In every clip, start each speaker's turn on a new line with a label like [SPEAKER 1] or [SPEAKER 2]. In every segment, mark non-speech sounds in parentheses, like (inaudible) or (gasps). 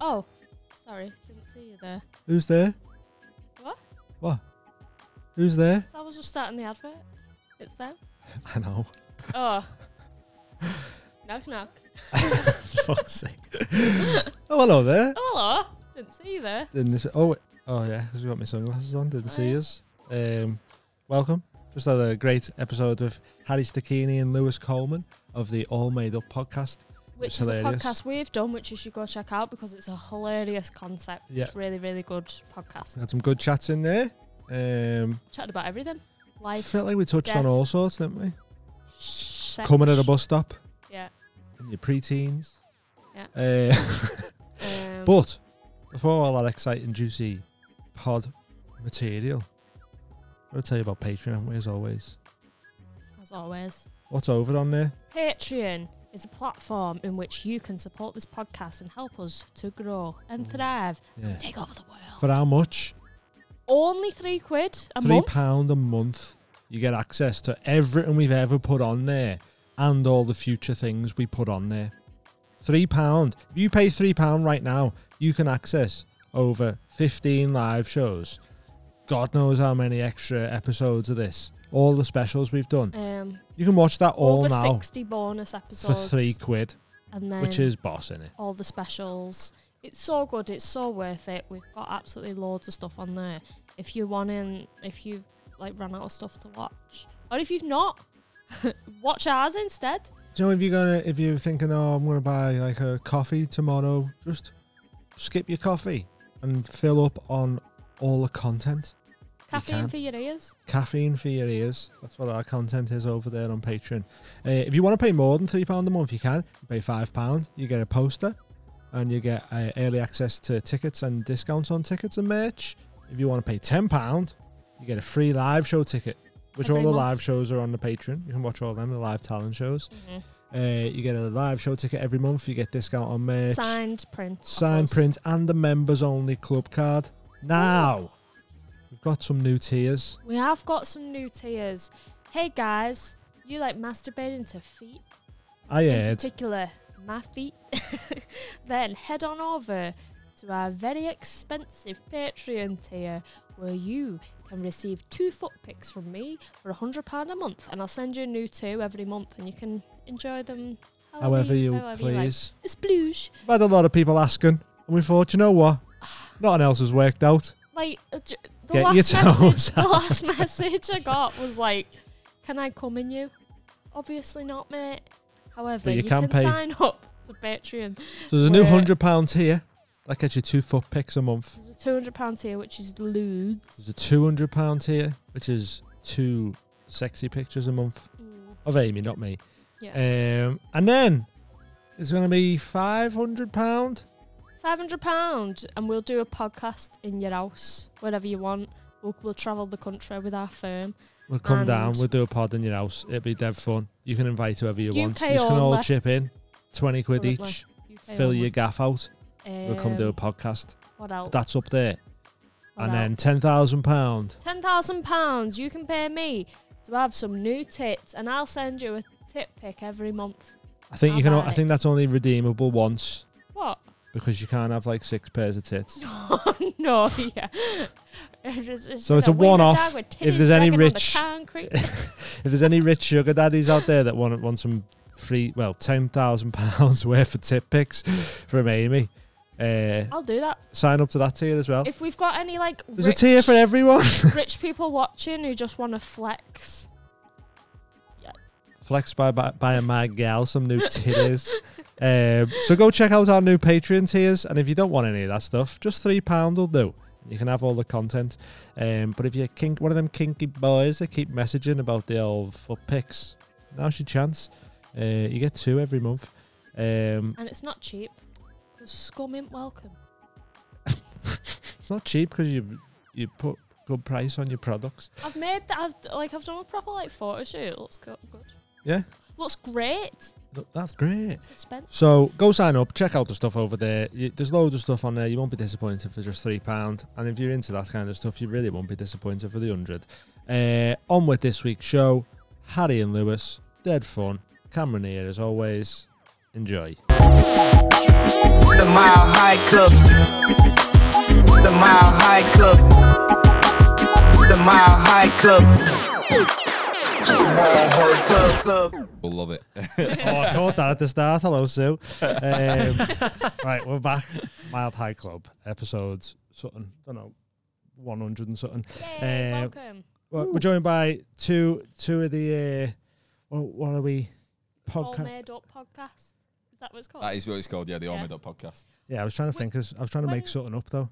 [SPEAKER 1] oh, sorry, didn't see you there.
[SPEAKER 2] Who's there?
[SPEAKER 1] What?
[SPEAKER 2] What? Who's there?
[SPEAKER 1] So I was just starting the advert. It's them.
[SPEAKER 2] (laughs) I know.
[SPEAKER 1] Oh. (laughs) knock knock.
[SPEAKER 2] Fuck's sake. (laughs) oh, hello there.
[SPEAKER 1] Oh, hello. Didn't see you there.
[SPEAKER 2] Didn't this? Oh, wait. oh yeah, because we got my sunglasses on. Didn't
[SPEAKER 1] Oh,
[SPEAKER 2] see
[SPEAKER 1] yeah.
[SPEAKER 2] us. Um, welcome. Just had a great episode with Harry Stakini and Lewis Coleman of the All Made Up podcast.
[SPEAKER 1] Which
[SPEAKER 2] It's
[SPEAKER 1] is a
[SPEAKER 2] hilarious.
[SPEAKER 1] podcast we've done, which you should go check out because it's a hilarious concept.
[SPEAKER 2] Yeah.
[SPEAKER 1] It's really, really good podcast.
[SPEAKER 2] Had some good chats in there. Um,
[SPEAKER 1] Chatted about everything.
[SPEAKER 2] I
[SPEAKER 1] Life.
[SPEAKER 2] felt like we touched on
[SPEAKER 1] death.
[SPEAKER 2] all sorts, didn't we?
[SPEAKER 1] sex-
[SPEAKER 2] Coming at a bus stop,
[SPEAKER 1] Yeah.
[SPEAKER 2] and your preteens.
[SPEAKER 1] Yeah.
[SPEAKER 2] Uh,
[SPEAKER 1] Um,
[SPEAKER 2] But before all that exciting, juicy pod material, I'm going to tell you about Patreon, haven't we, as always?
[SPEAKER 1] as always,
[SPEAKER 2] What's over on there?
[SPEAKER 1] Patreon is a platform in which you can support this podcast and help us to grow and thrive
[SPEAKER 2] Yeah.
[SPEAKER 1] and take over the world.
[SPEAKER 2] Mm. For how much?
[SPEAKER 1] Only three quid a
[SPEAKER 2] Three
[SPEAKER 1] month.
[SPEAKER 2] pound a month. You get access to everything we've ever put on there and all the future things we put on there. Three pound. If you pay three pound right now, you can access over 15 live shows. God knows how many extra episodes of this. All the specials we've done.
[SPEAKER 1] um,
[SPEAKER 2] You can watch that all
[SPEAKER 1] over
[SPEAKER 2] now
[SPEAKER 1] 60 bonus
[SPEAKER 2] for
[SPEAKER 1] episodes.
[SPEAKER 2] three quid.
[SPEAKER 1] And then
[SPEAKER 2] which is boss in it.
[SPEAKER 1] all the specials. It's so good. It's so worth it. We've got absolutely loads of stuff on there. If you want in, if you've like run out of stuff to watch, or if you've not, (laughs) watch ours instead.
[SPEAKER 2] Do you know if you're gonna if you're thinking, oh, I'm gonna buy like a coffee tomorrow, just skip your coffee and fill up on all the content.
[SPEAKER 1] Caffeine
[SPEAKER 2] can.
[SPEAKER 1] for your ears.
[SPEAKER 2] Caffeine for your ears. That's what our content is over there on Patreon. Uh, if you want to pay more than three pound a month, you can. You pay five pound, you get a poster, and you get uh, early access to tickets and discounts on tickets and merch. If you want to pay ten pound, you get a free live show ticket, which
[SPEAKER 1] Every
[SPEAKER 2] all the
[SPEAKER 1] month.
[SPEAKER 2] live shows are on the Patreon. You can watch all them, the live talent shows. Uh, you get a live show ticket every month. You get discount on merch,
[SPEAKER 1] Signed print. of
[SPEAKER 2] signed
[SPEAKER 1] us.
[SPEAKER 2] print, and the members only club card. Now, we've got some new tiers.
[SPEAKER 1] We have got some new tiers. Hey guys, you like masturbating to feet?
[SPEAKER 2] I
[SPEAKER 1] in
[SPEAKER 2] heard
[SPEAKER 1] particular my feet, (laughs) then head on over to our very expensive Patreon tier where you can receive two foot pics from me for £100 a month and I'll send you a new two every month and you can enjoy them however,
[SPEAKER 2] however you
[SPEAKER 1] however like.
[SPEAKER 2] please.
[SPEAKER 1] It's blues.
[SPEAKER 2] We've had a lot of people asking, and we thought, you know what? (sighs) Nothing else has worked out.
[SPEAKER 1] Like, uh, j- the,
[SPEAKER 2] Get your
[SPEAKER 1] last
[SPEAKER 2] towels (laughs)
[SPEAKER 1] message, the last message I got was like, can I come in you? Obviously not, mate. However, you,
[SPEAKER 2] you
[SPEAKER 1] can,
[SPEAKER 2] can pay.
[SPEAKER 1] sign up to Patreon
[SPEAKER 2] So there's a new
[SPEAKER 1] We're-
[SPEAKER 2] hundred pound tier. That gets you two foot picks a month.
[SPEAKER 1] There's a two hundred pound tier, which is lewd.
[SPEAKER 2] There's a two hundred pound tier, which is two sexy pictures a month. of Amy, not me. Um, and then it's going to be five hundred pound.
[SPEAKER 1] Five hundred pound, and we'll do a podcast in your house, wherever you want. We'll, we'll travel the country with our firm.
[SPEAKER 2] We'll come down.
[SPEAKER 1] And-
[SPEAKER 2] We'll do a pod in your house. It'll be dead fun. You can invite whoever you want. You
[SPEAKER 1] UK
[SPEAKER 2] just can all
[SPEAKER 1] only.
[SPEAKER 2] chip in, twenty quid
[SPEAKER 1] Currently.
[SPEAKER 2] each.
[SPEAKER 1] UK
[SPEAKER 2] Fill
[SPEAKER 1] only.
[SPEAKER 2] your gaff out.
[SPEAKER 1] Um,
[SPEAKER 2] we'll come do a podcast.
[SPEAKER 1] What else?
[SPEAKER 2] That's up there.
[SPEAKER 1] What
[SPEAKER 2] and
[SPEAKER 1] else?
[SPEAKER 2] then ten thousand pound.
[SPEAKER 1] ten thousand pounds. You can pay me to have some new tits, and I'll send you a tit pic every month.
[SPEAKER 2] I think you can. o- I
[SPEAKER 1] Alright.
[SPEAKER 2] think that's only redeemable once
[SPEAKER 1] What? (laughs)
[SPEAKER 2] because you can't have like six pairs of tits.
[SPEAKER 1] no, yeah. so
[SPEAKER 2] So it's a one-off. If there's any rich-
[SPEAKER 1] concrete.
[SPEAKER 2] If there's any rich sugar daddies out there that want want some free, well, ten thousand pounds (laughs) worth of tip picks from Amy, uh,
[SPEAKER 1] I'll do that.
[SPEAKER 2] sign up to that tier as well.
[SPEAKER 1] If we've got any like
[SPEAKER 2] There's
[SPEAKER 1] rich
[SPEAKER 2] a tier for everyone.
[SPEAKER 1] rich people watching who just want to flex.
[SPEAKER 2] Flex by by- buying my gal some new tiers. um, so go check out our new Patreon tiers, and if you don't want any of that stuff, just three pound will do. You can have all the content. Um, but if you're kink, one of them kinky boys that keep messaging about the old foot pics, now's your chance. Uh, you get two every month. Um,
[SPEAKER 1] And it's not cheap. Because scum ain't welcome.
[SPEAKER 2] it's not cheap because you you put good price on your products.
[SPEAKER 1] I've made that, I've like, I've done a proper like photo shoot. It looks go- good.
[SPEAKER 2] Yeah,
[SPEAKER 1] Looks great.
[SPEAKER 2] Look, that's great.
[SPEAKER 1] It's expensive.
[SPEAKER 2] So go sign up, check out the stuff over there. You, there's loads of stuff on there. You won't be disappointed for just three pound. And if you're into that kind of stuff, you really won't be disappointed for the hundred. Uh, on with this week's show. Harry and Lewis, dead fun. Cameron here as always. Enjoy.
[SPEAKER 3] Thank you. Mile High Club. It's the Mile High Club. It's the Mile High Club. It's the Mile High Club. club.
[SPEAKER 4] We'll love it.
[SPEAKER 2] Oh, I caught that at the start. Hello, Sue. Um, right, we're back. Mild High Club episodes. Something. Don't know. One hundred and something.
[SPEAKER 1] Yay,
[SPEAKER 5] Eh,
[SPEAKER 2] Uh,
[SPEAKER 1] welcome.
[SPEAKER 2] Well, we're joined by two two of the. Uh, what, what are we? Podcast.
[SPEAKER 1] Homemade up podcast. Is that what it's called?
[SPEAKER 4] That is what it's called. Yeah, the
[SPEAKER 1] Yeah.
[SPEAKER 4] Armored Up podcast.
[SPEAKER 2] Yeah, I was trying to think. 'cause I was trying to make
[SPEAKER 1] When-
[SPEAKER 2] something up though,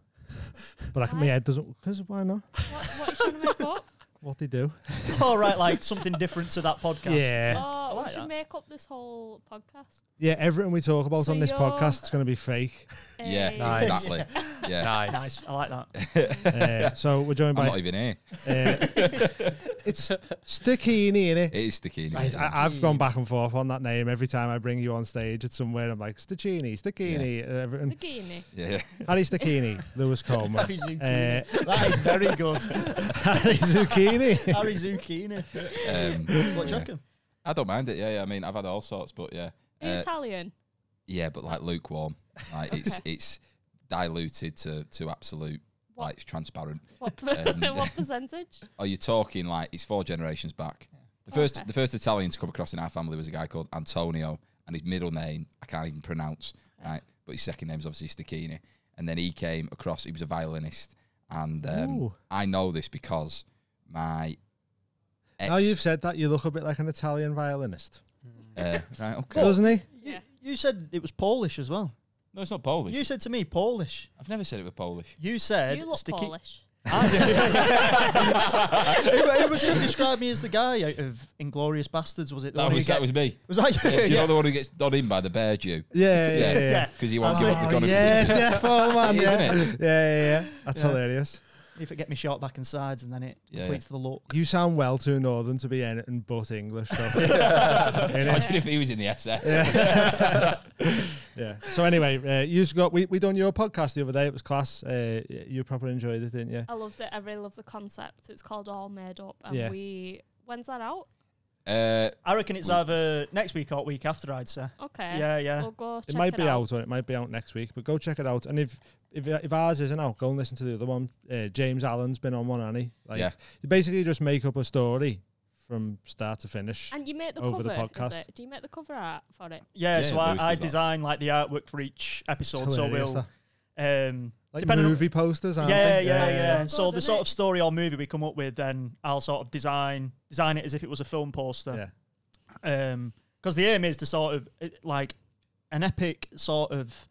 [SPEAKER 2] but like my
[SPEAKER 1] Why?
[SPEAKER 2] head doesn't. Because why not?
[SPEAKER 1] what, what is your
[SPEAKER 5] (laughs)
[SPEAKER 1] make up?
[SPEAKER 2] What they do?
[SPEAKER 5] (laughs) All right, like something different to that podcast.
[SPEAKER 2] Yeah,
[SPEAKER 1] Oh,
[SPEAKER 5] like
[SPEAKER 1] we should
[SPEAKER 5] that.
[SPEAKER 1] make up this whole podcast.
[SPEAKER 2] yeah. Everything we talk about
[SPEAKER 1] So
[SPEAKER 2] on this
[SPEAKER 1] you're-
[SPEAKER 2] podcast is going to
[SPEAKER 1] (laughs)
[SPEAKER 2] be fake.
[SPEAKER 4] Yeah,
[SPEAKER 1] Uh,
[SPEAKER 5] Nice.
[SPEAKER 4] exactly. Yeah.
[SPEAKER 6] Nice.
[SPEAKER 5] Nice. I like that.
[SPEAKER 2] Uh, so we're joined
[SPEAKER 4] I'm
[SPEAKER 2] by.
[SPEAKER 4] not even here.
[SPEAKER 2] Uh, it's Stickini, innit?
[SPEAKER 4] It is sticky.
[SPEAKER 2] I, I, I've gone back and forth on that name every time I bring you on stage at somewhere. I'm like Stichini, Stichini, and everything.
[SPEAKER 1] Zucchini.
[SPEAKER 4] yeah.
[SPEAKER 2] Harry Stichini, Lewis Coleman,
[SPEAKER 5] (laughs) Harry
[SPEAKER 2] uh,
[SPEAKER 5] Zucchini. that is very good.
[SPEAKER 2] (laughs) Harry Zucchini.
[SPEAKER 5] Harry Zucchini.
[SPEAKER 4] Um, (laughs)
[SPEAKER 5] What do you
[SPEAKER 4] yeah.
[SPEAKER 5] reckon?
[SPEAKER 4] I don't mind it. Yeah, yeah. I mean, I've had all sorts, but yeah.
[SPEAKER 1] Are you
[SPEAKER 4] (laughs) Uh,
[SPEAKER 1] Italian.
[SPEAKER 4] Yeah, but like lukewarm. Like it's it's diluted to to absolute
[SPEAKER 1] What?
[SPEAKER 4] like it's transparent.
[SPEAKER 1] What,
[SPEAKER 4] um,
[SPEAKER 1] (laughs) what percentage?
[SPEAKER 4] Are you talking like it's four generations back? The first
[SPEAKER 1] Okay.
[SPEAKER 4] the first Italian to come across in our family was a guy called Antonio, and his middle name I can't even pronounce. Right, but his second name's obviously Sticchini, and then he came across. He was a violinist, and um,
[SPEAKER 2] Ooh.
[SPEAKER 4] I know this because my. Ex,
[SPEAKER 2] Now you've said that, you look a bit like an Italian violinist,
[SPEAKER 4] uh, (laughs) right, okay.
[SPEAKER 2] doesn't he?
[SPEAKER 1] Yeah.
[SPEAKER 5] You said it was Polish as well.
[SPEAKER 4] No, it's not Polish.
[SPEAKER 5] You said to me Polish.
[SPEAKER 4] I've never said it was Polish.
[SPEAKER 5] You said
[SPEAKER 1] You look
[SPEAKER 5] Sticky-
[SPEAKER 1] Polish.
[SPEAKER 4] (laughs)
[SPEAKER 5] who, who was going to describe me as the guy out of Inglorious Bastards? Was it the
[SPEAKER 4] That
[SPEAKER 5] one who
[SPEAKER 4] was
[SPEAKER 5] get-
[SPEAKER 4] that was me.
[SPEAKER 5] was that you?
[SPEAKER 2] (laughs)
[SPEAKER 4] Yeah, do you know
[SPEAKER 5] Yeah.
[SPEAKER 4] the one who gets done in by the bear Jew?
[SPEAKER 2] Yeah, yeah,
[SPEAKER 4] Yeah.
[SPEAKER 2] yeah. yeah.
[SPEAKER 4] Because he wants to give up the
[SPEAKER 2] Oh,
[SPEAKER 4] (laughs) gun.
[SPEAKER 2] yeah, yeah, oh, man,
[SPEAKER 4] It is,
[SPEAKER 2] yeah.
[SPEAKER 4] isn't
[SPEAKER 2] yeah, yeah, yeah. That's
[SPEAKER 5] Yeah.
[SPEAKER 2] hilarious.
[SPEAKER 5] If it get me shot back and sides, and then it
[SPEAKER 4] Yeah,
[SPEAKER 5] completes the look.
[SPEAKER 2] You sound well too northern to be anything but English.
[SPEAKER 4] (laughs)
[SPEAKER 2] So. (laughs) Innit?
[SPEAKER 4] Imagine if he was in the SS.
[SPEAKER 2] Yeah. So anyway, uh, you got we we done your podcast the other day. It was class. Uh, y- you probably enjoyed it, didn't you?
[SPEAKER 1] I loved it. I really love the concept. It's called All Made Up, and
[SPEAKER 2] Yeah.
[SPEAKER 1] we when's that out?
[SPEAKER 4] Uh,
[SPEAKER 5] I reckon it's either next week or week after. I'd say.
[SPEAKER 1] Okay.
[SPEAKER 5] Yeah, yeah.
[SPEAKER 1] We'll go check
[SPEAKER 2] it might be
[SPEAKER 1] out.
[SPEAKER 2] out. or it might be out next week. But go check it out. And if if if ours isn't out, go and listen to the other one. Uh, James Allen's been on one, hasn't he? Like,
[SPEAKER 4] Yeah.
[SPEAKER 2] You basically just make up a story from start to finish.
[SPEAKER 1] And you make the
[SPEAKER 2] over
[SPEAKER 1] cover.
[SPEAKER 2] the
[SPEAKER 1] Is
[SPEAKER 2] podcast.
[SPEAKER 1] it? Do you make the cover art for it?
[SPEAKER 5] Yeah,
[SPEAKER 4] Yeah,
[SPEAKER 5] so
[SPEAKER 4] yeah,
[SPEAKER 5] I,
[SPEAKER 4] Lewis
[SPEAKER 5] I
[SPEAKER 4] does that.
[SPEAKER 5] design like the artwork for each episode.
[SPEAKER 2] It's
[SPEAKER 5] So
[SPEAKER 2] hilarious,
[SPEAKER 5] we'll,
[SPEAKER 2] that.
[SPEAKER 5] um,
[SPEAKER 2] like
[SPEAKER 5] depending on-
[SPEAKER 2] movie posters.
[SPEAKER 5] yeah,
[SPEAKER 2] Aren't
[SPEAKER 5] yeah,
[SPEAKER 2] they?
[SPEAKER 5] yeah,
[SPEAKER 1] Yeah.
[SPEAKER 5] yeah.
[SPEAKER 1] It's
[SPEAKER 5] So
[SPEAKER 1] good,
[SPEAKER 5] the
[SPEAKER 1] isn't
[SPEAKER 5] sort
[SPEAKER 1] it?
[SPEAKER 5] of story or movie we come up with, then I'll sort of design design it as if it was a film poster.
[SPEAKER 2] Yeah.
[SPEAKER 5] Because the aim is to sort of it- like an epic sort of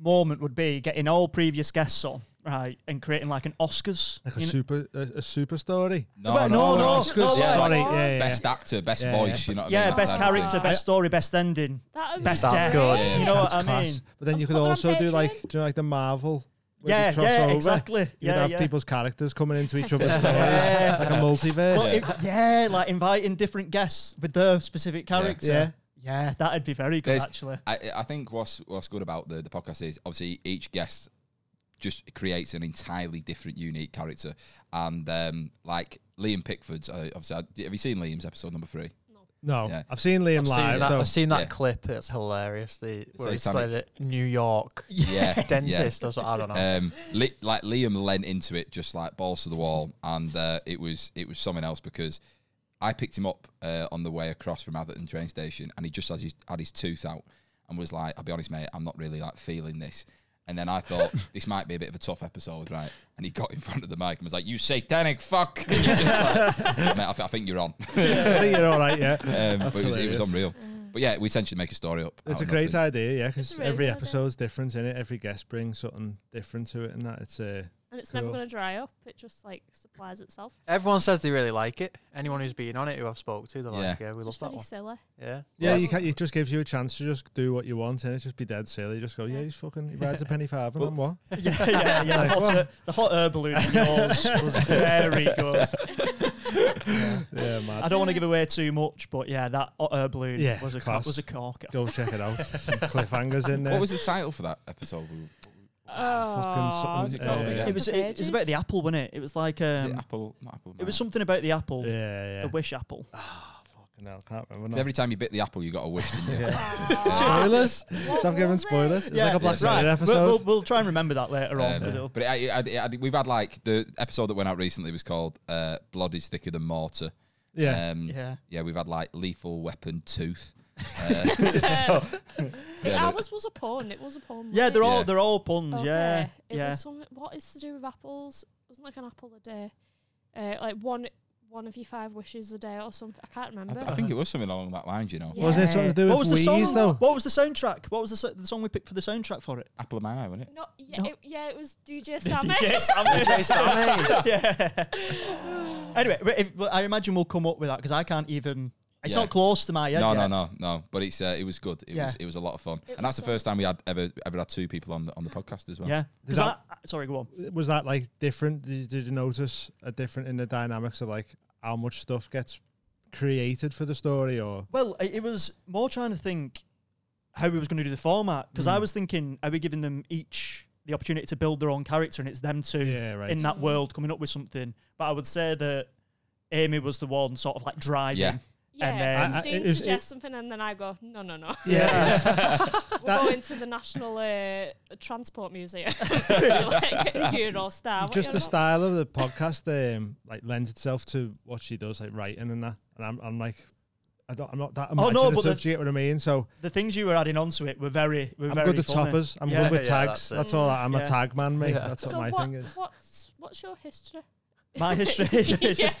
[SPEAKER 5] moment would be getting all previous guests on right and creating like an Oscars.
[SPEAKER 2] Like a
[SPEAKER 5] you know-
[SPEAKER 2] super a, a super story.
[SPEAKER 4] no,
[SPEAKER 5] Well,
[SPEAKER 4] no,
[SPEAKER 5] no, no,
[SPEAKER 4] it's
[SPEAKER 5] no,
[SPEAKER 4] good.
[SPEAKER 5] no,
[SPEAKER 4] yeah,
[SPEAKER 2] sorry.
[SPEAKER 4] like,
[SPEAKER 2] Yeah, yeah, yeah.
[SPEAKER 4] Best actor, best
[SPEAKER 2] Yeah,
[SPEAKER 4] voice. You know what I mean?
[SPEAKER 5] yeah,
[SPEAKER 4] That
[SPEAKER 5] best
[SPEAKER 4] type of thing.
[SPEAKER 5] character, best story, best ending,
[SPEAKER 1] That would
[SPEAKER 5] best
[SPEAKER 1] be
[SPEAKER 5] death.
[SPEAKER 6] That's good.
[SPEAKER 1] great.
[SPEAKER 4] Yeah.
[SPEAKER 5] You know
[SPEAKER 2] That's
[SPEAKER 5] what I
[SPEAKER 2] class.
[SPEAKER 5] mean?
[SPEAKER 2] But then you
[SPEAKER 1] And
[SPEAKER 2] could
[SPEAKER 1] put it on
[SPEAKER 2] also do like
[SPEAKER 1] Patreon.
[SPEAKER 2] do you know, like the Marvel. where you
[SPEAKER 5] Yeah,
[SPEAKER 2] cross
[SPEAKER 5] yeah,
[SPEAKER 2] over?
[SPEAKER 5] exactly.
[SPEAKER 2] You'd
[SPEAKER 5] Yeah,
[SPEAKER 2] have
[SPEAKER 5] yeah.
[SPEAKER 2] people's characters coming into each other's stories,
[SPEAKER 5] (laughs) Yeah.
[SPEAKER 2] like a multiverse.
[SPEAKER 5] Well, if- yeah, like inviting different guests with their specific character.
[SPEAKER 2] Yeah.
[SPEAKER 5] Yeah, that'd be very good
[SPEAKER 4] There's-
[SPEAKER 5] actually.
[SPEAKER 4] I, I think what's what's good about the, the podcast is obviously each guest just creates an entirely different, unique character. And um, like Liam Pickford's, uh, obviously, I- have you seen Liam's episode
[SPEAKER 5] (laughs)
[SPEAKER 4] number three?
[SPEAKER 2] No,
[SPEAKER 4] Yeah.
[SPEAKER 2] I've seen Liam
[SPEAKER 6] I've seen,
[SPEAKER 2] live
[SPEAKER 6] that,
[SPEAKER 2] though.
[SPEAKER 4] (laughs)
[SPEAKER 6] I've seen that
[SPEAKER 4] Yeah.
[SPEAKER 6] clip. It's hilarious. The where he's
[SPEAKER 4] Titanic.
[SPEAKER 6] played at New York
[SPEAKER 4] Yeah, (laughs) yeah.
[SPEAKER 6] dentist or something. I don't know.
[SPEAKER 2] Oh.
[SPEAKER 4] um, li- like Liam lent into it just like balls to the wall, and uh, it was it was something else because I picked him up uh, on the way across from Atherton train station, and he just had his, had his tooth out and was like, "I'll be honest, mate, I'm not really like feeling this." And then I thought
[SPEAKER 2] (laughs)
[SPEAKER 4] this might be a bit of a tough episode, right? And he got in front of the mic and was like, "You satanic fuck!" (laughs) And you're just like, "Mate, I, th- I think you're on. (laughs)
[SPEAKER 2] I think you're all right. Yeah,
[SPEAKER 4] Um, but it was, it was
[SPEAKER 2] hilarious.
[SPEAKER 4] unreal.
[SPEAKER 1] Mm.
[SPEAKER 4] But yeah, we essentially make a story up. out
[SPEAKER 2] it's a
[SPEAKER 4] of
[SPEAKER 2] great
[SPEAKER 4] nothing.
[SPEAKER 2] idea. Yeah,
[SPEAKER 1] It's
[SPEAKER 2] because
[SPEAKER 1] a really
[SPEAKER 2] every
[SPEAKER 1] good idea.
[SPEAKER 2] episode's different in it. Every guest brings something different to it, and that it's a.
[SPEAKER 1] And it's never
[SPEAKER 2] Cool.
[SPEAKER 1] going to dry up. It just like supplies itself.
[SPEAKER 6] Everyone says they really like it. Anyone who's been on it who I've spoke to, they're like, yeah,
[SPEAKER 1] It's
[SPEAKER 6] we love
[SPEAKER 1] just
[SPEAKER 6] that
[SPEAKER 1] really
[SPEAKER 6] one.
[SPEAKER 1] silly.
[SPEAKER 6] Yeah.
[SPEAKER 2] Yeah,
[SPEAKER 4] Yes.
[SPEAKER 2] you can, it just gives you a chance to just do what you want, and it just be dead silly. Just go, yeah, he's fucking.
[SPEAKER 4] (laughs)
[SPEAKER 2] He rides a penny five, and
[SPEAKER 4] Well-
[SPEAKER 2] I'm what?
[SPEAKER 5] (laughs)
[SPEAKER 2] (laughs)
[SPEAKER 5] yeah, yeah, yeah. The hot, air, the hot air balloon in yours was very good.
[SPEAKER 4] (laughs)
[SPEAKER 2] Yeah, mad.
[SPEAKER 5] I don't want to give away too much, but yeah, that hot air balloon
[SPEAKER 2] Yeah,
[SPEAKER 5] was a co-
[SPEAKER 2] class.
[SPEAKER 5] was a corker.
[SPEAKER 2] Go check it out.
[SPEAKER 5] (laughs)
[SPEAKER 2] Some cliffhangers in there.
[SPEAKER 4] What was the title for that episode?
[SPEAKER 1] Oh,
[SPEAKER 2] fucking something,
[SPEAKER 1] God,
[SPEAKER 2] uh,
[SPEAKER 1] it
[SPEAKER 2] It
[SPEAKER 1] took
[SPEAKER 5] It was
[SPEAKER 1] us
[SPEAKER 5] it, it was
[SPEAKER 1] ages.
[SPEAKER 5] about the apple, wasn't it? It was like
[SPEAKER 4] Was it
[SPEAKER 5] um,
[SPEAKER 4] Apple, not Apple.
[SPEAKER 5] it was
[SPEAKER 4] no.
[SPEAKER 5] something about the apple,
[SPEAKER 2] Yeah, yeah.
[SPEAKER 5] the wish apple.
[SPEAKER 2] No, I can't remember.
[SPEAKER 4] 'Cause
[SPEAKER 2] now.
[SPEAKER 4] every time you bit the apple, you got a
[SPEAKER 5] (laughs)
[SPEAKER 4] wish, didn't you?
[SPEAKER 2] Yeah.
[SPEAKER 1] Aw.
[SPEAKER 2] spoilers.
[SPEAKER 1] What
[SPEAKER 2] Stop giving
[SPEAKER 1] was it?
[SPEAKER 2] spoilers. It's like a Black
[SPEAKER 4] Yes.
[SPEAKER 2] Friday
[SPEAKER 5] Right,
[SPEAKER 2] episode.
[SPEAKER 5] We'll, we'll, we'll try and remember that later on.
[SPEAKER 4] Um,
[SPEAKER 5] 'cause it'll-
[SPEAKER 4] but it, I, I, I, we've had like the episode that went out recently was called uh, "Blood is Thicker Than Mortar."
[SPEAKER 2] yeah.
[SPEAKER 4] um,
[SPEAKER 5] yeah.
[SPEAKER 4] yeah. We've had like "Lethal Weapon
[SPEAKER 5] (laughs)
[SPEAKER 4] Tooth." Uh,
[SPEAKER 1] (laughs) It
[SPEAKER 4] yeah, but-
[SPEAKER 1] ours was a pun. It was a pun.
[SPEAKER 5] Yeah,
[SPEAKER 1] wasn't
[SPEAKER 5] they're
[SPEAKER 1] it?
[SPEAKER 5] all
[SPEAKER 4] Yeah.
[SPEAKER 5] they're all puns.
[SPEAKER 1] Okay.
[SPEAKER 5] Yeah,
[SPEAKER 1] It
[SPEAKER 5] yeah.
[SPEAKER 1] was some, what is to do with apples? It wasn't like an apple a day. Uh, like one one of your five wishes a day or something. I can't remember.
[SPEAKER 4] I think it was something along that lines, you know.
[SPEAKER 1] Yeah.
[SPEAKER 2] Was it something to do
[SPEAKER 5] What
[SPEAKER 2] with
[SPEAKER 5] was the
[SPEAKER 2] Wheeze
[SPEAKER 5] song?
[SPEAKER 2] though?
[SPEAKER 5] What was the soundtrack? What was the, so- the song we picked for the soundtrack for it?
[SPEAKER 4] Apple of my eye, wasn't it?
[SPEAKER 1] Not, yeah,
[SPEAKER 5] No.
[SPEAKER 1] it, yeah, it was DJ
[SPEAKER 5] (laughs)
[SPEAKER 1] Sammy.
[SPEAKER 5] DJ Sammy.
[SPEAKER 6] Jay
[SPEAKER 5] (laughs)
[SPEAKER 6] Sammy.
[SPEAKER 5] yeah.
[SPEAKER 1] (laughs)
[SPEAKER 5] Anyway, ri- if, well, I imagine we'll come up with that because I can't even. It's
[SPEAKER 4] Yeah.
[SPEAKER 5] not close to my head.
[SPEAKER 4] no,
[SPEAKER 5] yet.
[SPEAKER 4] no, no, no. But it's uh, it was good. It
[SPEAKER 5] Yeah.
[SPEAKER 4] was it was a lot of fun,
[SPEAKER 1] It
[SPEAKER 4] and that's
[SPEAKER 1] was
[SPEAKER 4] the
[SPEAKER 1] so
[SPEAKER 4] first time we had ever ever had two people on the on the podcast as well.
[SPEAKER 5] Yeah,
[SPEAKER 2] Did
[SPEAKER 5] because I,
[SPEAKER 2] that-
[SPEAKER 5] I- sorry, go on.
[SPEAKER 2] Was that like different? Did, did you notice a different in the dynamics of like how much stuff gets created for the story or
[SPEAKER 5] Well, i- it was more trying to think how we was going to do the format because
[SPEAKER 2] Hmm.
[SPEAKER 5] I was thinking, are we giving them each the opportunity to build their own character and it's them two
[SPEAKER 2] Yeah, right.
[SPEAKER 5] in that world coming up with something? But I would say that Amy was the one sort of like driving.
[SPEAKER 4] Yeah.
[SPEAKER 1] Yeah,
[SPEAKER 5] And then-
[SPEAKER 1] because
[SPEAKER 2] I- I-
[SPEAKER 1] Dean
[SPEAKER 2] it was- it-
[SPEAKER 1] suggests something and then I go, no, no, no.
[SPEAKER 2] yeah,
[SPEAKER 1] (laughs) We're going to the National uh, Transport
[SPEAKER 5] (laughs)
[SPEAKER 1] Museum. (laughs) like, Euro star. What you
[SPEAKER 2] just
[SPEAKER 1] on
[SPEAKER 2] the
[SPEAKER 1] about?
[SPEAKER 2] style of the podcast um like lends itself to what she does like writing and that and i'm, I'm like i don't i'm not that
[SPEAKER 5] Oh, no,
[SPEAKER 2] imaginative,
[SPEAKER 5] but the-
[SPEAKER 2] do you get what i mean so
[SPEAKER 5] The things you were adding onto it were very, were
[SPEAKER 2] i'm
[SPEAKER 5] very
[SPEAKER 2] good with
[SPEAKER 5] funny.
[SPEAKER 2] toppers i'm
[SPEAKER 5] Yeah.
[SPEAKER 2] good with
[SPEAKER 6] Yeah,
[SPEAKER 2] tags that's,
[SPEAKER 6] that's it.
[SPEAKER 2] all I- i'm a
[SPEAKER 5] Yeah.
[SPEAKER 2] tag man mate
[SPEAKER 6] Yeah.
[SPEAKER 2] that's what
[SPEAKER 1] So
[SPEAKER 2] my
[SPEAKER 1] what,
[SPEAKER 2] thing is
[SPEAKER 1] what's, what's your history?
[SPEAKER 5] My
[SPEAKER 1] (laughs)
[SPEAKER 5] history. (laughs)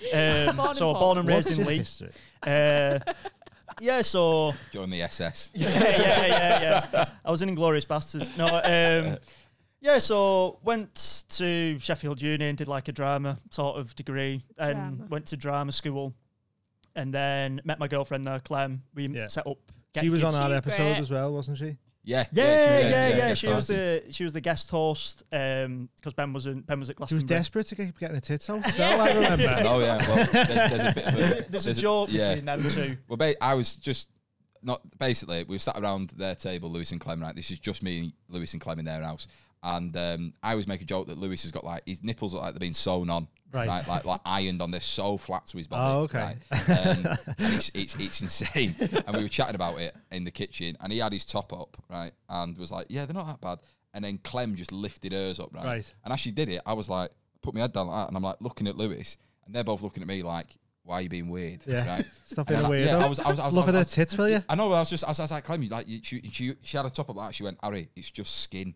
[SPEAKER 1] yeah.
[SPEAKER 5] Um,
[SPEAKER 1] Born in
[SPEAKER 5] so born
[SPEAKER 1] Poland.
[SPEAKER 5] and raised
[SPEAKER 2] What's
[SPEAKER 5] in
[SPEAKER 2] your
[SPEAKER 5] Leeds.
[SPEAKER 2] history?
[SPEAKER 5] Uh, (laughs) yeah, so
[SPEAKER 4] Join the SS.
[SPEAKER 5] (laughs) yeah, yeah, yeah, yeah. I was in Inglorious Bastards. No, um, yeah. So went to Sheffield Uni and did like a drama sort of degree, and
[SPEAKER 1] Drama.
[SPEAKER 5] went to drama school, and then met my girlfriend there, Clem. We
[SPEAKER 2] Yeah.
[SPEAKER 5] set up.
[SPEAKER 2] she was on
[SPEAKER 1] She's
[SPEAKER 2] our episode
[SPEAKER 1] great.
[SPEAKER 2] as well wasn't she
[SPEAKER 4] Yeah,
[SPEAKER 5] Yeah, yeah, yeah.
[SPEAKER 4] guest
[SPEAKER 5] She was
[SPEAKER 4] host.
[SPEAKER 5] the uh, she was the guest host because Ben was in, Ben was at
[SPEAKER 2] she was
[SPEAKER 5] Glastonbury.
[SPEAKER 2] desperate to keep getting her tits out so i remember
[SPEAKER 4] (laughs) Oh yeah. Well, there's, there's a bit of
[SPEAKER 5] (laughs)
[SPEAKER 4] a
[SPEAKER 5] There's a joke
[SPEAKER 4] yeah.
[SPEAKER 5] between them (laughs) two.
[SPEAKER 4] Well, ba- I was just not basically. We were sat around their table, Lewis and Clem. Right, this is just me, and Lewis and Clem in their house, and um, I always make a joke that Lewis has got like his nipples look like they're being sewn on,
[SPEAKER 2] Right.
[SPEAKER 4] Like, like like ironed on. They're so flat to his body.
[SPEAKER 2] Oh, okay.
[SPEAKER 4] right? Um, and it's, it's it's insane. And we were chatting about it in the kitchen, and he had his top up, right, and was like, "Yeah, they're not that bad." And then Clem just lifted hers up, right?
[SPEAKER 2] Right.
[SPEAKER 4] And as she did it, I was like, put my head down like that, and I'm like looking at Lewis, and they're both looking at me like, "Why are you being weird?"
[SPEAKER 2] Yeah.
[SPEAKER 4] Right.
[SPEAKER 2] stop
[SPEAKER 4] And
[SPEAKER 2] being a
[SPEAKER 4] I-
[SPEAKER 2] weirdo
[SPEAKER 4] Yeah, I was, I was, I was
[SPEAKER 2] look
[SPEAKER 4] I
[SPEAKER 2] at her
[SPEAKER 4] was-
[SPEAKER 2] tits will you
[SPEAKER 4] I know. but I was just, I was, I was like, Clem, you like, you, she, she, she had a top up like that. She went, Harry, it's just skin,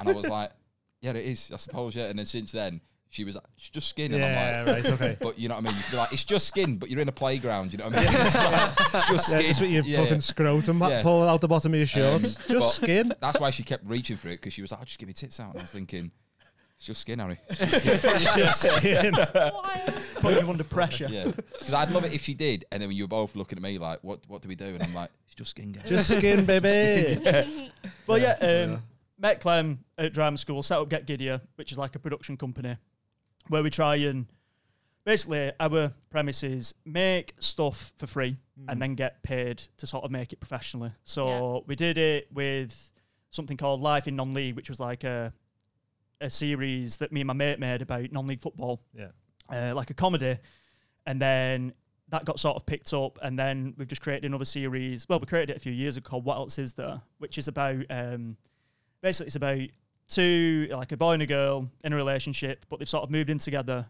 [SPEAKER 4] and I was like, (laughs) yeah, it is, I suppose, yeah. And then since then, she was like, it's just skin, and
[SPEAKER 2] yeah
[SPEAKER 4] I'm like,
[SPEAKER 2] right okay
[SPEAKER 4] (laughs) but you know what I mean? You'd be like, it's just skin, but you're in a playground, you know
[SPEAKER 2] (laughs)
[SPEAKER 4] what I mean? It's, like, it's just
[SPEAKER 2] yeah,
[SPEAKER 4] (laughs) skin.
[SPEAKER 2] just with your
[SPEAKER 4] Yeah,
[SPEAKER 2] fucking
[SPEAKER 4] yeah.
[SPEAKER 2] scrotum
[SPEAKER 4] Yeah.
[SPEAKER 2] pulling out the bottom of your
[SPEAKER 4] Um,
[SPEAKER 2] shorts.
[SPEAKER 4] but
[SPEAKER 2] just skin.
[SPEAKER 4] (laughs) That's why she kept reaching for it because she was like, oh, just get me tits out. And I was thinking, it's just skin, Harry.
[SPEAKER 2] Just skin.
[SPEAKER 1] Wild.
[SPEAKER 5] Put you under pressure.
[SPEAKER 2] (laughs)
[SPEAKER 4] Yeah, because I'd love it if she did, and then you were both looking at me like, what, what do we do? And I'm like, it's just skin, guys.
[SPEAKER 2] Just skin, baby.
[SPEAKER 5] Well, yeah, um, met Clem at drama school, set up Get Giddier, which is like a production company where we try and basically our premise is make stuff for free and then get paid to sort of make it professionally. So we did it with something called Life in Non-League, which was like a a series that me and my mate made about non-league football
[SPEAKER 2] Yeah.
[SPEAKER 5] uh, like a comedy, and then that got sort of picked up, and then we've just created another series. Well, we created it a few years ago called What Else Is There, which is about um, basically it's about two like a boy and a girl in a relationship, but they've sort of moved in together.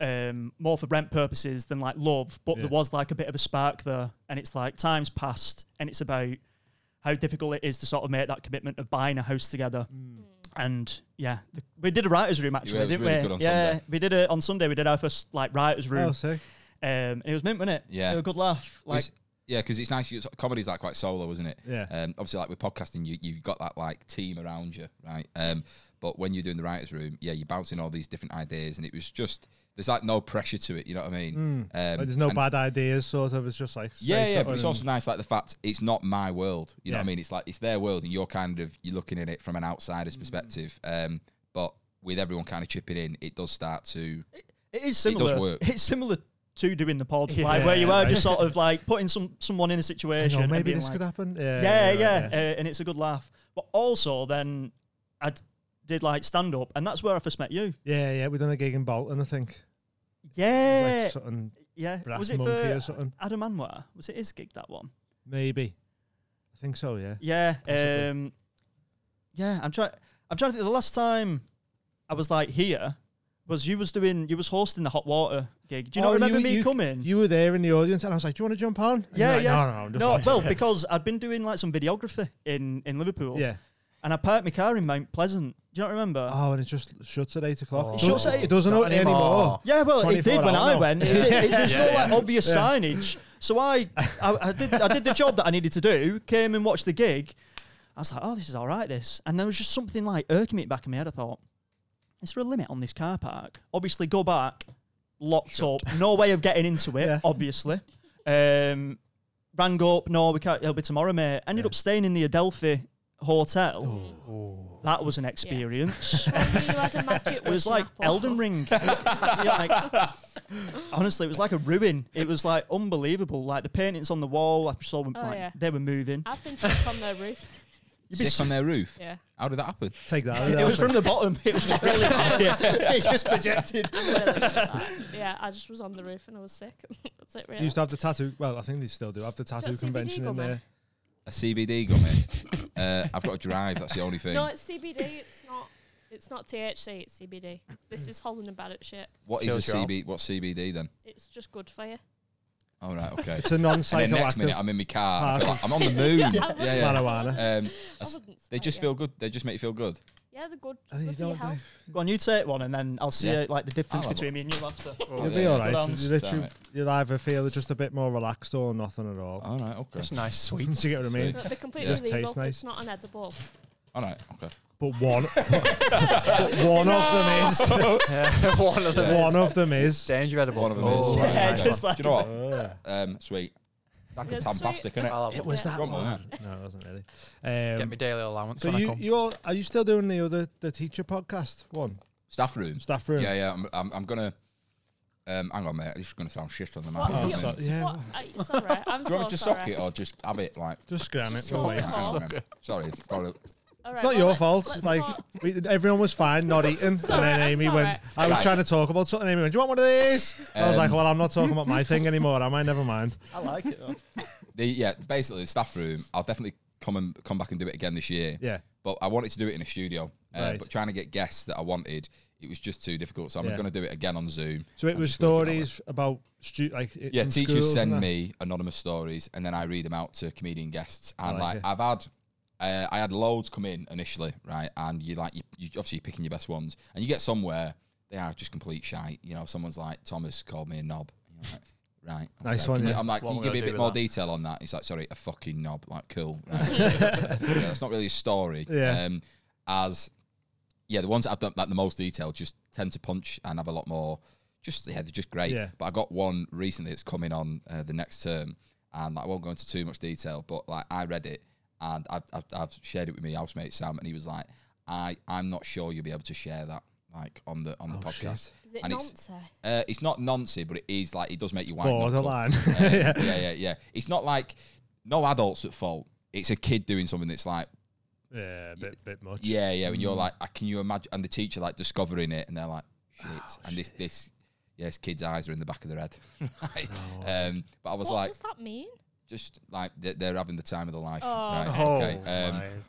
[SPEAKER 5] Um, more for rent purposes than like love, but
[SPEAKER 2] Yeah.
[SPEAKER 5] there was like a bit of a spark there, and it's like time's passed, and it's about how difficult it is to sort of make that commitment of buying a house together. And yeah, the, we did a writers' room actually,
[SPEAKER 4] it was
[SPEAKER 5] didn't
[SPEAKER 4] really
[SPEAKER 5] we?
[SPEAKER 4] good on
[SPEAKER 5] yeah,
[SPEAKER 4] Sunday.
[SPEAKER 5] we did it on Sunday. We did our first like writers' room.
[SPEAKER 2] Oh, sick.
[SPEAKER 5] Um, it was mint, wasn't it?
[SPEAKER 4] Yeah.
[SPEAKER 5] It was a good laugh. Like,
[SPEAKER 4] It's- yeah, because it's nice. you- Comedy's like quite solo, isn't it?
[SPEAKER 2] Yeah.
[SPEAKER 4] Um, obviously, like with podcasting, you you've got that like team around you, right? Um, but when you're doing the writers' room, yeah, you're bouncing all these different ideas, and it was just there's like no pressure to it. You know what I mean? Um,
[SPEAKER 2] Hmm. Like, there's no
[SPEAKER 4] and-
[SPEAKER 2] bad ideas, sort of. It's just like say
[SPEAKER 4] Yeah, yeah, but it's
[SPEAKER 2] something
[SPEAKER 4] also nice, like the fact it's not my world. You know what I
[SPEAKER 2] Yeah.
[SPEAKER 4] mean? It's like it's their world, and you're kind of you're looking at it from an outsider's
[SPEAKER 2] Hmm.
[SPEAKER 4] perspective. Um, but with everyone kind of chipping in, it does start to
[SPEAKER 5] it is
[SPEAKER 4] it does
[SPEAKER 5] similar.
[SPEAKER 4] work.
[SPEAKER 5] It's similar to doing the pod, like where you are just
[SPEAKER 2] (laughs)
[SPEAKER 5] sort of like putting some someone in a
[SPEAKER 2] and,
[SPEAKER 5] situation.
[SPEAKER 2] you know,
[SPEAKER 5] and
[SPEAKER 2] maybe
[SPEAKER 5] being
[SPEAKER 2] this
[SPEAKER 5] like,
[SPEAKER 2] could happen. Yeah,
[SPEAKER 5] yeah,
[SPEAKER 2] right,
[SPEAKER 5] yeah, Uh, and it's a good laugh. But also, then I d- did like stand up, and that's where I first met you.
[SPEAKER 2] yeah, yeah. We've done a gig in Bolton, I think. Like,
[SPEAKER 5] Yeah,
[SPEAKER 2] something
[SPEAKER 5] Yeah,
[SPEAKER 2] Brass
[SPEAKER 5] was it
[SPEAKER 2] Monkey
[SPEAKER 5] for
[SPEAKER 2] or something?
[SPEAKER 5] Adam Anwar? Was it his gig that one?
[SPEAKER 2] Maybe. I think so, yeah.
[SPEAKER 5] Yeah,
[SPEAKER 2] Possibly.
[SPEAKER 5] um, yeah. I'm trying. I'm trying to think. The last time I was like here was you was doing you was hosting the hot water gig. Do you
[SPEAKER 2] Oh,
[SPEAKER 5] not remember me
[SPEAKER 2] you,
[SPEAKER 5] coming?
[SPEAKER 2] You were there in the audience, and I was like, "Do you want to jump on?" And you're
[SPEAKER 5] yeah,
[SPEAKER 2] like,
[SPEAKER 5] yeah.
[SPEAKER 2] No, no, I'm just like-
[SPEAKER 5] well, because I'd been doing like some videography in in Liverpool.
[SPEAKER 2] (laughs) yeah.
[SPEAKER 5] and I parked my car in Mount Pleasant. Do you not remember?
[SPEAKER 2] Oh, and it just shuts at eight o'clock.
[SPEAKER 6] Oh.
[SPEAKER 2] It
[SPEAKER 5] It shuts
[SPEAKER 2] doesn't-
[SPEAKER 5] at eight-
[SPEAKER 2] It doesn't
[SPEAKER 6] Not
[SPEAKER 2] open anymore.
[SPEAKER 6] anymore.
[SPEAKER 5] Yeah, well, it
[SPEAKER 2] 24
[SPEAKER 5] did when
[SPEAKER 2] hour
[SPEAKER 5] I
[SPEAKER 2] now.
[SPEAKER 5] went. It, it- there's no
[SPEAKER 6] Yeah,
[SPEAKER 5] like obvious signage, so I, I, I did, I did the job that I needed to do. Came and watched the gig. I was like, oh, this is all right, this. And there was just something like irking me at the back of my head. I thought, is there a limit on this car park? Obviously, go back, locked up, no way of getting into it.
[SPEAKER 2] Yeah.
[SPEAKER 5] Obviously, um, rang up. No, we can't. It'll be tomorrow, mate. Ended up staying in the Adelphi hotel. That was an experience.
[SPEAKER 1] Only you had a magic
[SPEAKER 5] It was
[SPEAKER 1] witch
[SPEAKER 5] like
[SPEAKER 1] apple.
[SPEAKER 5] Elden Ring.
[SPEAKER 1] (laughs)
[SPEAKER 5] Yeah, like- honestly, it was like a ruin. It was like unbelievable. Like the paintings on the wall, I saw them,
[SPEAKER 1] Oh,
[SPEAKER 5] like,
[SPEAKER 1] yeah. Ah.
[SPEAKER 5] they were moving.
[SPEAKER 1] I've been sick on their roof.
[SPEAKER 5] You'd be
[SPEAKER 4] Sick
[SPEAKER 5] s-
[SPEAKER 4] (laughs) on their roof.
[SPEAKER 1] Yeah.
[SPEAKER 4] How did that happen?
[SPEAKER 2] Take
[SPEAKER 5] (laughs)
[SPEAKER 2] that.
[SPEAKER 5] it was from the bottom. It was just really bad. It just projected.
[SPEAKER 1] I'm really into that. Yeah, I just was on the roof and I was sick. (laughs) That's it, really.
[SPEAKER 2] used to have the tattoo. Well, I think they still do have the tattoo
[SPEAKER 1] CBD
[SPEAKER 2] convention in
[SPEAKER 1] gummy?
[SPEAKER 2] there.
[SPEAKER 4] A CBD gummy. uh, I've got to drive. That's the only
[SPEAKER 1] (laughs)
[SPEAKER 4] thing.
[SPEAKER 1] No, it's CBD. It's not. It's not THC. It's CBD. This is Holland and Barrett shit.
[SPEAKER 4] what is a
[SPEAKER 6] Chill,
[SPEAKER 4] CB? What's CBD then?
[SPEAKER 1] It's just good for you.
[SPEAKER 4] All right, okay.
[SPEAKER 2] It's a non-psychoactive
[SPEAKER 4] and then next minute, I'm in my car. and I feel like I'm on the moon.
[SPEAKER 1] Yeah,
[SPEAKER 4] yeah,
[SPEAKER 1] I
[SPEAKER 4] yeah.
[SPEAKER 2] marijuana.
[SPEAKER 4] Um,
[SPEAKER 1] I
[SPEAKER 4] that's-
[SPEAKER 1] wouldn't
[SPEAKER 4] they
[SPEAKER 1] swear,
[SPEAKER 4] just
[SPEAKER 1] yeah.
[SPEAKER 4] feel good. They just make you feel good.
[SPEAKER 1] Yeah, they're good.
[SPEAKER 2] I think
[SPEAKER 1] good
[SPEAKER 2] you
[SPEAKER 1] for your
[SPEAKER 2] don't.
[SPEAKER 1] health.
[SPEAKER 2] Dave.
[SPEAKER 5] Go on, you take one, and then I'll see
[SPEAKER 4] Yeah.
[SPEAKER 5] uh, like the difference
[SPEAKER 4] I'll have
[SPEAKER 5] between me and you after.
[SPEAKER 2] You'll
[SPEAKER 4] Yeah,
[SPEAKER 2] be
[SPEAKER 4] yeah.
[SPEAKER 2] all right.
[SPEAKER 5] Hold on.
[SPEAKER 2] You literally,
[SPEAKER 4] Damn it. Oh,
[SPEAKER 2] you'll either feel just a bit more relaxed or nothing at all.
[SPEAKER 4] All right, okay.
[SPEAKER 6] It's nice, sweet.
[SPEAKER 2] Do (laughs) you get what I mean?
[SPEAKER 1] But they're completely
[SPEAKER 2] Just tastes
[SPEAKER 1] legal.
[SPEAKER 2] nice.
[SPEAKER 1] It's not an edible.
[SPEAKER 4] All right, okay.
[SPEAKER 2] But one, (laughs) but one of them is.
[SPEAKER 6] (laughs) one of them.
[SPEAKER 2] one of them is.
[SPEAKER 6] Danger edible.
[SPEAKER 4] One of them
[SPEAKER 6] Oh,
[SPEAKER 4] is.
[SPEAKER 5] Yeah,
[SPEAKER 4] Right, right.
[SPEAKER 5] just like-
[SPEAKER 4] Do you know what?
[SPEAKER 2] Ugh.
[SPEAKER 4] Um, sweet. Like
[SPEAKER 1] Yeah,
[SPEAKER 4] a
[SPEAKER 1] sweet.
[SPEAKER 4] fantastic, isn't it?
[SPEAKER 6] I'll have
[SPEAKER 1] It
[SPEAKER 6] one.
[SPEAKER 1] was that
[SPEAKER 4] Wrong one,
[SPEAKER 2] no, it wasn't really. Um,
[SPEAKER 6] Get me daily allowance
[SPEAKER 2] so
[SPEAKER 6] when
[SPEAKER 2] you,
[SPEAKER 6] I come.
[SPEAKER 2] you all, are you still doing the other the teacher podcast one
[SPEAKER 4] Staff room.
[SPEAKER 2] staff room?
[SPEAKER 4] Yeah, yeah. I'm, I'm, I'm gonna. Um, hang on, mate. This is gonna sound shit on the mic.
[SPEAKER 1] What,
[SPEAKER 2] Oh,
[SPEAKER 1] are
[SPEAKER 4] isn't
[SPEAKER 1] you,
[SPEAKER 4] it?
[SPEAKER 2] sorry.
[SPEAKER 1] what,
[SPEAKER 2] Yeah.
[SPEAKER 1] uh, it's all right. I'm
[SPEAKER 4] Do (laughs)
[SPEAKER 1] so
[SPEAKER 4] you want me to
[SPEAKER 1] sorry.
[SPEAKER 4] sock it or just have it like?
[SPEAKER 2] Just scan it.
[SPEAKER 1] Just
[SPEAKER 2] We'll
[SPEAKER 1] talk
[SPEAKER 2] wait.
[SPEAKER 1] it all.
[SPEAKER 4] Sorry, man. Sorry, sorry.
[SPEAKER 1] All
[SPEAKER 2] It's
[SPEAKER 1] right,
[SPEAKER 2] not your
[SPEAKER 1] well,
[SPEAKER 2] fault.
[SPEAKER 1] let's
[SPEAKER 2] like
[SPEAKER 1] talk-
[SPEAKER 2] we, everyone was fine, not eating, and
[SPEAKER 1] all
[SPEAKER 2] then
[SPEAKER 1] right,
[SPEAKER 2] Amy
[SPEAKER 1] it's all
[SPEAKER 2] went.
[SPEAKER 1] right.
[SPEAKER 2] I was
[SPEAKER 4] Right.
[SPEAKER 2] trying to talk about something. Amy went, "Do you want one of these?" And I was like,
[SPEAKER 4] Um,
[SPEAKER 2] "Well, I'm not talking about my thing anymore. Am I? Never mind."
[SPEAKER 5] I like it. Though.
[SPEAKER 4] The, yeah, basically the staff room. I'll definitely come and come back and do it again this year.
[SPEAKER 2] Yeah.
[SPEAKER 4] But I wanted to do it in a studio. Uh,
[SPEAKER 2] Right.
[SPEAKER 4] But trying to get guests that I wanted, it was just too difficult. So I'm
[SPEAKER 2] Yeah.
[SPEAKER 4] going to do it again on Zoom.
[SPEAKER 2] So it
[SPEAKER 4] I'm
[SPEAKER 2] was
[SPEAKER 4] just working on it.
[SPEAKER 2] stories about stu- like i-
[SPEAKER 4] Yeah,
[SPEAKER 2] in
[SPEAKER 4] teachers
[SPEAKER 2] schools
[SPEAKER 4] send
[SPEAKER 2] and that.
[SPEAKER 4] me anonymous stories, and then I read them out to comedian guests. And
[SPEAKER 2] like
[SPEAKER 4] like,
[SPEAKER 2] it.
[SPEAKER 4] I've had, uh, I had loads come in initially, right? And you like, you, you obviously you're picking your best ones, and you get somewhere they are just complete shite. You know, someone's like, Thomas called me a knob. And you're like, Right. okay.
[SPEAKER 2] Nice one,
[SPEAKER 4] Can you-
[SPEAKER 2] yeah.
[SPEAKER 4] I'm like,
[SPEAKER 6] What
[SPEAKER 4] can you
[SPEAKER 6] am I
[SPEAKER 4] give me a
[SPEAKER 6] gonna
[SPEAKER 4] bit
[SPEAKER 6] do
[SPEAKER 4] more
[SPEAKER 6] with that?
[SPEAKER 4] detail on that? It's like, sorry, a fucking knob. Like, cool.
[SPEAKER 2] (laughs)
[SPEAKER 4] Right. yeah, that's not really a story.
[SPEAKER 2] Yeah.
[SPEAKER 4] Um, as yeah, the ones that I've done like the most detailed just tend to punch and have a lot more. Just yeah, they're just great.
[SPEAKER 2] Yeah.
[SPEAKER 4] But I got one recently that's coming on uh, the next term, and like, I won't go into too much detail, but like I read it and I've, I've, I've shared it with my housemate Sam, and he was like, "I I'm not sure you'll be able to share that like on the on the
[SPEAKER 2] Oh, shit.
[SPEAKER 4] podcast."
[SPEAKER 1] Is it
[SPEAKER 4] and it's
[SPEAKER 1] Nancy?
[SPEAKER 4] uh, it's not noncy, but it is like it does make you white
[SPEAKER 2] Borderline.
[SPEAKER 4] yeah, (laughs) yeah, yeah. It's not like no adults at fault. It's a kid doing something that's like
[SPEAKER 2] (laughs) Yeah, a bit bit much.
[SPEAKER 4] yeah, yeah. And you're like, "Ah, can you imagine? And the teacher like discovering it, and they're like, shit. and this, this, yes, kids' eyes are in the back of their head. (laughs) right? um, but I was
[SPEAKER 1] What
[SPEAKER 4] like,
[SPEAKER 1] does that
[SPEAKER 4] (laughs)
[SPEAKER 1] mean?
[SPEAKER 4] just like they're, they're having the time of their life.
[SPEAKER 1] Oh.
[SPEAKER 4] Right?
[SPEAKER 6] Oh,
[SPEAKER 4] okay.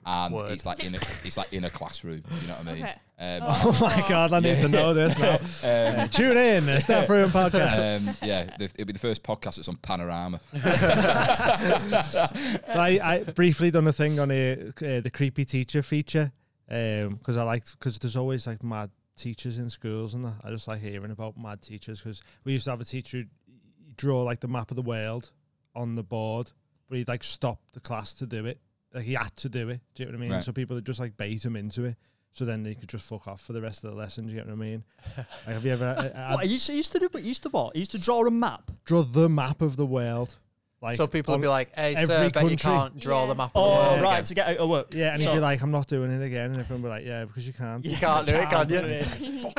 [SPEAKER 4] Um,
[SPEAKER 6] word.
[SPEAKER 4] and it's like in a, it's like in a classroom. You know what I mean?
[SPEAKER 1] Okay.
[SPEAKER 2] (laughs)
[SPEAKER 4] Um,
[SPEAKER 2] Oh my god, I need to know this
[SPEAKER 4] (laughs)
[SPEAKER 2] now.
[SPEAKER 1] Oh.
[SPEAKER 4] um,
[SPEAKER 2] (laughs) Tune in, the staff room podcast.
[SPEAKER 4] um, yeah, the, it'll be the first podcast that's on Panorama.
[SPEAKER 2] I, I briefly done a thing on the uh, the creepy teacher feature because I liked because there's always like mad teachers in schools and that. I just like hearing about mad teachers because we used to have a teacher who'd draw like the map of the world on the board, but he'd like stop the class to do it. Like he had to do it. Do you know what I mean?
[SPEAKER 4] Right.
[SPEAKER 2] So people would just like bait him into it. So then they could just fuck off for the rest of the lesson. Do you get what I mean? Like, have you ever uh, uh,
[SPEAKER 5] What, he used, to, he used to do? He used to what? He used to draw a map.
[SPEAKER 2] draw the map of the world? Like
[SPEAKER 6] So people
[SPEAKER 2] on-
[SPEAKER 6] will be like, "Hey,
[SPEAKER 2] every
[SPEAKER 6] sir, I bet you
[SPEAKER 2] country.
[SPEAKER 6] can't draw
[SPEAKER 1] Yeah.
[SPEAKER 6] the map." of the
[SPEAKER 5] Oh
[SPEAKER 6] world
[SPEAKER 5] right,
[SPEAKER 6] again."
[SPEAKER 5] to get out of work.
[SPEAKER 2] Yeah, and
[SPEAKER 5] So-
[SPEAKER 2] he'd be like, I'm not doing it again. And everyone would be like, yeah, because you can't.
[SPEAKER 6] You can't do it, can you?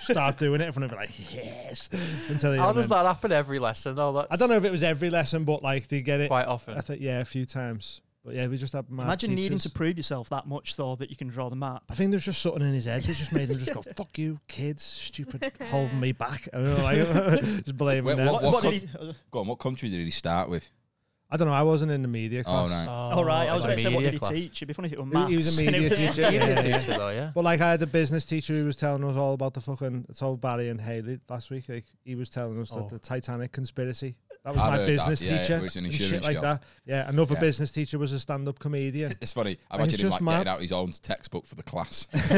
[SPEAKER 2] Start doing it. Everyone would be like, yes. Until they
[SPEAKER 6] How
[SPEAKER 2] don't
[SPEAKER 6] does
[SPEAKER 2] end.
[SPEAKER 6] that happen every lesson? though? that's
[SPEAKER 2] I don't know if it was every lesson, but like they get it.
[SPEAKER 6] Quite often.
[SPEAKER 2] I think, yeah, a few times. But yeah, we just had mad
[SPEAKER 5] Imagine needing
[SPEAKER 2] teachers.
[SPEAKER 5] to prove yourself that much, though, that you can draw the map.
[SPEAKER 2] I think there was just something in his head that just made him just go, "Fuck you, kids, stupid, holding me back." (laughs) I don't know, like, just blaming
[SPEAKER 4] Wait,
[SPEAKER 2] them.
[SPEAKER 4] What
[SPEAKER 5] did
[SPEAKER 4] con-
[SPEAKER 5] he- uh,
[SPEAKER 4] Go on, what country did he start with?
[SPEAKER 2] I don't know. I wasn't in the media
[SPEAKER 4] Oh,
[SPEAKER 2] class.
[SPEAKER 4] right.
[SPEAKER 5] all right, I was
[SPEAKER 6] it's a
[SPEAKER 5] about to say, what
[SPEAKER 6] media
[SPEAKER 5] did he
[SPEAKER 6] class.
[SPEAKER 5] teach? It'd be funny if it was
[SPEAKER 2] He-
[SPEAKER 5] maths. (laughs)
[SPEAKER 2] he was a
[SPEAKER 5] and it
[SPEAKER 2] media
[SPEAKER 5] was-
[SPEAKER 2] teacher, yeah, yeah, yeah.
[SPEAKER 6] Teacher though, yeah.
[SPEAKER 2] But like I had a business teacher who was telling us all about the fucking. I told Barry and Haley last week. Like he was telling us
[SPEAKER 6] Oh.
[SPEAKER 2] that the Titanic conspiracy. That was
[SPEAKER 4] I've
[SPEAKER 2] my
[SPEAKER 4] heard that,
[SPEAKER 2] business
[SPEAKER 4] yeah,
[SPEAKER 2] teacher.
[SPEAKER 4] it was an
[SPEAKER 2] and
[SPEAKER 4] insurance
[SPEAKER 2] shit like
[SPEAKER 4] job.
[SPEAKER 2] that. Yeah, another
[SPEAKER 4] Yeah.
[SPEAKER 2] business teacher was a stand-up comedian.
[SPEAKER 4] It's funny. I
[SPEAKER 2] Like,
[SPEAKER 4] imagine
[SPEAKER 2] it's
[SPEAKER 4] him
[SPEAKER 2] just
[SPEAKER 4] like
[SPEAKER 2] mad.
[SPEAKER 4] getting out his own textbook for
[SPEAKER 2] (laughs)
[SPEAKER 4] the class. Like,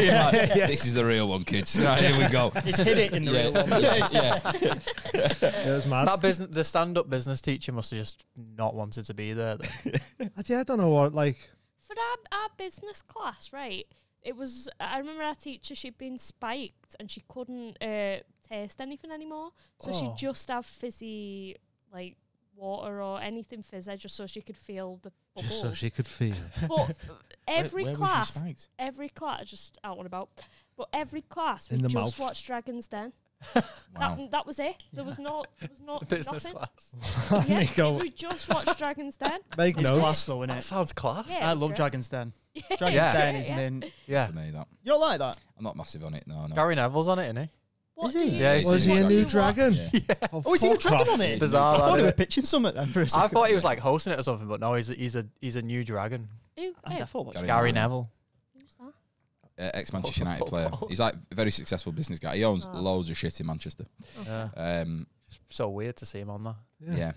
[SPEAKER 4] This is the real one, kids. Right, here we go.
[SPEAKER 5] He's hid it in the real one.
[SPEAKER 4] (laughs) yeah, yeah.
[SPEAKER 2] it was mad.
[SPEAKER 6] That business, the stand-up business teacher must have just not wanted to be there. Then. (laughs)
[SPEAKER 2] I, yeah, I don't know what like.
[SPEAKER 1] (laughs) For our, our business class, right? It was. I remember our teacher. She'd been spiked and she couldn't uh, taste anything anymore, so
[SPEAKER 6] Oh.
[SPEAKER 1] she'd just have fizzy like water or anything fizzy, just so she could feel the bubbles.
[SPEAKER 2] Just so she could (laughs) feel.
[SPEAKER 1] but every
[SPEAKER 4] Where- where was she
[SPEAKER 1] class,
[SPEAKER 4] spiked?
[SPEAKER 1] every class, just out and about. But every class,
[SPEAKER 2] In
[SPEAKER 1] we
[SPEAKER 2] the
[SPEAKER 1] just
[SPEAKER 2] mouth.
[SPEAKER 1] watched Dragons Den.
[SPEAKER 4] Wow.
[SPEAKER 1] That, that was it. There was not. There was not.
[SPEAKER 6] (laughs) business
[SPEAKER 1] nothing.
[SPEAKER 6] class.
[SPEAKER 1] Yeah,
[SPEAKER 2] Make go-
[SPEAKER 1] we just watched Dragons Den.
[SPEAKER 2] Make
[SPEAKER 5] It's
[SPEAKER 2] notes.
[SPEAKER 5] class, though, (laughs)
[SPEAKER 6] That
[SPEAKER 5] innit?
[SPEAKER 6] sounds class.
[SPEAKER 1] Yeah,
[SPEAKER 5] I
[SPEAKER 1] it's
[SPEAKER 5] love
[SPEAKER 1] great.
[SPEAKER 5] Dragon's (laughs) Den. Dragon's
[SPEAKER 6] Yeah.
[SPEAKER 5] Den is
[SPEAKER 1] Yeah.
[SPEAKER 5] mint.
[SPEAKER 6] Yeah.
[SPEAKER 4] For me, that.
[SPEAKER 5] You don't like that?
[SPEAKER 4] I'm not massive on it. No, no.
[SPEAKER 6] Gary Neville's on it, isn't he?
[SPEAKER 1] What
[SPEAKER 5] Is
[SPEAKER 1] do
[SPEAKER 5] he?
[SPEAKER 1] you-
[SPEAKER 6] Yeah, he's
[SPEAKER 2] Was
[SPEAKER 4] in
[SPEAKER 2] he a
[SPEAKER 4] the
[SPEAKER 2] new
[SPEAKER 1] dragon.
[SPEAKER 2] dragon? Oh,
[SPEAKER 5] Oh, is he a
[SPEAKER 2] fuck
[SPEAKER 5] dragon
[SPEAKER 2] off.
[SPEAKER 5] on it?
[SPEAKER 6] Bizarre,
[SPEAKER 5] I
[SPEAKER 6] that,
[SPEAKER 5] thought
[SPEAKER 6] isn't
[SPEAKER 5] he was
[SPEAKER 6] it?
[SPEAKER 5] pitching something then
[SPEAKER 4] (laughs)
[SPEAKER 5] for a
[SPEAKER 6] I
[SPEAKER 5] second.
[SPEAKER 6] thought he was like hosting it or something, but no, he's a, he's a he's a new dragon.
[SPEAKER 1] Who?
[SPEAKER 5] I
[SPEAKER 1] Who?
[SPEAKER 5] definitely watched
[SPEAKER 4] Gary
[SPEAKER 6] Gary
[SPEAKER 4] Neville.
[SPEAKER 6] Neville.
[SPEAKER 1] Who's that?
[SPEAKER 4] Uh, ex-Manchester United player. He's like a very successful business guy. He owns
[SPEAKER 1] Oh.
[SPEAKER 4] loads of shit in Manchester.
[SPEAKER 6] Yeah.
[SPEAKER 4] Um,
[SPEAKER 6] So weird to see him on that.
[SPEAKER 2] Yeah.
[SPEAKER 4] yeah.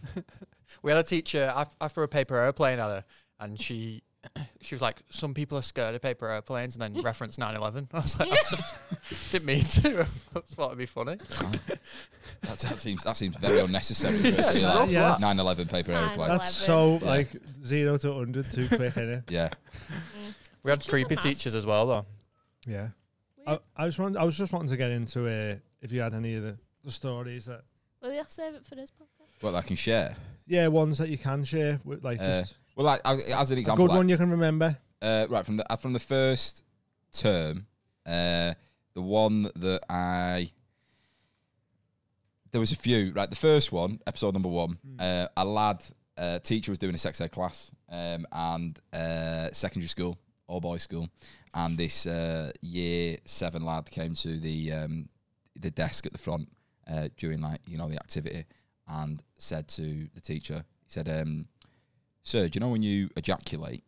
[SPEAKER 6] We had a teacher. I, I threw a paper airplane at her, and she (coughs) she was like, "Some people are scared of paper airplanes," and
[SPEAKER 1] (laughs)
[SPEAKER 6] then referenced 9/11. I was like, (laughs) I just didn't mean to. (laughs) I thought it'd be funny.
[SPEAKER 4] That, that seems that seems very unnecessary. for it to be
[SPEAKER 6] Yeah.
[SPEAKER 4] like
[SPEAKER 2] Yeah.
[SPEAKER 4] 9/11 paper
[SPEAKER 1] Nine
[SPEAKER 4] airplane.
[SPEAKER 1] eleven.
[SPEAKER 2] That's so like zero to hundred
[SPEAKER 4] (laughs)
[SPEAKER 2] too quick, innit?
[SPEAKER 4] Yeah.
[SPEAKER 6] We had
[SPEAKER 1] Teachers are
[SPEAKER 6] creepy
[SPEAKER 1] mad.
[SPEAKER 6] teachers as well, though.
[SPEAKER 2] Yeah. I, I was want, I was just wanting to get into uh, if you had any of the, the stories that
[SPEAKER 1] Will you have to save it for this podcast?
[SPEAKER 4] Well, I can share.
[SPEAKER 2] yeah ones that you can share with like
[SPEAKER 4] Uh,
[SPEAKER 2] just
[SPEAKER 4] Well, like, as, as an
[SPEAKER 2] a
[SPEAKER 4] example,
[SPEAKER 2] good
[SPEAKER 4] like,
[SPEAKER 2] one you can remember.
[SPEAKER 4] uh, right from the uh, from the first term, uh, the one that I there was a few. Right, the first one, episode number one, uh, a lad uh, teacher was doing a sex ed class, um, and uh, secondary school, all boys school, and this uh, year seven lad came to the um, the desk at the front uh, during like you know the activity, and said to the teacher, he said, um, "Sir, do you know when you ejaculate?"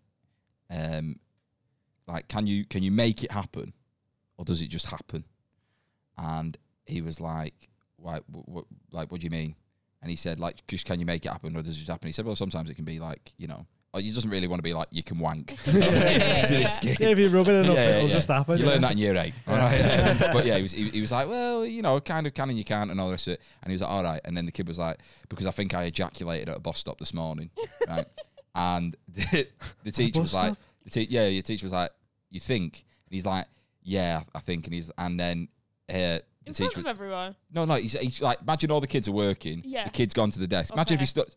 [SPEAKER 4] um, like can you can you make it happen or does it just happen and he was like why wh- wh- like what do you mean and he said like just can you make it happen or does it just happen he said well sometimes it can be like you know oh, you doesn't really want to be like you can wank (laughs) So it's good.
[SPEAKER 2] Yeah, if you rub it enough,
[SPEAKER 4] (laughs) Yeah, yeah,
[SPEAKER 2] it'll
[SPEAKER 4] yeah.
[SPEAKER 2] just happen.
[SPEAKER 4] You
[SPEAKER 2] yeah.
[SPEAKER 4] learn that in year eight. All right. (laughs) but yeah, he was, he, he was like, well, you know, kind of can and you can't and all the rest of it. And he was like, all right. And then the kid was like, because I think I ejaculated at a bus stop this morning. Right. and (laughs) the, the teacher was
[SPEAKER 2] bus
[SPEAKER 4] like,
[SPEAKER 2] stop?
[SPEAKER 4] the te- yeah, your teacher was like, you think? And he's like, yeah, I think. And he's, and then, uh, the
[SPEAKER 1] In front
[SPEAKER 4] teacher
[SPEAKER 1] of
[SPEAKER 4] was,
[SPEAKER 1] everyone.
[SPEAKER 4] no, no, he's, he's like, imagine all the kids are working.
[SPEAKER 1] Yeah.
[SPEAKER 4] The kid's gone to the desk. Imagine if
[SPEAKER 1] Okay.
[SPEAKER 4] he stood,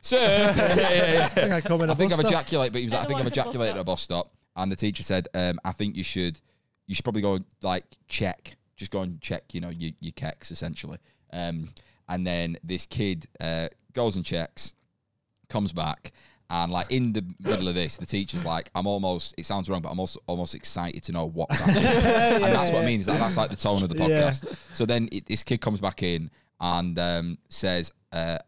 [SPEAKER 4] sir. (laughs) Yeah, yeah, yeah.
[SPEAKER 2] I think I come in a
[SPEAKER 4] (laughs) I think I've
[SPEAKER 2] bus stop.
[SPEAKER 4] ejaculated, but he was like, I think I've
[SPEAKER 1] Otherwise a bus
[SPEAKER 4] ejaculated
[SPEAKER 1] stop.
[SPEAKER 4] at a bus stop. And the teacher said, um, I think you should, you should probably go and, like check, just go and check, you know, your, your kecks essentially. Um, and then this kid uh, goes and checks, comes back, and like in the middle of this, the teacher's like, I'm almost, it sounds wrong, but I'm also almost excited to know what's happening. and that's what I mean, is that that's like the tone of the
[SPEAKER 2] Yeah.
[SPEAKER 4] podcast. So then it, this kid comes back in and um, says, uh,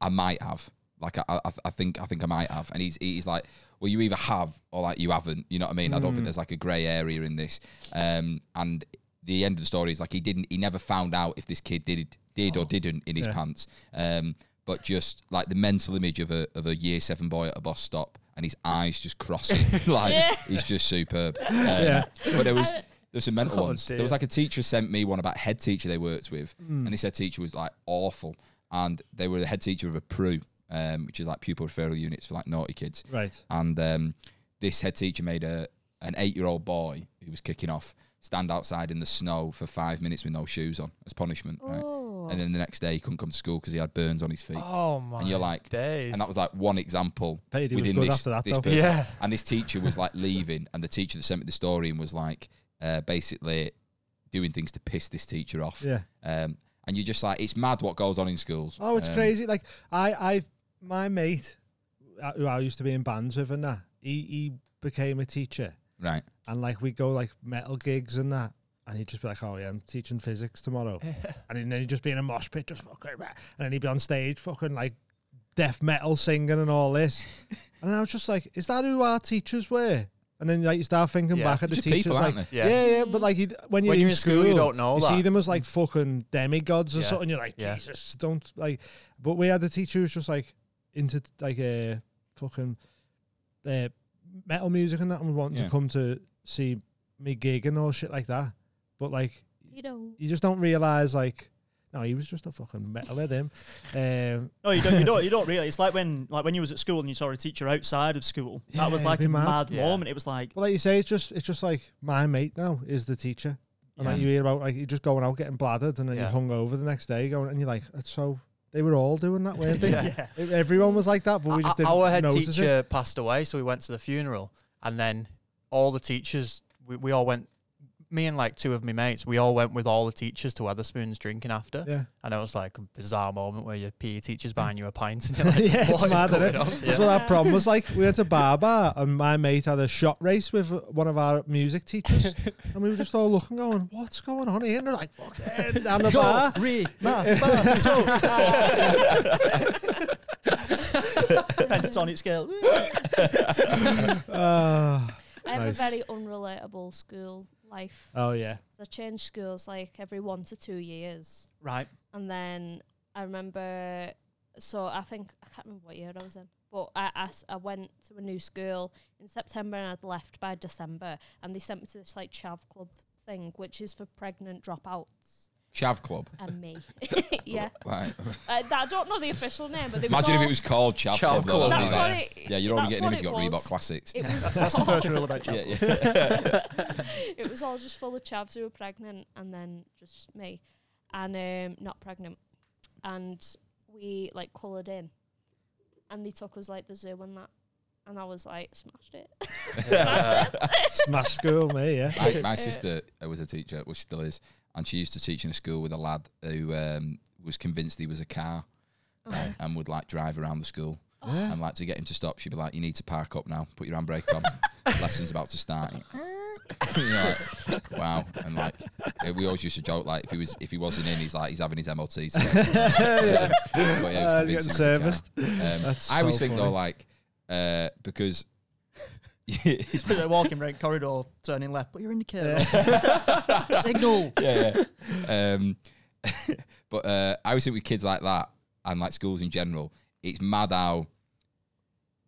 [SPEAKER 4] I might have. Like I, I, I think I think I might have, and he's he's like, well, you either have or like you haven't. You know what I mean? I
[SPEAKER 2] Hmm.
[SPEAKER 4] don't think there's like a grey area in this. Um, and the end of the story is like he didn't, he never found out if this kid did did or didn't in his
[SPEAKER 2] Oh, Yeah.
[SPEAKER 4] pants. Um, but just like the mental image of a of a year seven boy at a bus stop and his eyes
[SPEAKER 2] (laughs)
[SPEAKER 4] just crossing, (laughs) like
[SPEAKER 1] Yeah.
[SPEAKER 4] he's just superb. Um,
[SPEAKER 2] Yeah.
[SPEAKER 4] But there was
[SPEAKER 1] I-
[SPEAKER 4] there was some mental
[SPEAKER 2] Oh,
[SPEAKER 4] ones.
[SPEAKER 2] dear.
[SPEAKER 4] There was like a teacher sent me one about head teacher they worked with,
[SPEAKER 2] Mm. Hmm.
[SPEAKER 4] and they said teacher was like awful, and they were the head teacher of a PRU, um, which is like pupil referral units for like naughty kids.
[SPEAKER 2] Right.
[SPEAKER 4] And um, this head teacher made a an eight year old boy who was kicking off stand outside in the snow for five minutes with no shoes on as punishment. right?
[SPEAKER 1] Oh.
[SPEAKER 4] And then the next day he couldn't come to school because he had burns on his feet.
[SPEAKER 6] Oh my!
[SPEAKER 4] you're like-
[SPEAKER 6] days.
[SPEAKER 4] And that was like one example
[SPEAKER 2] Paid he was
[SPEAKER 4] within
[SPEAKER 2] good
[SPEAKER 4] this,
[SPEAKER 2] after that,
[SPEAKER 4] this
[SPEAKER 2] though.
[SPEAKER 4] person.
[SPEAKER 6] Yeah.
[SPEAKER 4] And this teacher was like leaving, and the teacher that sent me the story and was like, uh, basically doing things to piss this teacher off.
[SPEAKER 2] Yeah.
[SPEAKER 4] Um, and you're just like, it's mad what goes on in schools.
[SPEAKER 2] Oh, it's
[SPEAKER 4] Um,
[SPEAKER 2] crazy. Like I, I, my mate, uh, who I used to be in bands with and that, he, he became a teacher,
[SPEAKER 4] Right.
[SPEAKER 2] and like we go like metal gigs and that, and he'd just be like, "Oh yeah, I'm teaching physics
[SPEAKER 6] (laughs)
[SPEAKER 2] tomorrow," and then he'd just be in a mosh pit, just fucking, rah, and then he'd be on stage, fucking like death metal singing and all
[SPEAKER 6] (laughs)
[SPEAKER 2] this, and I was just like, "Is that who our teachers were?" And then like you start thinking
[SPEAKER 6] Yeah,
[SPEAKER 2] back at the
[SPEAKER 4] just
[SPEAKER 2] teachers,
[SPEAKER 4] people,
[SPEAKER 2] like,
[SPEAKER 4] aren't
[SPEAKER 6] they? Yeah.
[SPEAKER 2] yeah, yeah, but like you'd- when you're,
[SPEAKER 6] When
[SPEAKER 2] in,
[SPEAKER 6] you're in school, you don't know
[SPEAKER 2] you see
[SPEAKER 6] that.
[SPEAKER 2] them as like fucking demigods or
[SPEAKER 6] Yeah.
[SPEAKER 2] something. You're like,
[SPEAKER 6] Yeah.
[SPEAKER 2] Jesus, don't like. But we had a teacher who was just like into like uh, fucking uh, metal music and that, and wanting
[SPEAKER 4] Yeah.
[SPEAKER 2] to come to see me gig and all shit like that. But like,
[SPEAKER 1] You
[SPEAKER 2] (laughs)
[SPEAKER 6] (laughs)
[SPEAKER 1] know.
[SPEAKER 2] you just don't realize like, no, he was just a fucking metalhead.
[SPEAKER 6] (laughs)
[SPEAKER 2] Him, um,
[SPEAKER 5] No, you don't. You (laughs) don't. You don't really. It's like when, like when you was at school and you saw a teacher outside of school. that was
[SPEAKER 2] Yeah,
[SPEAKER 5] like
[SPEAKER 2] it'd
[SPEAKER 5] a
[SPEAKER 2] be mad.
[SPEAKER 5] mad
[SPEAKER 6] Yeah.
[SPEAKER 5] moment. It
[SPEAKER 2] (laughs)
[SPEAKER 5] was like,
[SPEAKER 2] But like you say, it's just it's just like my mate now is the teacher, and like
[SPEAKER 4] Yeah.
[SPEAKER 2] you hear about like you just going out getting bladdered, and then
[SPEAKER 6] Yeah.
[SPEAKER 2] you're hung over the next day, going and you're like, "It's so they were all doing that, weren't they?
[SPEAKER 6] (laughs) Yeah.
[SPEAKER 2] (laughs) E- Everyone was like that, but we just
[SPEAKER 6] O-
[SPEAKER 2] didn't
[SPEAKER 6] our head
[SPEAKER 2] notice it.
[SPEAKER 6] teacher passed away, so we went to the funeral, and then all the teachers, we, we all went. Me and like two of my mates, we all went with all the teachers to Weatherspoons drinking after, (laughs)
[SPEAKER 2] Yeah, (laughs)
[SPEAKER 6] and it was like a bizarre moment where your PE teacher's buying you a pint. (laughs) And you're
[SPEAKER 2] (laughs)
[SPEAKER 6] like,
[SPEAKER 2] yeah, it's
[SPEAKER 6] what is
[SPEAKER 2] mad,
[SPEAKER 6] going
[SPEAKER 2] innit?
[SPEAKER 6] on?
[SPEAKER 2] That's what that problem was like. We went
[SPEAKER 6] (laughs)
[SPEAKER 2] to bar bar, and my mate had a shot race with one of our music
[SPEAKER 6] (laughs)
[SPEAKER 2] teachers, and we were just all looking, going, "What's going on here?" And they're like, "Fucking down
[SPEAKER 6] (laughs)
[SPEAKER 2] the bar."
[SPEAKER 6] Re-
[SPEAKER 2] (laughs)
[SPEAKER 5] pentatonic scale. (laughs)
[SPEAKER 2] Ah.
[SPEAKER 1] I have
[SPEAKER 2] Nice.
[SPEAKER 1] a very unrelatable school life.
[SPEAKER 2] oh yeah,
[SPEAKER 1] 'Cause I changed schools like every one to two years.
[SPEAKER 5] Right.
[SPEAKER 1] And then I remember, so I think, I can't remember what year I was in, but I, I, s- I went to a new school in September and I'd left by December. And they sent me to this like Chav Club thing, which is for pregnant dropouts
[SPEAKER 4] Chav Club.
[SPEAKER 1] and me. (laughs) yeah.
[SPEAKER 4] Right.
[SPEAKER 1] I, I don't know the official name, but (laughs) they
[SPEAKER 4] Imagine if it was called Chav,
[SPEAKER 6] Chav
[SPEAKER 4] Club. though,
[SPEAKER 6] Club,
[SPEAKER 4] that'd be
[SPEAKER 1] That's
[SPEAKER 6] yeah.
[SPEAKER 1] what
[SPEAKER 4] better.
[SPEAKER 1] it,
[SPEAKER 4] yeah, you're only
[SPEAKER 1] that's
[SPEAKER 4] getting in
[SPEAKER 1] what
[SPEAKER 4] if you've
[SPEAKER 1] it
[SPEAKER 4] got Reebok
[SPEAKER 1] was.
[SPEAKER 4] Classics.
[SPEAKER 1] It was (laughs)
[SPEAKER 5] That's the first rule (laughs) about
[SPEAKER 4] Yeah,
[SPEAKER 5] Chapel.
[SPEAKER 4] yeah.
[SPEAKER 1] it was all just full of chavs who were pregnant and then just me and um not pregnant and we like coloured in and they took us like the zoo and that and I was like smashed it
[SPEAKER 2] (laughs) smash school, mate. Yeah, (laughs)
[SPEAKER 6] (laughs)
[SPEAKER 1] (laughs)
[SPEAKER 4] My, my sister uh, was a teacher, which still is, and she used to teach in a school with a lad who um, was convinced he was a car
[SPEAKER 1] Oh.
[SPEAKER 4] right, and would like drive around the school.
[SPEAKER 2] Yeah.
[SPEAKER 4] And like to get him to stop, she'd be like, "You need to park up now. Put your handbrake on. Lesson's about to start." And he- (laughs) You're like, wow. And like uh, we always used to joke, like if he was if he wasn't in, he's like he's having his MLT. today. (laughs) but yeah, he
[SPEAKER 2] Ah, getting
[SPEAKER 4] was convinced he was a car.
[SPEAKER 2] serviced.
[SPEAKER 4] Um,
[SPEAKER 2] That's
[SPEAKER 4] I always
[SPEAKER 2] so
[SPEAKER 4] think though,
[SPEAKER 2] funny.
[SPEAKER 4] like uh,
[SPEAKER 2] (laughs)
[SPEAKER 4] because
[SPEAKER 5] It's a walking around corridor, turning left, but you're in the curve.
[SPEAKER 2] (laughs)
[SPEAKER 5] (laughs) Signal.
[SPEAKER 4] (laughs) yeah, yeah. Um, (laughs) but uh, I always think with kids like that and like schools in general, it's mad how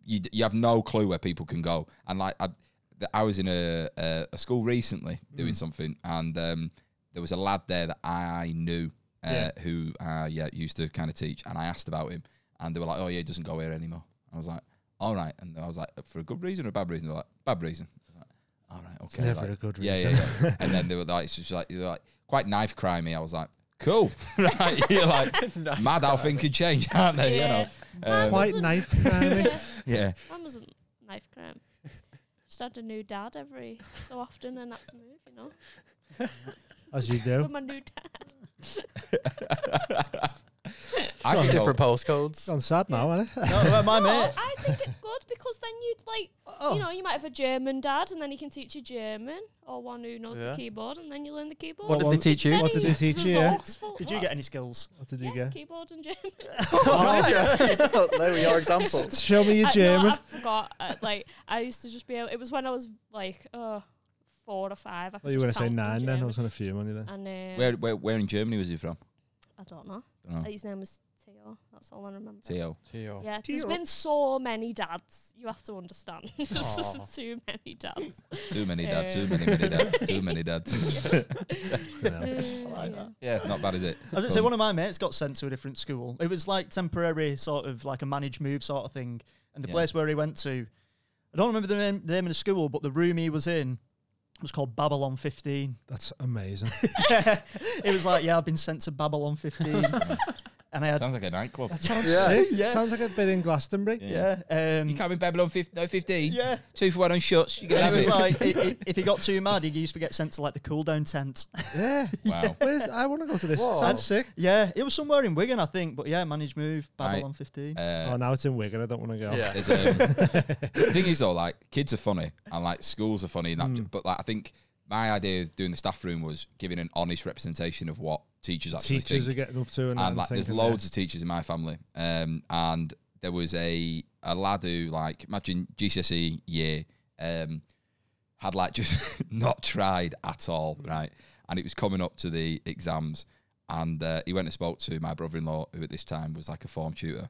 [SPEAKER 4] you d- you have no clue where people can go. And like I, th- I was in a a, a school recently doing something, and um, there was a lad there that I knew uh, who uh, yeah used to kind of teach, and I asked about him, and they were like, "Oh yeah, he doesn't go here anymore." I was like, "All right," and I was like, "For a good reason or a bad reason?" They're like, "Bad reason." I was like, all right, okay.
[SPEAKER 2] never
[SPEAKER 4] like,
[SPEAKER 2] a good
[SPEAKER 4] yeah, Yeah,
[SPEAKER 2] (laughs)
[SPEAKER 4] yeah. and then they were like, it's just like, you're like quite knife crimey. I was like, cool, (laughs) right? You're
[SPEAKER 5] (laughs)
[SPEAKER 4] like, mad how things can change, aren't
[SPEAKER 1] (laughs)
[SPEAKER 4] they?
[SPEAKER 1] Yeah.
[SPEAKER 4] (laughs) You know, Um,
[SPEAKER 1] (laughs)
[SPEAKER 2] Quite knife. crimey.
[SPEAKER 1] yeah.
[SPEAKER 4] yeah.
[SPEAKER 1] mine wasn't knife crime just had a new dad every so often and that's a move you know
[SPEAKER 2] As you do.
[SPEAKER 1] with my new dad
[SPEAKER 4] I
[SPEAKER 6] From
[SPEAKER 4] can go,
[SPEAKER 6] different postcodes.
[SPEAKER 2] It's gone sad now, isn't it?
[SPEAKER 5] No, well, my
[SPEAKER 1] oh,
[SPEAKER 5] mate.
[SPEAKER 1] I think it's good because then you'd like
[SPEAKER 5] Oh.
[SPEAKER 1] you know you might have a German dad and then he can teach you German or one who knows
[SPEAKER 6] Yeah.
[SPEAKER 1] the keyboard and then you learn the keyboard
[SPEAKER 6] What did they teach you?
[SPEAKER 2] What did they teach you, yeah?
[SPEAKER 1] Resourceful.
[SPEAKER 5] Did you
[SPEAKER 1] What?
[SPEAKER 5] get any skills?
[SPEAKER 2] What did you
[SPEAKER 1] yeah,
[SPEAKER 2] get?
[SPEAKER 1] keyboard and German?
[SPEAKER 6] Oh,
[SPEAKER 5] Oh,
[SPEAKER 6] (laughs) there we are. Example.
[SPEAKER 2] Show me your
[SPEAKER 1] I, no,
[SPEAKER 2] German.
[SPEAKER 1] I forgot. Uh, like I used to just be able. It was when I was like uh, four or five. I
[SPEAKER 2] Oh,
[SPEAKER 1] could
[SPEAKER 2] you were
[SPEAKER 1] just
[SPEAKER 2] going to say
[SPEAKER 1] count in
[SPEAKER 2] nine then? I
[SPEAKER 1] German.
[SPEAKER 2] was going to few money then.
[SPEAKER 4] (laughs)
[SPEAKER 1] And uh,
[SPEAKER 4] where, where, where in Germany was he from?
[SPEAKER 1] I don't know. Uh,
[SPEAKER 4] Dunno.
[SPEAKER 1] His name was Theo. That's all I remember.
[SPEAKER 4] T.O.
[SPEAKER 1] Oh, Yeah, there's been so many dads. You have to understand. (laughs) there's
[SPEAKER 6] Aw.
[SPEAKER 1] just too many dads.
[SPEAKER 5] (laughs)
[SPEAKER 4] Too many dad, too many, many dad,
[SPEAKER 1] (laughs)
[SPEAKER 4] too many dads.
[SPEAKER 2] You know.
[SPEAKER 1] like yeah.
[SPEAKER 4] yeah, not bad, is it?
[SPEAKER 5] I was gonna say one of my mates got sent to a different school. It was like temporary, sort of like a managed move sort of thing. And the
[SPEAKER 4] Yeah.
[SPEAKER 5] place where he went to, I don't remember the name, the name of the school, but the room he was in was called Babylon 15. (laughs)
[SPEAKER 2] (laughs) That's amazing.
[SPEAKER 4] (laughs)
[SPEAKER 5] it was like, yeah, I've been sent to Babylon 15. and I had
[SPEAKER 4] Sounds like a nightclub.
[SPEAKER 2] Oh, Yeah.
[SPEAKER 5] Yeah.
[SPEAKER 2] Sounds like a bit in Glastonbury.
[SPEAKER 5] yeah. Um,
[SPEAKER 4] You can't be babbling on 50, no 15.
[SPEAKER 5] yeah.
[SPEAKER 4] Two for one on shots. You can
[SPEAKER 5] And
[SPEAKER 4] have
[SPEAKER 5] he was
[SPEAKER 4] it.
[SPEAKER 5] like, i-
[SPEAKER 4] (laughs)
[SPEAKER 5] i- if he got too mad, he used to get sent to like the cool down tent. (laughs)
[SPEAKER 2] Yeah.
[SPEAKER 4] Wow.
[SPEAKER 2] Where's, I want to go to this.
[SPEAKER 6] Whoa.
[SPEAKER 2] Sounds sick.
[SPEAKER 5] yeah, it was somewhere in Wigan, I think. But yeah, managed move, Babylon 15.
[SPEAKER 4] Uh,
[SPEAKER 2] oh, now it's in Wigan. I don't want to go.
[SPEAKER 6] Yeah.
[SPEAKER 4] There's a thing is though, like kids are funny and like schools are funny, and that,
[SPEAKER 5] Mm.
[SPEAKER 4] but like I think my idea of doing the staff room was giving an honest representation of what teachers actually
[SPEAKER 2] Teachers
[SPEAKER 4] think.
[SPEAKER 2] are getting up to and, I'm
[SPEAKER 4] and like there's
[SPEAKER 2] thinking,
[SPEAKER 4] loads of teachers in my family, um, and there was a a lad who like imagine GCSE E year um, had like (laughs) just not tried at all, right? And it was coming up to the exams, and uh, he went and spoke to my brother-in-law, who at this time was like a form tutor,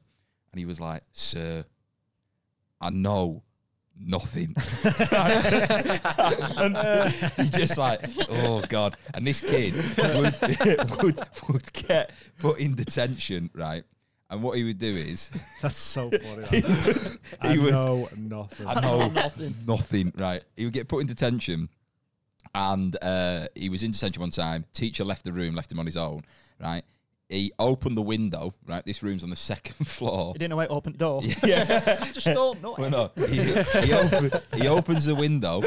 [SPEAKER 4] and he was like, "Sir, I know nothing." (laughs) and he's just like, "Oh God!" And this kid would, (laughs) would would get put in detention, right? And what he would do is,
[SPEAKER 2] yeah. That's
[SPEAKER 4] (laughs)
[SPEAKER 2] so funny. that. I
[SPEAKER 4] he would
[SPEAKER 2] know nothing.
[SPEAKER 4] I know nothing. Right. He would get put in detention, and uh, he was in detention one time. Teacher left the room, left him on his own. Right. He opened the window. Right. This room's on the (laughs) second floor.
[SPEAKER 5] He didn't know how to open the door.
[SPEAKER 4] (laughs) Yeah.
[SPEAKER 5] Just don't know.
[SPEAKER 4] Well, no. He, he, op- he opens the window,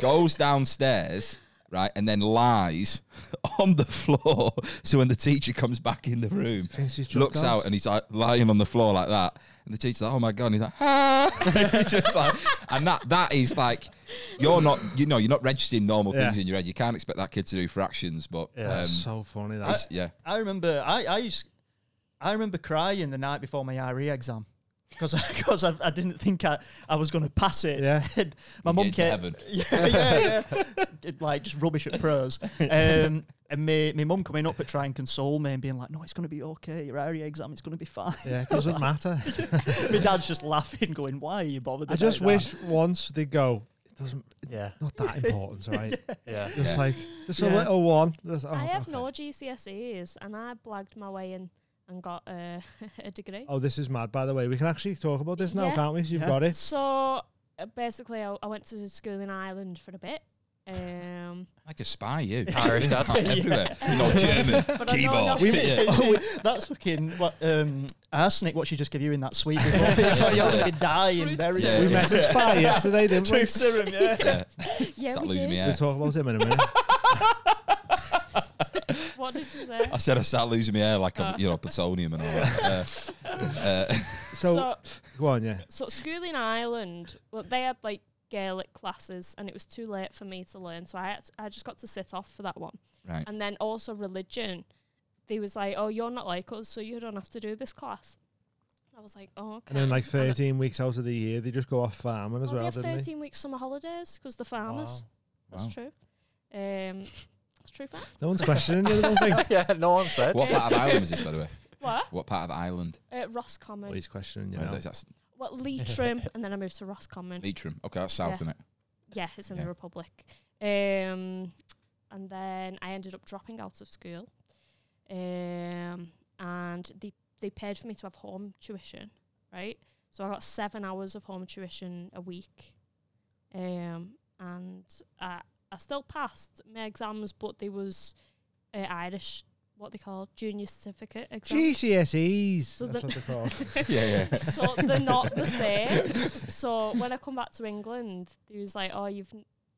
[SPEAKER 4] goes downstairs, right, and then lies (laughs) on the floor. So when the teacher comes back in the room,
[SPEAKER 2] Thinks he's dropped
[SPEAKER 4] looks
[SPEAKER 2] out.
[SPEAKER 4] out and he's like lying on the floor like that. And the teacher's like, "Oh my god!" And he's like, "Ah!" (laughs) he's just like, and that that is like, you're not, you know, you're not registering normal
[SPEAKER 2] Yeah.
[SPEAKER 4] things in your head. You can't expect that kid to do fractions, but
[SPEAKER 2] yeah,
[SPEAKER 4] um,
[SPEAKER 2] that's so funny. That.
[SPEAKER 4] it's- yeah.
[SPEAKER 5] I remember I, I used I remember crying the night before my RE exam because because I, (laughs) I didn't think I, I was going to pass it.
[SPEAKER 2] Yeah.
[SPEAKER 5] (laughs) And my
[SPEAKER 4] You
[SPEAKER 5] mum
[SPEAKER 4] get to
[SPEAKER 5] came.
[SPEAKER 4] heaven.
[SPEAKER 5] (laughs) Yeah, yeah, yeah. (laughs) Did, like just rubbish
[SPEAKER 2] (laughs)
[SPEAKER 5] at prose. Um, and my, my mum coming up to try and console me and being like, "No, it's going to be okay. Your RE exam is going to be fine." (laughs)
[SPEAKER 2] yeah, it doesn't matter.
[SPEAKER 4] (laughs)
[SPEAKER 5] my dad's just laughing, going, "Why are you bothered?"
[SPEAKER 2] I
[SPEAKER 5] about
[SPEAKER 2] just
[SPEAKER 5] that?"
[SPEAKER 2] wish once they go, it doesn't,
[SPEAKER 6] Yeah.
[SPEAKER 2] not that
[SPEAKER 4] (laughs)
[SPEAKER 2] important, all right?
[SPEAKER 6] Yeah.
[SPEAKER 2] Just
[SPEAKER 4] Yeah.
[SPEAKER 2] like, just a
[SPEAKER 5] Yeah.
[SPEAKER 2] little one. Just, oh,
[SPEAKER 1] I have
[SPEAKER 2] okay.
[SPEAKER 1] no GCSEs and I blagged my way in and got a, (laughs) a degree.
[SPEAKER 2] Oh, this is mad, by the way. We can actually talk about this now,
[SPEAKER 1] Yeah.
[SPEAKER 2] can't we? So you've
[SPEAKER 5] Yeah.
[SPEAKER 2] got it.
[SPEAKER 1] So uh, basically, I, I went to school in Ireland for a bit.
[SPEAKER 2] (laughs)
[SPEAKER 1] Um,
[SPEAKER 4] Like a spy, you.
[SPEAKER 6] Irish dad.
[SPEAKER 4] (laughs) Everywhere. You know, German,
[SPEAKER 1] but I know enough-
[SPEAKER 5] (laughs)
[SPEAKER 4] keyboard. Yeah.
[SPEAKER 5] See, Oh, that's fucking what um, arsenic. What she just gave you in that sweet before (laughs) you're going to be dying
[SPEAKER 1] Fruit
[SPEAKER 5] very
[SPEAKER 4] syrup.
[SPEAKER 2] We
[SPEAKER 5] soon. (laughs)
[SPEAKER 4] Yeah.
[SPEAKER 2] met a spy yesterday, didn't we?
[SPEAKER 5] serum, yeah.
[SPEAKER 1] Yeah,
[SPEAKER 4] Start
[SPEAKER 1] we did.
[SPEAKER 4] losing me hair.
[SPEAKER 2] We'll talk about him in a minute.
[SPEAKER 1] What did you say?
[SPEAKER 4] I said I started losing my hair like I'm,
[SPEAKER 1] Uh.
[SPEAKER 4] you know plutonium and all
[SPEAKER 1] (laughs)
[SPEAKER 4] that. Uh, (laughs) uh,
[SPEAKER 2] (laughs) So,
[SPEAKER 1] So,
[SPEAKER 2] go on, yeah.
[SPEAKER 1] so school in Ireland, well, they had like Gaelic classes, and it was too late for me to learn, so I had to- I just got to sit off for that one.
[SPEAKER 4] right.
[SPEAKER 1] And then also religion, they was like, "Oh, you're not like us, so you don't have to do this class." I was like, "Oh, okay."
[SPEAKER 2] And then, like,
[SPEAKER 1] I-
[SPEAKER 2] 13 weeks out of the year, they just go off farming as
[SPEAKER 1] Well, they
[SPEAKER 2] well, didn't Oh.
[SPEAKER 1] have
[SPEAKER 2] they?
[SPEAKER 1] 13 week summer holidays because the farmers. That's
[SPEAKER 4] Wow.
[SPEAKER 1] true. Um, that's true fact.
[SPEAKER 2] No one's questioning you, I
[SPEAKER 1] (laughs)
[SPEAKER 2] don't think.
[SPEAKER 6] (laughs) yeah. No one said.
[SPEAKER 4] What part of Ireland was this, by the way?
[SPEAKER 1] What?
[SPEAKER 4] What part of Ireland?
[SPEAKER 1] Uh,
[SPEAKER 2] Well,
[SPEAKER 1] Roscommon.
[SPEAKER 2] he's questioning you.
[SPEAKER 4] Where is
[SPEAKER 2] now.
[SPEAKER 4] that? Is that
[SPEAKER 1] What
[SPEAKER 4] (laughs)
[SPEAKER 1] Leitrim, and then I moved to Roscommon.
[SPEAKER 4] Leitrim. Okay, that's south,
[SPEAKER 1] Yeah.
[SPEAKER 4] isn't it?
[SPEAKER 1] yeah, it's in
[SPEAKER 4] Yeah.
[SPEAKER 1] the Republic. Um, and then I ended up dropping out of school. Um, and they they paid for me to have home tuition, right? So I got seven hours of home tuition a week. Um, and I, I still passed my exams, but they was uh, Irish, what they call junior certificate exams.
[SPEAKER 2] GCSEs.
[SPEAKER 1] So
[SPEAKER 2] that's
[SPEAKER 1] the-
[SPEAKER 2] what they're
[SPEAKER 1] (laughs)
[SPEAKER 2] called.
[SPEAKER 4] Yeah, yeah.
[SPEAKER 1] so they're not the same. So when I come back to England, they was like, "Oh, you've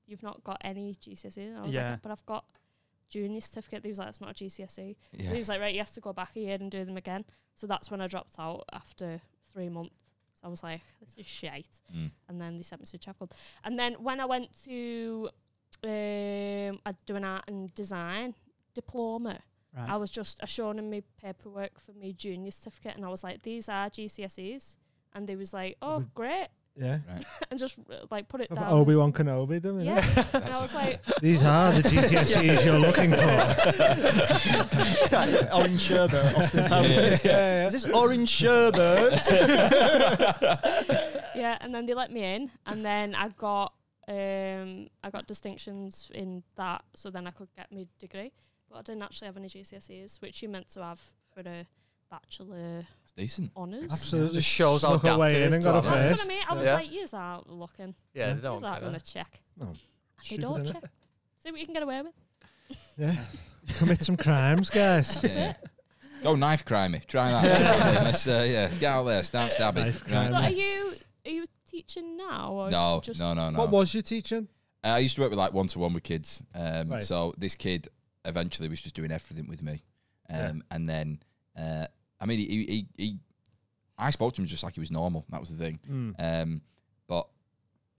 [SPEAKER 1] you've not got any GCSE," E." and I was
[SPEAKER 5] Yeah.
[SPEAKER 1] like, "But I've got junior certificate." They was like, "It's not a GCSE." They
[SPEAKER 4] Yeah.
[SPEAKER 1] was like, "Right, you have to go back a year and do them again." So that's when I dropped out after three months. So I was like, "This is shite."
[SPEAKER 4] Mm.
[SPEAKER 1] And then they sent me to Sheffield. And then when I went to, um, I'd do an art and design diploma.
[SPEAKER 5] Right.
[SPEAKER 1] I was just I shown him my paperwork for my junior certificate, and I was like, "These are GCSEs," and they was like, "Oh, great," (laughs)
[SPEAKER 2] Yeah.
[SPEAKER 1] and just uh, like put it down. as-
[SPEAKER 2] Obi Wan Kenobi, don't
[SPEAKER 4] (laughs)
[SPEAKER 2] we?
[SPEAKER 1] Yeah, and I was like,
[SPEAKER 2] These are the GCSEs you're looking
[SPEAKER 1] (laughs)
[SPEAKER 2] for.
[SPEAKER 5] orange sherbet, Austin Powers.
[SPEAKER 2] yeah.
[SPEAKER 5] Is this orange sherbet?
[SPEAKER 1] "Yeah," and then they let me in, and then I got um I got distinctions in that, so then I could get my degree, but I didn't actually have any GCSEs, which you meant to have for a bachelor
[SPEAKER 4] It's decent.
[SPEAKER 1] honours.
[SPEAKER 2] Absolutely.
[SPEAKER 6] Just shows how
[SPEAKER 2] snuck
[SPEAKER 6] daft
[SPEAKER 2] away
[SPEAKER 6] it
[SPEAKER 2] in
[SPEAKER 6] is
[SPEAKER 2] and
[SPEAKER 6] to
[SPEAKER 2] got a
[SPEAKER 6] have that.
[SPEAKER 1] That's
[SPEAKER 2] first.
[SPEAKER 1] what I mean. I was
[SPEAKER 6] Yeah.
[SPEAKER 1] like, "Years out looking.
[SPEAKER 6] Yeah. They
[SPEAKER 1] Years
[SPEAKER 6] don't
[SPEAKER 1] out going
[SPEAKER 6] care.
[SPEAKER 1] to check.
[SPEAKER 2] No,
[SPEAKER 1] They
[SPEAKER 2] stupid,
[SPEAKER 1] don't
[SPEAKER 2] innit?
[SPEAKER 1] check. See what you can get away with."
[SPEAKER 2] Yeah. Commit some crimes, guys.
[SPEAKER 4] Yeah. Go knife cry me. Try
[SPEAKER 1] (laughs)
[SPEAKER 4] that. Let's, uh, yeah, get out there. Start stabbing.
[SPEAKER 2] Knife
[SPEAKER 4] Right.
[SPEAKER 2] crime.
[SPEAKER 1] So are you are you teaching now? Or
[SPEAKER 4] No,
[SPEAKER 6] (laughs)
[SPEAKER 1] just
[SPEAKER 4] no, no, no.
[SPEAKER 2] What was your teaching?
[SPEAKER 4] Uh, I used to work with like one to one with kids. Um,
[SPEAKER 2] Right.
[SPEAKER 4] So this kid eventually was just doing everything with me, um,
[SPEAKER 2] Yeah.
[SPEAKER 4] and then uh, I mean, he, he, he, I spoke to him just like he was normal. That was the thing.
[SPEAKER 2] Hmm.
[SPEAKER 4] Um, but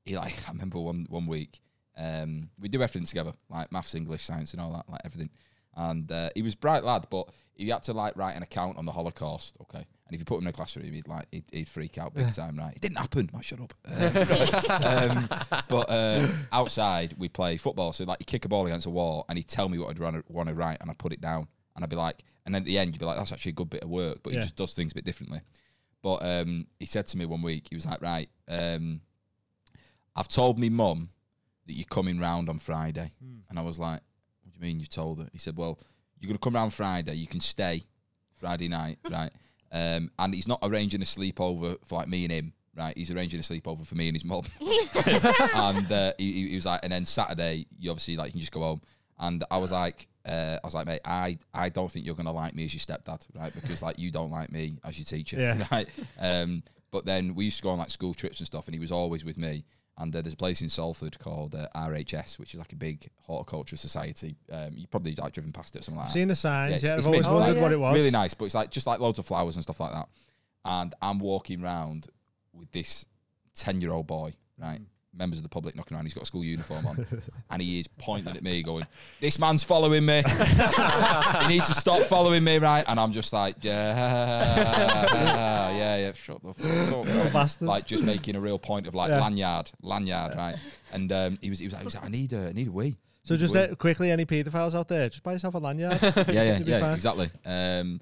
[SPEAKER 4] he like (laughs) I remember one one week um, we do everything together, like maths, English, science, and all that, like everything. And uh, he was a bright lad, but he had to like write an account on the Holocaust. Okay, and if you put him in a classroom, he'd like he'd, he'd freak out big time. Right, it didn't happen. Like, shut up.
[SPEAKER 2] (laughs)
[SPEAKER 4] Um, um, but uh, outside we play football, so like you kick a ball against a wall, and he'd tell me what I'd want to write, and I put it down, and I'd be like, and then at the end you'd be like, that's actually a good bit of work, but
[SPEAKER 2] Yeah.
[SPEAKER 4] he just does things a bit differently. But um, he said to me one week, he was like, right. Um, I've told me mum that you're coming round on Friday. And I was like, what do you mean you've told her? He said, well, you're going to come round Friday. You can stay Friday (laughs) night, right? Um, and he's not arranging a sleepover for like me and him, right? He's arranging a sleepover for me and his mum. (laughs) and uh, he- he, he was like, and then Saturday, you obviously like you can just go home. And I was like, uh, I was like, mate, I, I don't think you're gonna like me as your stepdad, right? Because like you don't like me as your teacher,
[SPEAKER 2] Yeah.
[SPEAKER 4] (laughs) right? Um, but then we used to go on like school trips and stuff, and he was always with me. And uh, there's a place in Salford called uh, RHS, which is like a big horticultural society. Um, you probably like driven past it or something like that.
[SPEAKER 2] Seeing the signs,
[SPEAKER 4] Yeah,
[SPEAKER 2] yeah,
[SPEAKER 4] it's- it's
[SPEAKER 2] I've always
[SPEAKER 4] been-
[SPEAKER 2] wondered
[SPEAKER 6] Oh,
[SPEAKER 2] what
[SPEAKER 6] yeah.
[SPEAKER 2] it was.
[SPEAKER 4] Really nice, but it's like just like loads of flowers and stuff like that. And I'm walking round with this ten-year-old boy, right? Members of the public knocking around. He's got a school uniform on, and he is pointing at me, going, "This man's following me. (laughs) he needs to stop following me, right?" And I'm just like, "Yeah, (laughs) yeah, yeah, shut the fuck (coughs) up."
[SPEAKER 2] bastards.
[SPEAKER 4] Like just making a real point of like
[SPEAKER 2] Yeah.
[SPEAKER 4] lanyard, lanyard, right? And um, he was, he was like, he was like, "I need a, I need a wee."
[SPEAKER 2] So
[SPEAKER 4] Need a
[SPEAKER 2] just
[SPEAKER 4] wee
[SPEAKER 2] uh, quickly, any paedophiles out there, just buy yourself a lanyard.
[SPEAKER 4] yeah,
[SPEAKER 2] (laughs)
[SPEAKER 4] yeah,
[SPEAKER 2] You'll be
[SPEAKER 4] yeah,
[SPEAKER 2] fine.
[SPEAKER 4] exactly. Um,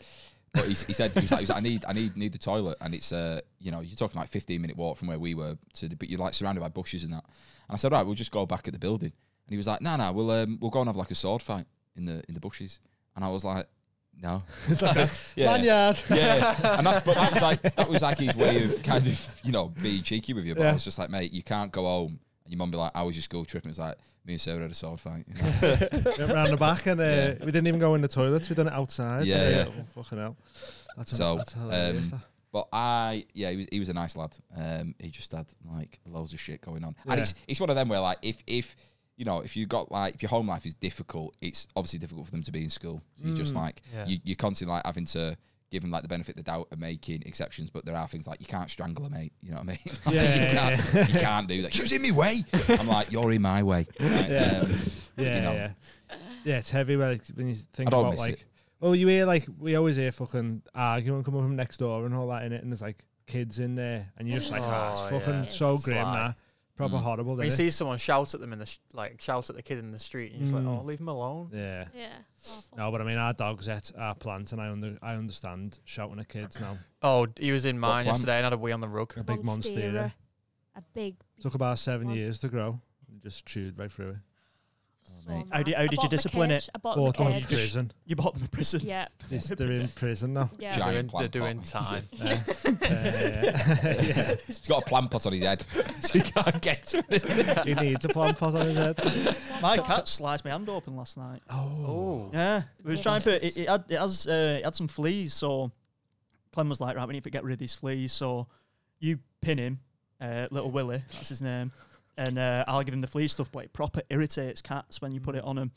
[SPEAKER 4] but he, he said he was, like, he was like, I need, I need, need the toilet, and it's uh, you know, you're talking like 15 minute walk from where we were to, the, but you're like surrounded by bushes and that. And I said, right, we'll just go back at the building. And he was like, no, no, we'll um, we'll go and have like a sword fight in the in the bushes. And I was like, no, (laughs) (laughs) yeah.
[SPEAKER 2] Lanyard.
[SPEAKER 4] Yeah, and that's but that was like that was like his way of kind of you know being cheeky with you. But
[SPEAKER 2] Yeah.
[SPEAKER 4] I was just like, mate, you can't go home. And your mum be like, "How was your school trip?" And it's like, "Me and Sarah had a sword fight." You know?
[SPEAKER 2] Went round the back, and uh,
[SPEAKER 4] Yeah.
[SPEAKER 2] we didn't even go in the toilets. We done it outside.
[SPEAKER 4] Yeah,
[SPEAKER 2] Uh,
[SPEAKER 4] yeah.
[SPEAKER 2] oh, fucking hell. That's
[SPEAKER 4] So,
[SPEAKER 2] that's hilarious,
[SPEAKER 4] um,
[SPEAKER 2] that.
[SPEAKER 4] But I, yeah, he was he was a nice lad. Um, he just had like loads of shit going on, and
[SPEAKER 2] Yeah.
[SPEAKER 4] it's it's one of them where like if if you know if you got like if your home life is difficult, it's obviously difficult for them to be in school. So you're
[SPEAKER 2] Mm,
[SPEAKER 4] just like
[SPEAKER 6] Yeah.
[SPEAKER 4] you you're constantly like having to give them like the benefit of the doubt and making exceptions. But there are things like you can't strangle a mate. You know what I mean? (laughs) Like,
[SPEAKER 2] Yeah,
[SPEAKER 4] you, can't, you can't do that. She was in my way. I'm like you're in my way.
[SPEAKER 2] (laughs)
[SPEAKER 4] Right,
[SPEAKER 2] Yeah.
[SPEAKER 4] um,
[SPEAKER 2] yeah,
[SPEAKER 4] you know.
[SPEAKER 2] yeah, yeah. It's heavy when, like, when you think
[SPEAKER 4] I don't
[SPEAKER 2] about
[SPEAKER 4] miss
[SPEAKER 2] like.
[SPEAKER 4] it.
[SPEAKER 2] Well, you hear like we always hear fucking argument coming from next door and all that in it, and there's like kids in there, and you're just like, ah, it's
[SPEAKER 6] Oh,
[SPEAKER 2] fucking
[SPEAKER 6] yeah.
[SPEAKER 2] so grim,
[SPEAKER 6] Sly.
[SPEAKER 2] that
[SPEAKER 4] Mm.
[SPEAKER 2] proper horrible.
[SPEAKER 6] When you
[SPEAKER 2] innit?
[SPEAKER 6] see someone shout at them in the sh- like shout at the kid in the street, and you're just like,
[SPEAKER 2] Mm.
[SPEAKER 6] "Oh, leave him alone."
[SPEAKER 2] yeah.
[SPEAKER 1] (laughs) Yeah. Awful.
[SPEAKER 2] No, but I mean, our dogs at our plant, and I under, I understand shouting at kids now.
[SPEAKER 6] Oh, d- he was in mine
[SPEAKER 4] one?
[SPEAKER 6] yesterday and had a wee on the rug.
[SPEAKER 2] A big monster. yeah.
[SPEAKER 1] A big.
[SPEAKER 2] Took about seven
[SPEAKER 1] One.
[SPEAKER 2] years to grow. and Just chewed right through it.
[SPEAKER 4] mate.
[SPEAKER 5] How did- how did you discipline it?
[SPEAKER 1] I bought
[SPEAKER 2] Or
[SPEAKER 1] them a
[SPEAKER 2] to
[SPEAKER 1] cage.
[SPEAKER 2] prison.
[SPEAKER 5] (laughs) You bought them a prison.
[SPEAKER 1] Yeah,
[SPEAKER 2] It's- They're in prison
[SPEAKER 1] (laughs)
[SPEAKER 2] now.
[SPEAKER 1] yeah.
[SPEAKER 4] Giant
[SPEAKER 6] They're doing, they're
[SPEAKER 4] plant
[SPEAKER 6] doing
[SPEAKER 4] pot.
[SPEAKER 6] (laughs) time.
[SPEAKER 2] Uh, uh, yeah.
[SPEAKER 4] He's got a plant pot on his head, (laughs) so you can't get to it.
[SPEAKER 2] He needs a plant pot on his head.
[SPEAKER 5] My cat sliced my hand open last night.
[SPEAKER 6] Oh,
[SPEAKER 5] Yeah, we was trying to. It, it had it has uh, it had some fleas, so Clem was like, right, we need to get rid of these fleas. So you pin him, uh, little Willie, that's his name, and uh, I'll give him the flea stuff. But it proper irritates cats when you put it on them.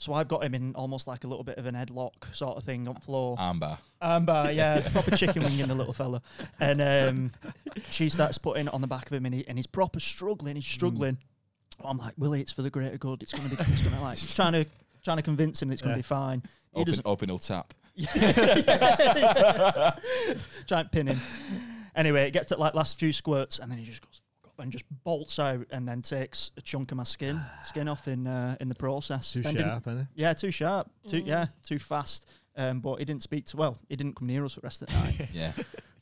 [SPEAKER 5] So I've got him in almost like a little bit of an headlock sort of thing on the floor.
[SPEAKER 4] Amber,
[SPEAKER 5] Amber, yeah, proper chicken wing in the little fella. And um, she starts putting it on the back of him, and, he, and he's proper struggling. He's struggling. I'm like, Willie, it's for the greater good. It's gonna be, it's gonna like trying to trying to convince him that it's gonna
[SPEAKER 2] Yeah.
[SPEAKER 5] be fine. He
[SPEAKER 4] open,
[SPEAKER 5] doesn't. (laughs)
[SPEAKER 4] open, he'll tap.
[SPEAKER 5] Trying to pin him. Anyway, it gets to like last few squirts, and then he just goes "Fuck up," and just bolts out, and then takes a chunk of my skin skin off in uh, in the process.
[SPEAKER 2] Too
[SPEAKER 5] Then didn't-
[SPEAKER 2] sharp, innit?
[SPEAKER 5] Yeah, too sharp. Too
[SPEAKER 1] Mm.
[SPEAKER 5] yeah, too fast. Um, but he didn't speak to well. He didn't come near us for the
[SPEAKER 1] (laughs)
[SPEAKER 5] rest of the night.
[SPEAKER 2] (laughs)
[SPEAKER 4] Yeah,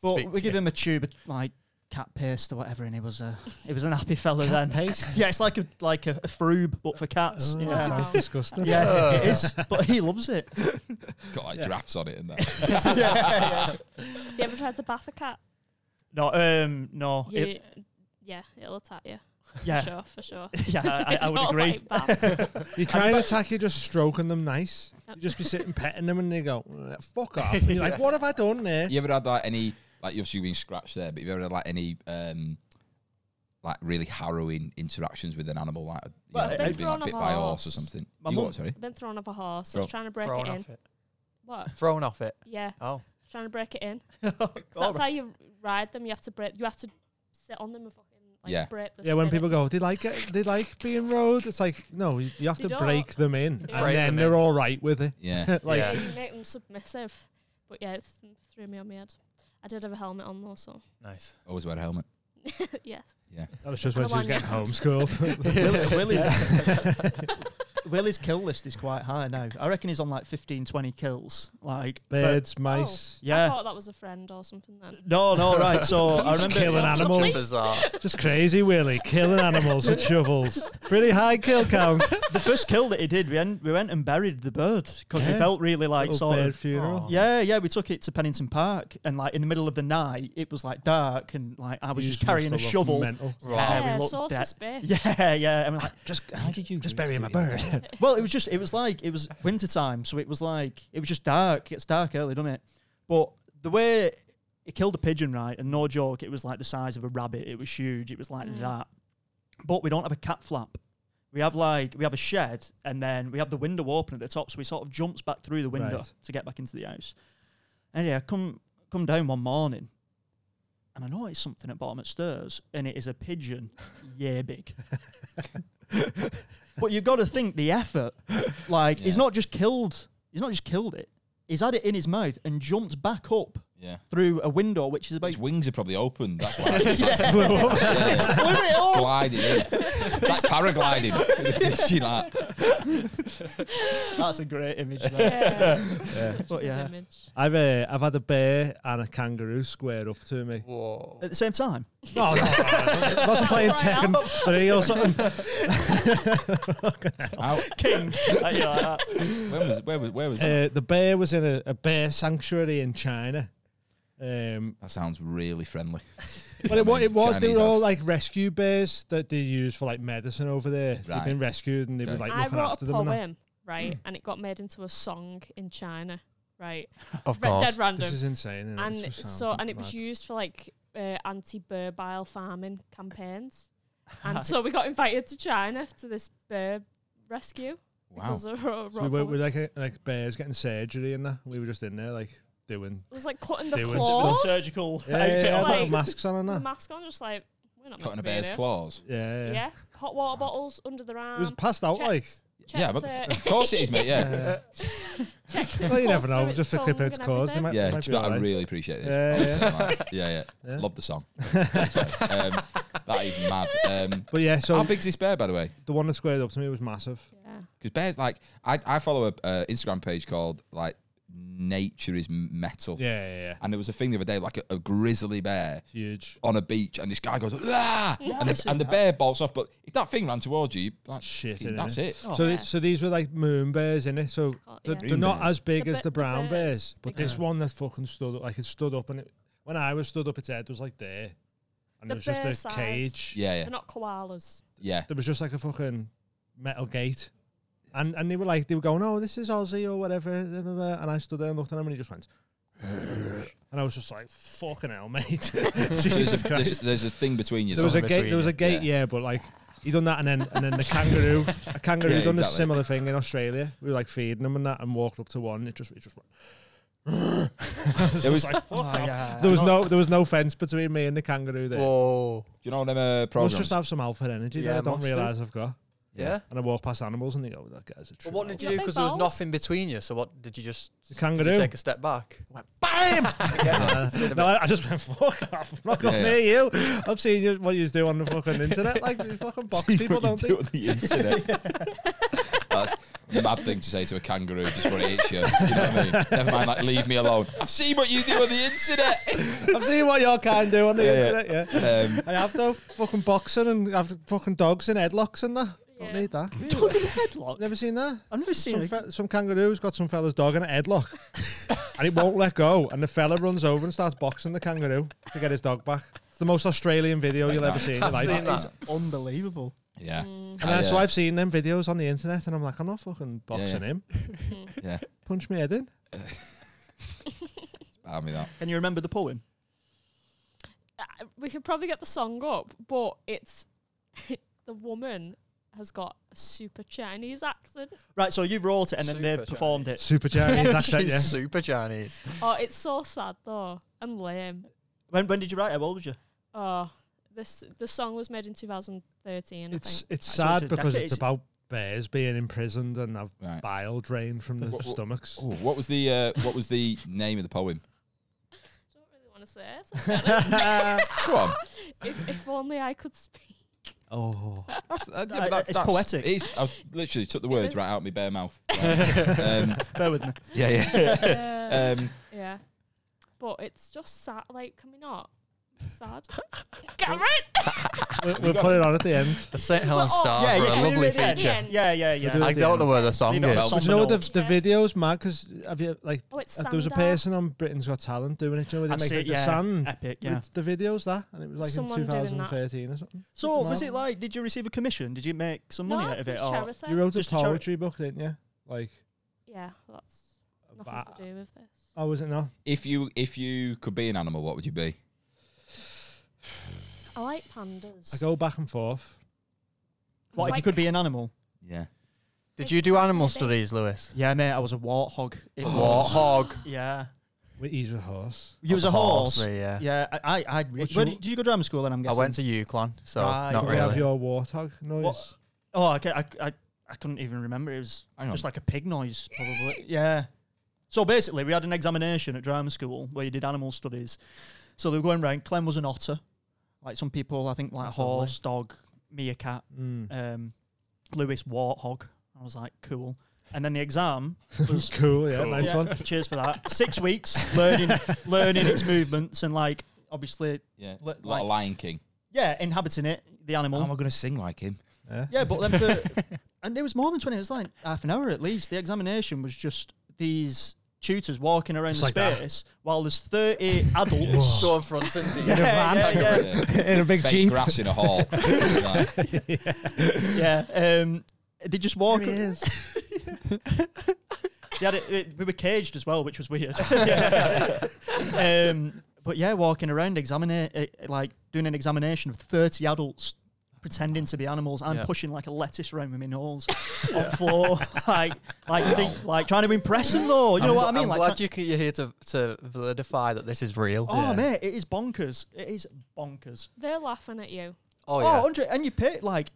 [SPEAKER 5] But
[SPEAKER 6] Speaks,
[SPEAKER 5] we give
[SPEAKER 6] yeah.
[SPEAKER 5] him a tube of like cat paste or whatever, and he was a
[SPEAKER 1] (laughs)
[SPEAKER 5] he was an happy fella then. Yeah, it's like a like a, a froob, but for cats.
[SPEAKER 2] Oh, that
[SPEAKER 5] yeah,
[SPEAKER 2] sounds disgusting.
[SPEAKER 5] yeah,
[SPEAKER 1] (laughs)
[SPEAKER 5] it (laughs) is. But he loves it.
[SPEAKER 4] got like
[SPEAKER 2] Yeah.
[SPEAKER 4] drafts on it and that.
[SPEAKER 1] You ever tried to bath a cat?
[SPEAKER 5] No, um, no,
[SPEAKER 1] You,
[SPEAKER 5] it-
[SPEAKER 1] yeah, it'll attack you.
[SPEAKER 5] yeah,
[SPEAKER 1] For sure, for sure.
[SPEAKER 5] (laughs)
[SPEAKER 1] (laughs)
[SPEAKER 5] yeah, I, I would
[SPEAKER 1] Not
[SPEAKER 5] agree.
[SPEAKER 1] like baths.
[SPEAKER 2] You try and attack, you're just stroking them nice. You just be sitting petting them, and they go, "Uh, "Fuck off!" And you're like, "What have I done there?"
[SPEAKER 4] You ever had like any like you've obviously been scratched there, but you've ever had like any um like really harrowing interactions with an animal, like you
[SPEAKER 5] Well,
[SPEAKER 4] know,
[SPEAKER 5] I've
[SPEAKER 1] been
[SPEAKER 4] maybe like
[SPEAKER 1] thrown
[SPEAKER 4] bit
[SPEAKER 1] off
[SPEAKER 4] by
[SPEAKER 1] a
[SPEAKER 4] a horse or
[SPEAKER 1] horse.
[SPEAKER 4] something.
[SPEAKER 5] My
[SPEAKER 4] you
[SPEAKER 5] mum-
[SPEAKER 4] what? Sorry,
[SPEAKER 1] I've been thrown off a horse. I was
[SPEAKER 4] Thrown-
[SPEAKER 1] trying to break
[SPEAKER 6] Thrown
[SPEAKER 1] it in.
[SPEAKER 6] off it.
[SPEAKER 1] What?
[SPEAKER 6] Thrown off it.
[SPEAKER 1] Yeah,
[SPEAKER 6] Oh.
[SPEAKER 1] trying to break it
[SPEAKER 5] (laughs)
[SPEAKER 1] in. 'Cause
[SPEAKER 5] All
[SPEAKER 1] that's how you ride them. You have to break. You have to sit on them and fucking like
[SPEAKER 4] Yeah.
[SPEAKER 1] break the.
[SPEAKER 2] Yeah, when
[SPEAKER 1] spirit.
[SPEAKER 2] people go, they like it, they like being rode. It's like no, you, you have
[SPEAKER 1] They
[SPEAKER 2] to
[SPEAKER 1] don't.
[SPEAKER 2] break them in,
[SPEAKER 1] Break
[SPEAKER 2] and then
[SPEAKER 6] them
[SPEAKER 2] they're
[SPEAKER 6] in.
[SPEAKER 2] all right with it. (laughs)
[SPEAKER 4] yeah.
[SPEAKER 2] like
[SPEAKER 1] yeah,
[SPEAKER 6] Yeah.
[SPEAKER 1] you make them submissive. But yeah, it th- threw me on my head. I did have a helmet on though, so (laughs)
[SPEAKER 6] Nice.
[SPEAKER 4] Always wear a helmet.
[SPEAKER 1] yeah.
[SPEAKER 2] that was just when
[SPEAKER 1] Another
[SPEAKER 2] she was
[SPEAKER 1] one,
[SPEAKER 2] getting
[SPEAKER 1] yeah.
[SPEAKER 5] (laughs)
[SPEAKER 2] homeschooled. (laughs)
[SPEAKER 5] (laughs) Will, Willie's,
[SPEAKER 1] (laughs)
[SPEAKER 5] Willie's kill list is quite high now. I reckon he's on like 15, 20 kills. Like but-
[SPEAKER 2] Birds, mice,
[SPEAKER 1] I
[SPEAKER 5] Yeah.
[SPEAKER 1] thought that was a friend or something then.
[SPEAKER 5] No, no, right.
[SPEAKER 2] (laughs)
[SPEAKER 5] So I
[SPEAKER 2] Just
[SPEAKER 5] remember
[SPEAKER 2] killing animals.
[SPEAKER 6] Bizarre.
[SPEAKER 2] just crazy Willy killing animals with shovels. Pretty high kill count.
[SPEAKER 5] the first kill that he did. We, en- we went and buried the bird because we
[SPEAKER 2] Yeah.
[SPEAKER 5] felt really (laughs) like
[SPEAKER 2] Little
[SPEAKER 5] sort
[SPEAKER 2] Oh, bird
[SPEAKER 5] of. Oh.
[SPEAKER 2] funeral.
[SPEAKER 6] Aw.
[SPEAKER 5] Yeah, yeah. We took it to Pennington Park, and like in the middle of the night, it was like dark, and like I was
[SPEAKER 2] You
[SPEAKER 5] just
[SPEAKER 2] must
[SPEAKER 5] carrying a
[SPEAKER 2] have looked
[SPEAKER 5] shovel.
[SPEAKER 2] mental.
[SPEAKER 5] Yeah,
[SPEAKER 6] Right.
[SPEAKER 5] we
[SPEAKER 1] Yeah,
[SPEAKER 5] looked
[SPEAKER 1] so
[SPEAKER 5] at-
[SPEAKER 1] suspicious.
[SPEAKER 5] Yeah, yeah. And like,
[SPEAKER 2] Just,
[SPEAKER 5] Why did you
[SPEAKER 2] just
[SPEAKER 5] really
[SPEAKER 2] bury my
[SPEAKER 5] do
[SPEAKER 2] bird.
[SPEAKER 5] (laughs) well, it was just it was like it was winter time, so it was like it was just dark. It's dark early, doesn't it? But the way it killed a pigeon, right? And no joke, it was like the size of a rabbit. It was huge. It was like that. But we don't have a cat flap. We have like we have a shed, and then we have the window open at the top, so he sort of jumps back through the window
[SPEAKER 2] Right.
[SPEAKER 5] to get back into the house. And yeah, I come come down one morning, and I noticed something at bottom of stairs, and it is a pigeon, yeah, big. (laughs) but you've got to think the effort. Like he's
[SPEAKER 4] Yeah.
[SPEAKER 5] not just killed. He's not just killed it. He's had it in his mouth and jumped back up
[SPEAKER 4] Yeah,
[SPEAKER 5] through a window, which is about (laughs)
[SPEAKER 4] his wings are probably
[SPEAKER 2] (laughs)
[SPEAKER 4] open. That's why he's (laughs)
[SPEAKER 5] Blew it (laughs) up.
[SPEAKER 4] gliding in. That's paragliding. (laughs) she like,
[SPEAKER 5] That's a great image. Though.
[SPEAKER 1] (laughs) Yeah.
[SPEAKER 5] But yeah,
[SPEAKER 1] Image.
[SPEAKER 2] (laughs) I've uh, I've had a bear and a kangaroo square up to me.
[SPEAKER 6] Whoa.
[SPEAKER 5] at the same time,
[SPEAKER 2] No, no, (laughs) I wasn't playing
[SPEAKER 1] Right, Al.
[SPEAKER 2] Tekken three or something.
[SPEAKER 4] how,
[SPEAKER 5] king. (laughs) Like, you know, like that.
[SPEAKER 4] when was where was where was that?
[SPEAKER 2] Uh, the bear was in a, a bear sanctuary in China. Um,
[SPEAKER 4] That sounds really friendly.
[SPEAKER 2] But it, wa- it was they
[SPEAKER 4] Chinese
[SPEAKER 2] were all like rescue bears that they use for like medicine over there. They've
[SPEAKER 4] Right.
[SPEAKER 2] been rescued and they were
[SPEAKER 4] Okay.
[SPEAKER 2] like
[SPEAKER 1] I
[SPEAKER 2] looking
[SPEAKER 1] wrote
[SPEAKER 2] after
[SPEAKER 1] a
[SPEAKER 2] them. and that.
[SPEAKER 1] poem,
[SPEAKER 2] Hmm.
[SPEAKER 1] right, and it got made into a song in China, right?
[SPEAKER 6] (laughs) Of
[SPEAKER 1] Ra-
[SPEAKER 6] course.
[SPEAKER 1] Dead random.
[SPEAKER 2] This is insane. isn't it? This
[SPEAKER 1] and
[SPEAKER 2] just sounds
[SPEAKER 1] so and it was
[SPEAKER 2] mad.
[SPEAKER 1] used for like uh, anti-burbile farming campaigns and so we got invited to china to this bird rescue
[SPEAKER 4] Wow.
[SPEAKER 1] because of ro-
[SPEAKER 2] So we were, we were like a, like bears getting surgery and that. We were just in there like
[SPEAKER 1] (laughs)
[SPEAKER 2] doing
[SPEAKER 1] it was like cutting the
[SPEAKER 2] They were just
[SPEAKER 1] claws
[SPEAKER 5] surgical.
[SPEAKER 2] yeah,
[SPEAKER 5] (laughs) outfit
[SPEAKER 2] yeah,
[SPEAKER 1] just
[SPEAKER 2] yeah,
[SPEAKER 5] on.
[SPEAKER 2] little
[SPEAKER 1] like-
[SPEAKER 2] masks on and
[SPEAKER 1] with the
[SPEAKER 2] that.
[SPEAKER 1] mask on just like we're not
[SPEAKER 4] Cutting a
[SPEAKER 1] meant to be in
[SPEAKER 4] bear's
[SPEAKER 1] here.
[SPEAKER 4] claws.
[SPEAKER 2] Yeah, yeah.
[SPEAKER 1] yeah um, hot water bottles under their arm
[SPEAKER 2] It was passed out
[SPEAKER 1] checked,
[SPEAKER 2] like.
[SPEAKER 1] checked,
[SPEAKER 4] yeah, but (laughs)
[SPEAKER 1] uh,
[SPEAKER 4] of course it is, mate. Yeah,
[SPEAKER 2] (laughs) Uh,
[SPEAKER 1] checked
[SPEAKER 2] (laughs)
[SPEAKER 1] his
[SPEAKER 2] well, you
[SPEAKER 1] pulse
[SPEAKER 2] never know.
[SPEAKER 1] through
[SPEAKER 2] Just to
[SPEAKER 1] its
[SPEAKER 2] clip
[SPEAKER 1] tongue
[SPEAKER 2] its
[SPEAKER 1] and
[SPEAKER 2] claws, they
[SPEAKER 1] everything.
[SPEAKER 2] might,
[SPEAKER 4] yeah.
[SPEAKER 2] they might
[SPEAKER 4] do
[SPEAKER 2] be
[SPEAKER 4] you know what? I
[SPEAKER 2] alright.
[SPEAKER 4] really appreciate this.
[SPEAKER 2] Yeah,
[SPEAKER 4] Honestly, like, yeah, yeah,
[SPEAKER 2] (laughs) Yeah.
[SPEAKER 4] Love the song. um, that is mad. Um,
[SPEAKER 2] But yeah, so
[SPEAKER 4] How big's this bear, by the way?
[SPEAKER 2] the one that squared up to me was massive.
[SPEAKER 1] yeah
[SPEAKER 4] Because bears, like, I, I follow a uh, Instagram page called like Nature is Metal,
[SPEAKER 2] Yeah, yeah, yeah.
[SPEAKER 4] and there was a thing the other day, like a, a grizzly bear
[SPEAKER 2] Huge.
[SPEAKER 4] on a beach, and this guy goes, ah, and,
[SPEAKER 5] I've
[SPEAKER 4] the,
[SPEAKER 5] seen
[SPEAKER 4] and the
[SPEAKER 5] that.
[SPEAKER 4] bear bolts off. But if that thing ran towards you, like,
[SPEAKER 2] Shit,
[SPEAKER 4] fucking
[SPEAKER 2] innit?
[SPEAKER 4] that's it.
[SPEAKER 5] Oh.
[SPEAKER 2] so,
[SPEAKER 1] Yeah.
[SPEAKER 2] th- so these were like moon bears, innit? So
[SPEAKER 1] Oh,
[SPEAKER 2] they're,
[SPEAKER 1] yeah.
[SPEAKER 2] they're
[SPEAKER 4] Moon
[SPEAKER 2] not
[SPEAKER 4] bears.
[SPEAKER 2] as big
[SPEAKER 1] The
[SPEAKER 2] as
[SPEAKER 1] bi-
[SPEAKER 2] the
[SPEAKER 1] the
[SPEAKER 2] brown bears,
[SPEAKER 1] bears,
[SPEAKER 2] but
[SPEAKER 1] big
[SPEAKER 2] this
[SPEAKER 1] ones.
[SPEAKER 2] one that fucking stood up, like it stood up, and it, when I was stood up, its head was like there, and
[SPEAKER 1] The
[SPEAKER 2] it was just
[SPEAKER 1] bear
[SPEAKER 2] a
[SPEAKER 1] size.
[SPEAKER 2] cage.
[SPEAKER 4] Yeah, yeah,
[SPEAKER 1] they're not koalas
[SPEAKER 4] yeah.
[SPEAKER 2] There was just like a fucking metal gate, and and they were like they were going, oh, this is Aussie or whatever, blah, blah, blah," and I stood there and looked at him, and he just went, and I was just like, fucking hell, mate,
[SPEAKER 4] There's
[SPEAKER 2] (laughs)
[SPEAKER 4] a,
[SPEAKER 2] Jesus Christ.
[SPEAKER 4] there's, a, there's a thing between
[SPEAKER 2] (laughs)
[SPEAKER 4] you.
[SPEAKER 2] There was a
[SPEAKER 4] somewhere.
[SPEAKER 2] gate. There was a gate.
[SPEAKER 4] Yeah.
[SPEAKER 2] Yeah, but like he done that, and then and then the kangaroo, a kangaroo
[SPEAKER 4] Yeah,
[SPEAKER 2] done a
[SPEAKER 4] exactly.
[SPEAKER 2] similar thing in Australia. We were like feeding him and that, and walked up to one. It just it just went.
[SPEAKER 4] There was,
[SPEAKER 5] Oh, yeah.
[SPEAKER 2] There was no there was no fence between me and the kangaroo. There.
[SPEAKER 6] Whoa.
[SPEAKER 4] Do you know them uh,
[SPEAKER 2] I must
[SPEAKER 4] programs?
[SPEAKER 2] just have some alpha energy
[SPEAKER 6] Yeah,
[SPEAKER 2] that I don't
[SPEAKER 6] must do.
[SPEAKER 2] realize I've got.
[SPEAKER 6] Yeah.
[SPEAKER 2] And I walk past animals and they go, "That guy's a true."
[SPEAKER 6] But what did you
[SPEAKER 1] Got
[SPEAKER 6] do?
[SPEAKER 1] big
[SPEAKER 6] Because there was
[SPEAKER 1] balls.
[SPEAKER 6] nothing between you. So what did you just?
[SPEAKER 2] The
[SPEAKER 6] Did you
[SPEAKER 2] kangaroo?
[SPEAKER 6] take a step (laughs) back?
[SPEAKER 2] Bam!
[SPEAKER 6] Yeah. Sit
[SPEAKER 2] no,
[SPEAKER 6] a bit.
[SPEAKER 2] I I just went (laughs) fuck off. I'm not gonna
[SPEAKER 4] Yeah,
[SPEAKER 2] hear you. I've seen you, what you do on the
[SPEAKER 4] (laughs)
[SPEAKER 2] fucking internet. Like you fucking box
[SPEAKER 4] See
[SPEAKER 2] people,
[SPEAKER 4] what (laughs) you
[SPEAKER 2] don't they?
[SPEAKER 4] do on
[SPEAKER 2] (laughs)
[SPEAKER 4] the internet. That's a mad thing to say to a kangaroo just when it hits you. You know what
[SPEAKER 2] (laughs)
[SPEAKER 4] I mean? Never mind, like leave me alone. I've seen what you do on the
[SPEAKER 2] (laughs)
[SPEAKER 4] internet.
[SPEAKER 2] I've seen what your kind do on the
[SPEAKER 4] Yeah, yeah.
[SPEAKER 2] internet. Yeah.
[SPEAKER 4] Um,
[SPEAKER 2] I have though. Fucking boxing and I have fucking dogs and headlocks and that. Don't
[SPEAKER 1] Yeah.
[SPEAKER 2] need that.
[SPEAKER 5] Dog in a headlock.
[SPEAKER 2] Never seen that.
[SPEAKER 5] I've never seen
[SPEAKER 2] Some,
[SPEAKER 5] it.
[SPEAKER 2] fe- some kangaroo's got some fella's dog in a
[SPEAKER 4] (laughs)
[SPEAKER 2] headlock, and it won't let go. And the fella runs over and starts boxing the kangaroo to get his dog back. It's the most Australian video you'll ever see in your
[SPEAKER 6] I've
[SPEAKER 2] life.
[SPEAKER 6] seen that.
[SPEAKER 5] Unbelievable.
[SPEAKER 4] Yeah.
[SPEAKER 1] Mm.
[SPEAKER 2] And then,
[SPEAKER 4] I,
[SPEAKER 2] so
[SPEAKER 4] uh,
[SPEAKER 2] I've seen them videos on the internet, and I'm like, I'm not fucking boxing
[SPEAKER 4] yeah.
[SPEAKER 2] him.
[SPEAKER 4] (laughs) Yeah.
[SPEAKER 2] Punch me head in.
[SPEAKER 4] I mean that.
[SPEAKER 5] Can you remember the poem?
[SPEAKER 1] Uh, we could probably get the song up, but it's (laughs) the woman has got a super Chinese accent.
[SPEAKER 5] Right, so you wrote it and then they
[SPEAKER 6] Super
[SPEAKER 5] performed it.
[SPEAKER 2] Super Chinese accent,
[SPEAKER 6] She's
[SPEAKER 2] yeah.
[SPEAKER 6] super Chinese.
[SPEAKER 1] Oh, it's so sad though and lame.
[SPEAKER 5] When when did you write it? How old was you?
[SPEAKER 1] Oh, this the song was made in 2013. I
[SPEAKER 2] It's
[SPEAKER 1] think.
[SPEAKER 2] it's
[SPEAKER 5] So it's
[SPEAKER 2] sad
[SPEAKER 5] a
[SPEAKER 2] because
[SPEAKER 5] decade-
[SPEAKER 2] it's about bears being imprisoned and have
[SPEAKER 4] Right.
[SPEAKER 2] bile drained from their
[SPEAKER 4] What- what-
[SPEAKER 2] stomachs.
[SPEAKER 4] Ooh, what was the uh, What was the name of the poem?
[SPEAKER 1] I don't really want to say it.
[SPEAKER 2] (laughs)
[SPEAKER 1] to be honest.
[SPEAKER 4] Come on.
[SPEAKER 1] (laughs) if, if only I could speak.
[SPEAKER 2] Oh,
[SPEAKER 4] That's, uh,
[SPEAKER 5] Uh,
[SPEAKER 4] but that-
[SPEAKER 5] it's poetic.
[SPEAKER 4] It is, I literally took the words right out of my
[SPEAKER 2] (laughs)
[SPEAKER 4] bare mouth. Right. um,
[SPEAKER 5] Bear with me.
[SPEAKER 4] yeah, yeah.
[SPEAKER 1] Uh,
[SPEAKER 4] Um,
[SPEAKER 1] yeah, but it's just sad. Like, can we not? It's Sad. (laughs) Garrett.
[SPEAKER 2] we- we'll put it on at the end.
[SPEAKER 6] The St. Helens
[SPEAKER 1] Oh,
[SPEAKER 6] Star
[SPEAKER 5] yeah,
[SPEAKER 6] for
[SPEAKER 5] you
[SPEAKER 6] a
[SPEAKER 5] should
[SPEAKER 6] lovely
[SPEAKER 1] do it at the
[SPEAKER 6] feature.
[SPEAKER 1] end.
[SPEAKER 5] (laughs) Yeah, yeah, yeah.
[SPEAKER 2] do
[SPEAKER 6] I
[SPEAKER 2] at the
[SPEAKER 6] don't
[SPEAKER 2] end.
[SPEAKER 6] know where the song
[SPEAKER 5] Leave it
[SPEAKER 6] is.
[SPEAKER 5] on.
[SPEAKER 2] Do you know the
[SPEAKER 5] notes.
[SPEAKER 2] the
[SPEAKER 1] Yeah.
[SPEAKER 2] videos, man? Because have you like
[SPEAKER 1] Oh, it's
[SPEAKER 2] uh, there was a
[SPEAKER 1] Sandart.
[SPEAKER 2] person on Britain's Got Talent doing it. You know, where they
[SPEAKER 5] I've
[SPEAKER 2] make
[SPEAKER 5] seen
[SPEAKER 2] like,
[SPEAKER 5] it, yeah.
[SPEAKER 2] the sand.
[SPEAKER 5] Epic, yeah.
[SPEAKER 2] It's the videos that, and it was like
[SPEAKER 1] Uh, Someone
[SPEAKER 2] in
[SPEAKER 1] doing that.
[SPEAKER 2] 2013 or something.
[SPEAKER 5] So was
[SPEAKER 2] Wow.
[SPEAKER 5] it like? Did you receive a commission? Did you make some money
[SPEAKER 1] no,
[SPEAKER 5] out of it?
[SPEAKER 1] it's
[SPEAKER 5] or-
[SPEAKER 1] charity.
[SPEAKER 2] You wrote
[SPEAKER 5] Just
[SPEAKER 2] Oh, a
[SPEAKER 5] a chari-
[SPEAKER 2] poetry book, didn't you? Like,
[SPEAKER 1] yeah, that's nothing
[SPEAKER 2] I,
[SPEAKER 1] to do with this.
[SPEAKER 2] oh, was it not?
[SPEAKER 4] if you if you could be an animal, what would you be?
[SPEAKER 1] I like
[SPEAKER 2] I
[SPEAKER 1] pandas.
[SPEAKER 2] go back and forth.
[SPEAKER 5] What if you
[SPEAKER 1] Like-
[SPEAKER 5] could be an animal?
[SPEAKER 4] Yeah.
[SPEAKER 6] Did you do animal studies, Lewis?
[SPEAKER 5] Yeah, mate. I was a warthog. (gasps) It was.
[SPEAKER 6] Warthog.
[SPEAKER 5] Yeah.
[SPEAKER 2] We- He's a horse.
[SPEAKER 5] You was a horse.
[SPEAKER 6] me, yeah.
[SPEAKER 5] Yeah, I, I, I re-
[SPEAKER 2] Which
[SPEAKER 5] Where
[SPEAKER 2] you-
[SPEAKER 5] did, did you go drama school? Then I'm
[SPEAKER 6] I
[SPEAKER 5] guessing.
[SPEAKER 6] went to UCLan, so
[SPEAKER 5] Right.
[SPEAKER 6] not
[SPEAKER 2] Can
[SPEAKER 5] Really?
[SPEAKER 2] we have
[SPEAKER 6] really.
[SPEAKER 2] your warthog
[SPEAKER 1] (laughs)
[SPEAKER 2] noise?
[SPEAKER 5] What- Oh, okay. I, I, I couldn't even remember. It was
[SPEAKER 4] Hang on.
[SPEAKER 5] just like a pig noise, probably. yeah. So basically, we had an examination at drama school where you did animal studies. So they were going round. Clem was an otter. Like some people, I think, like
[SPEAKER 6] That's lovely.
[SPEAKER 5] horse, dog, meerkat,
[SPEAKER 2] Mm. (laughs)
[SPEAKER 5] um, Lewis, warthog. I was like, cool. And then the exam was
[SPEAKER 2] Cool, yeah,
[SPEAKER 6] Cool.
[SPEAKER 2] nice
[SPEAKER 5] Yeah,
[SPEAKER 2] one.
[SPEAKER 5] Cheers for that. Six weeks (laughs) learning, learning its movements and like obviously,
[SPEAKER 4] Yeah.
[SPEAKER 5] Le-
[SPEAKER 4] like, like
[SPEAKER 5] like-
[SPEAKER 4] Lion King.
[SPEAKER 5] yeah, inhabiting it, the animal.
[SPEAKER 4] How am I going to sing like (laughs) him?
[SPEAKER 2] Yeah.
[SPEAKER 5] Yeah, but then
[SPEAKER 2] (laughs)
[SPEAKER 5] for, and it was more than twenty. It was like half an hour at least. The examination was just these tutors walking around
[SPEAKER 2] Just
[SPEAKER 5] the
[SPEAKER 2] like that.
[SPEAKER 5] space while there's thirty adults.
[SPEAKER 6] So fronting.
[SPEAKER 5] yeah,
[SPEAKER 4] (laughs)
[SPEAKER 5] yeah, yeah, yeah.
[SPEAKER 2] (laughs) In a big
[SPEAKER 4] Fake
[SPEAKER 2] jeep.
[SPEAKER 4] grass in a hall. (laughs) Like,
[SPEAKER 5] Um, they just walk.
[SPEAKER 2] There he
[SPEAKER 5] (laughs)
[SPEAKER 2] is.
[SPEAKER 5] Yeah, it, it, we were caged as well, which was weird. (laughs) Yeah. um, but yeah, walking around, examining, uh, like doing an examination of thirty adults pretending to be animals. I'm
[SPEAKER 6] Yeah.
[SPEAKER 5] pushing like a lettuce around with my
[SPEAKER 6] (laughs)
[SPEAKER 5] nose on floor, (laughs) like like they, like trying to impress them though. You know what I mean?
[SPEAKER 6] I'm
[SPEAKER 5] like
[SPEAKER 6] glad you can, you're here to, to validify that this is real.
[SPEAKER 5] Oh
[SPEAKER 2] Yeah.
[SPEAKER 5] mate, it is bonkers. It is bonkers.
[SPEAKER 1] They're laughing at you.
[SPEAKER 6] Oh,
[SPEAKER 5] Oh,
[SPEAKER 6] yeah.
[SPEAKER 5] 100 and you pay like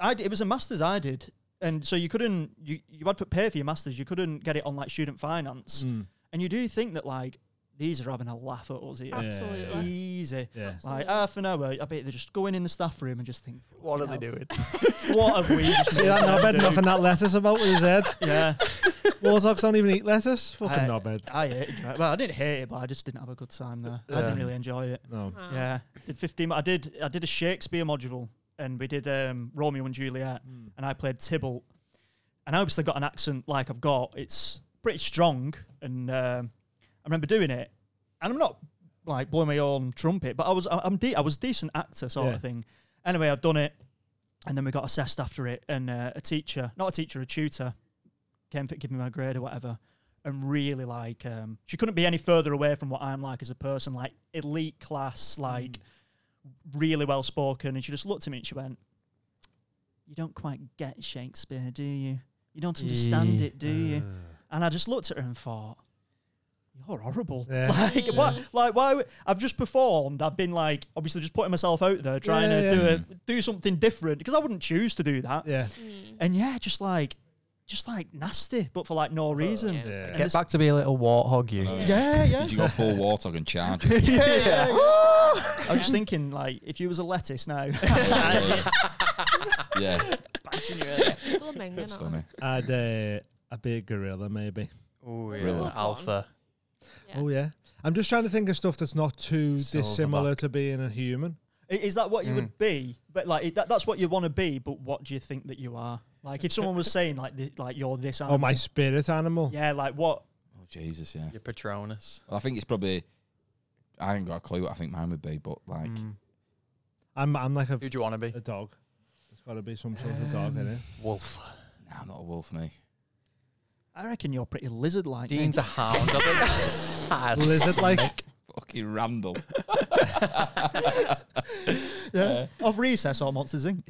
[SPEAKER 5] I d- it was a masters I did. And so you couldn't you you had to pay for your masters. You couldn't get it on like student finance.
[SPEAKER 2] Mm.
[SPEAKER 5] And you do think that like these are having a laugh at us here.
[SPEAKER 2] Yeah. E.
[SPEAKER 1] Absolutely.
[SPEAKER 5] Easy.
[SPEAKER 2] Yeah.
[SPEAKER 5] Like half an hour, I bet they're just going in the staff room and just think,
[SPEAKER 6] What are they
[SPEAKER 5] "Fucking
[SPEAKER 6] doing?
[SPEAKER 5] hell, What have we
[SPEAKER 2] (laughs)
[SPEAKER 5] just
[SPEAKER 2] See that
[SPEAKER 5] done,
[SPEAKER 2] knobhead
[SPEAKER 5] dude?"
[SPEAKER 2] knocking that lettuce about with his head?
[SPEAKER 5] Yeah,
[SPEAKER 2] Warthogs don't even eat lettuce. Fucking
[SPEAKER 5] I-
[SPEAKER 2] knobhead.
[SPEAKER 5] I hated it. Well, I didn't hate it, but I just didn't have a good time there. I didn't
[SPEAKER 6] Yeah.
[SPEAKER 5] really enjoy it.
[SPEAKER 2] No.
[SPEAKER 1] Wow.
[SPEAKER 5] Yeah, did 15. I did I did a Shakespeare module and we did um, Romeo and Juliet and I played Tybalt. And I obviously got an accent like I've got. It's pretty strong and um, I remember doing it. And I'm not like blowing my own trumpet, but I was I- I'm de- I was a decent actor sort
[SPEAKER 2] Yeah.
[SPEAKER 5] of thing. Anyway, I've done it and then we got assessed after it and uh, a teacher, not a teacher, a tutor came to give me my grade or whatever. And really, like, um, she couldn't be any further away from what I'm like as a person, like elite
[SPEAKER 2] Hmm.
[SPEAKER 5] class, like really well spoken. And she just looked at me and she went, "You don't quite get Shakespeare, do you? You don't understand it, do you?"
[SPEAKER 2] Uh.
[SPEAKER 5] And I just looked at her and thought, "You're horrible.
[SPEAKER 2] Yeah.
[SPEAKER 5] (laughs) Like, why? Like, why? would- I've just performed. I've been like, obviously, just putting myself out there, trying
[SPEAKER 2] Yeah,
[SPEAKER 5] to
[SPEAKER 2] yeah.
[SPEAKER 5] do a, do something different because I wouldn't choose to do that.
[SPEAKER 2] Yeah.
[SPEAKER 1] Mm,
[SPEAKER 5] And yeah, just like, just like nasty, but for like no reason.
[SPEAKER 2] Yeah.
[SPEAKER 5] And
[SPEAKER 6] Get
[SPEAKER 5] this-
[SPEAKER 6] back to be a little warthog, you.
[SPEAKER 4] no.
[SPEAKER 5] Yeah, yeah.
[SPEAKER 4] Did you go full warthog and charge? (laughs) it?
[SPEAKER 5] yeah, (laughs) yeah. I was just thinking, like, if you was a lettuce
[SPEAKER 4] (laughs)
[SPEAKER 5] now, (laughs)
[SPEAKER 4] yeah,
[SPEAKER 1] Flamingo,
[SPEAKER 4] it's
[SPEAKER 1] not-
[SPEAKER 4] funny.
[SPEAKER 2] I'd uh, I'd be a gorilla maybe.
[SPEAKER 6] Ooh,
[SPEAKER 1] It's
[SPEAKER 4] a
[SPEAKER 6] yeah.
[SPEAKER 4] good
[SPEAKER 6] Alpha.
[SPEAKER 1] Yeah.
[SPEAKER 2] Oh yeah. I'm just trying to think of stuff that's not too
[SPEAKER 6] Silverback.
[SPEAKER 2] dissimilar to being a human.
[SPEAKER 5] I- Is that what you
[SPEAKER 4] Mm.
[SPEAKER 5] would be? But like it, that, that's what you want to be. But what do you think that you are? Like if someone was saying like thi- like you're this animal.
[SPEAKER 2] Oh my spirit animal.
[SPEAKER 5] Um, Yeah, like what?
[SPEAKER 4] Oh Jesus, yeah.
[SPEAKER 6] Your Patronus.
[SPEAKER 4] Well, I think it's probably. I ain't got a clue what I think mine would be, but like,
[SPEAKER 6] Mm.
[SPEAKER 2] I'm I'm like a,
[SPEAKER 6] Who do you want to be?
[SPEAKER 2] a dog. It's Gotta be some sort of dog in it.
[SPEAKER 6] Wolf.
[SPEAKER 4] Nah, not a wolf, me.
[SPEAKER 5] I reckon you're pretty lizard like.
[SPEAKER 6] Dean's a
[SPEAKER 1] (laughs)
[SPEAKER 6] hound. I think.
[SPEAKER 2] Lizard (laughs) like.
[SPEAKER 4] (laughs) Fucking Randall.
[SPEAKER 5] (laughs) yeah. Of recess or Monsters Inc.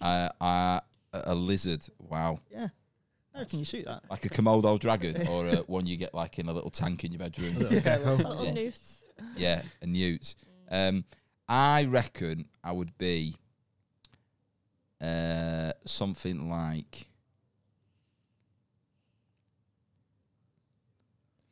[SPEAKER 1] (laughs)
[SPEAKER 4] Yeah. (laughs) um, uh, uh, a lizard. Wow.
[SPEAKER 5] Yeah. I reckon you shoot that.
[SPEAKER 4] Like a Komodo dragon or uh, one you get like in a little tank in your (laughs) bedroom.
[SPEAKER 1] A
[SPEAKER 2] Gecko.
[SPEAKER 1] little
[SPEAKER 4] Yeah.
[SPEAKER 1] noose.
[SPEAKER 4] yeah, a newt. Um, I reckon I would be uh, something like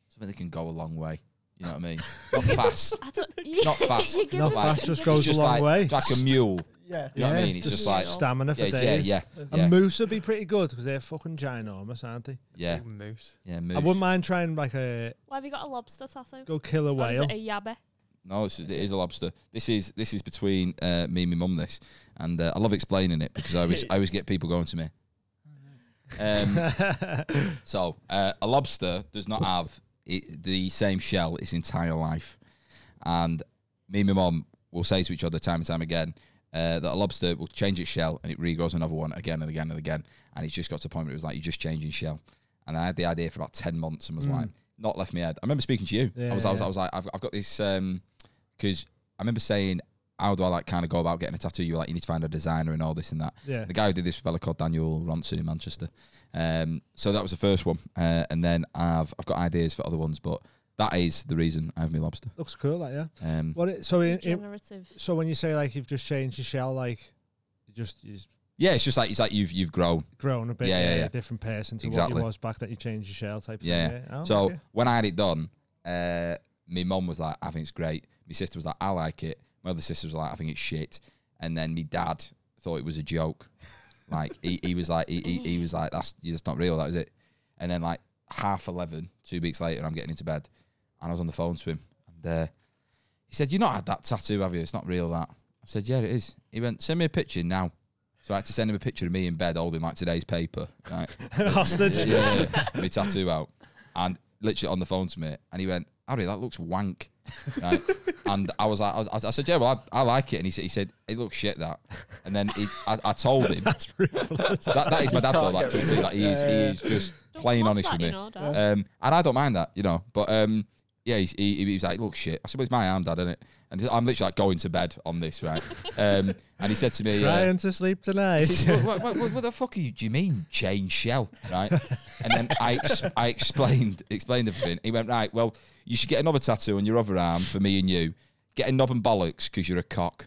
[SPEAKER 4] something that can go a long way. You know what
[SPEAKER 2] (laughs)
[SPEAKER 4] I mean? Not fast.
[SPEAKER 1] I don't, (laughs) you,
[SPEAKER 4] uh, Not fast.
[SPEAKER 1] you're giving
[SPEAKER 2] Not
[SPEAKER 1] me-
[SPEAKER 2] fast, just
[SPEAKER 1] you're
[SPEAKER 2] goes
[SPEAKER 4] It's just
[SPEAKER 2] a long
[SPEAKER 4] like,
[SPEAKER 2] way.
[SPEAKER 4] Like a mule.
[SPEAKER 5] (laughs) Yeah.
[SPEAKER 4] You know what I mean? It's just like
[SPEAKER 2] stamina (laughs) for
[SPEAKER 4] yeah, yeah,
[SPEAKER 2] days.
[SPEAKER 4] yeah,
[SPEAKER 2] A
[SPEAKER 4] yeah,
[SPEAKER 2] moose would be pretty good because they're fucking ginormous, aren't they?
[SPEAKER 4] yeah, (laughs)
[SPEAKER 6] Big Moose.
[SPEAKER 4] yeah.
[SPEAKER 2] I
[SPEAKER 4] Moose.
[SPEAKER 2] wouldn't mind trying like a
[SPEAKER 1] Why have you got a lobster tattoo?
[SPEAKER 2] go kill a
[SPEAKER 1] Or is
[SPEAKER 2] whale.
[SPEAKER 1] it a yabba?
[SPEAKER 4] No, it's, it is a lobster. This is this is between uh, me and my mum. This, and uh, I love explaining it because
[SPEAKER 2] (laughs)
[SPEAKER 4] I always I always get people going to me. Um, So uh, a lobster does not have it, the same shell its entire life, and me and my mum will say to each other time and time again uh, that a lobster will change its shell and it regrows another one again and again and again, and it's just got to a point where it was like you're just changing shell. And I had the idea for about ten months and was like,
[SPEAKER 2] Mm,
[SPEAKER 4] not left my head. I remember speaking to you. I was, I
[SPEAKER 2] Hmm.
[SPEAKER 4] was,
[SPEAKER 2] Yeah.
[SPEAKER 4] I was like, I've, I've got this because I remember saying, how do I like kind of go about getting a tattoo? You're like, you need to find a designer and all this and that.
[SPEAKER 2] yeah.
[SPEAKER 4] (laughs) The guy who did this, was a fella called Daniel Ronson in Manchester. Um, so that was the first one, uh, and then I've I've got ideas for other ones, but that is the reason I have my lobster.
[SPEAKER 2] Looks cool, like yeah.
[SPEAKER 4] Um,
[SPEAKER 2] What it, so in, in,
[SPEAKER 1] Generative.
[SPEAKER 2] so when you say like you've just changed your shell, like you just you've
[SPEAKER 4] yeah, it's just like it's like you've you've grown.
[SPEAKER 2] grown a bit,
[SPEAKER 4] Yeah,
[SPEAKER 2] yeah,
[SPEAKER 4] yeah,
[SPEAKER 2] you're
[SPEAKER 4] yeah.
[SPEAKER 2] a different person to what
[SPEAKER 4] Exactly.
[SPEAKER 2] you was back that you changed your shell type.
[SPEAKER 4] Yeah.
[SPEAKER 2] Thing, yeah. Oh,
[SPEAKER 4] so
[SPEAKER 2] okay. (laughs)
[SPEAKER 4] when I had it done, uh, my mum was like, "I think it's great." My sister was like, "I like it." My other sister was like, "I think it's shit," and then my dad thought it was a joke. Like he, he was like he, he, he was like that's that's not real. That was it. And then like half eleven, two weeks later, I'm getting into bed, and I was on the phone to him, and uh, he said, "You not had that tattoo, have you? It's not real." That I said, "Yeah, it is." He went, "Send me a picture now." So I had to send him a picture of me in bed holding like today's paper, right?
[SPEAKER 2] An hostage.
[SPEAKER 4] yeah, yeah, yeah. my tattoo out, and literally on the phone to me, and he went, "Harry, that looks wank," right? and I was like, I, was, I said, "Yeah, well, I, I like it," and he said, "He said it looks shit that," and then he, I, I told
[SPEAKER 2] (laughs)
[SPEAKER 4] him that,
[SPEAKER 2] That's ruthless.
[SPEAKER 4] that is my dad though, like to a T, like he is, he is just
[SPEAKER 1] Don't
[SPEAKER 4] plain
[SPEAKER 1] want
[SPEAKER 4] honest
[SPEAKER 1] that,
[SPEAKER 4] with me,
[SPEAKER 1] you know, Dad.
[SPEAKER 4] um, and I don't mind that, you know, but um. Yeah, he's, he, he was like, "Look, shit." I said, "Well, it's my arm, Dad, isn't it?" And he- I'm literally like going to bed on this, right? Um, and he said to me, uh,
[SPEAKER 2] Trying to sleep tonight. (laughs)
[SPEAKER 4] He says, what, what, what, what the fuck are you, do you mean chain shell, right? And then I ex- I explained explained everything. He went right. Well, you should get another tattoo on your other arm for me and you. Get a knob and bollocks because you're a cock.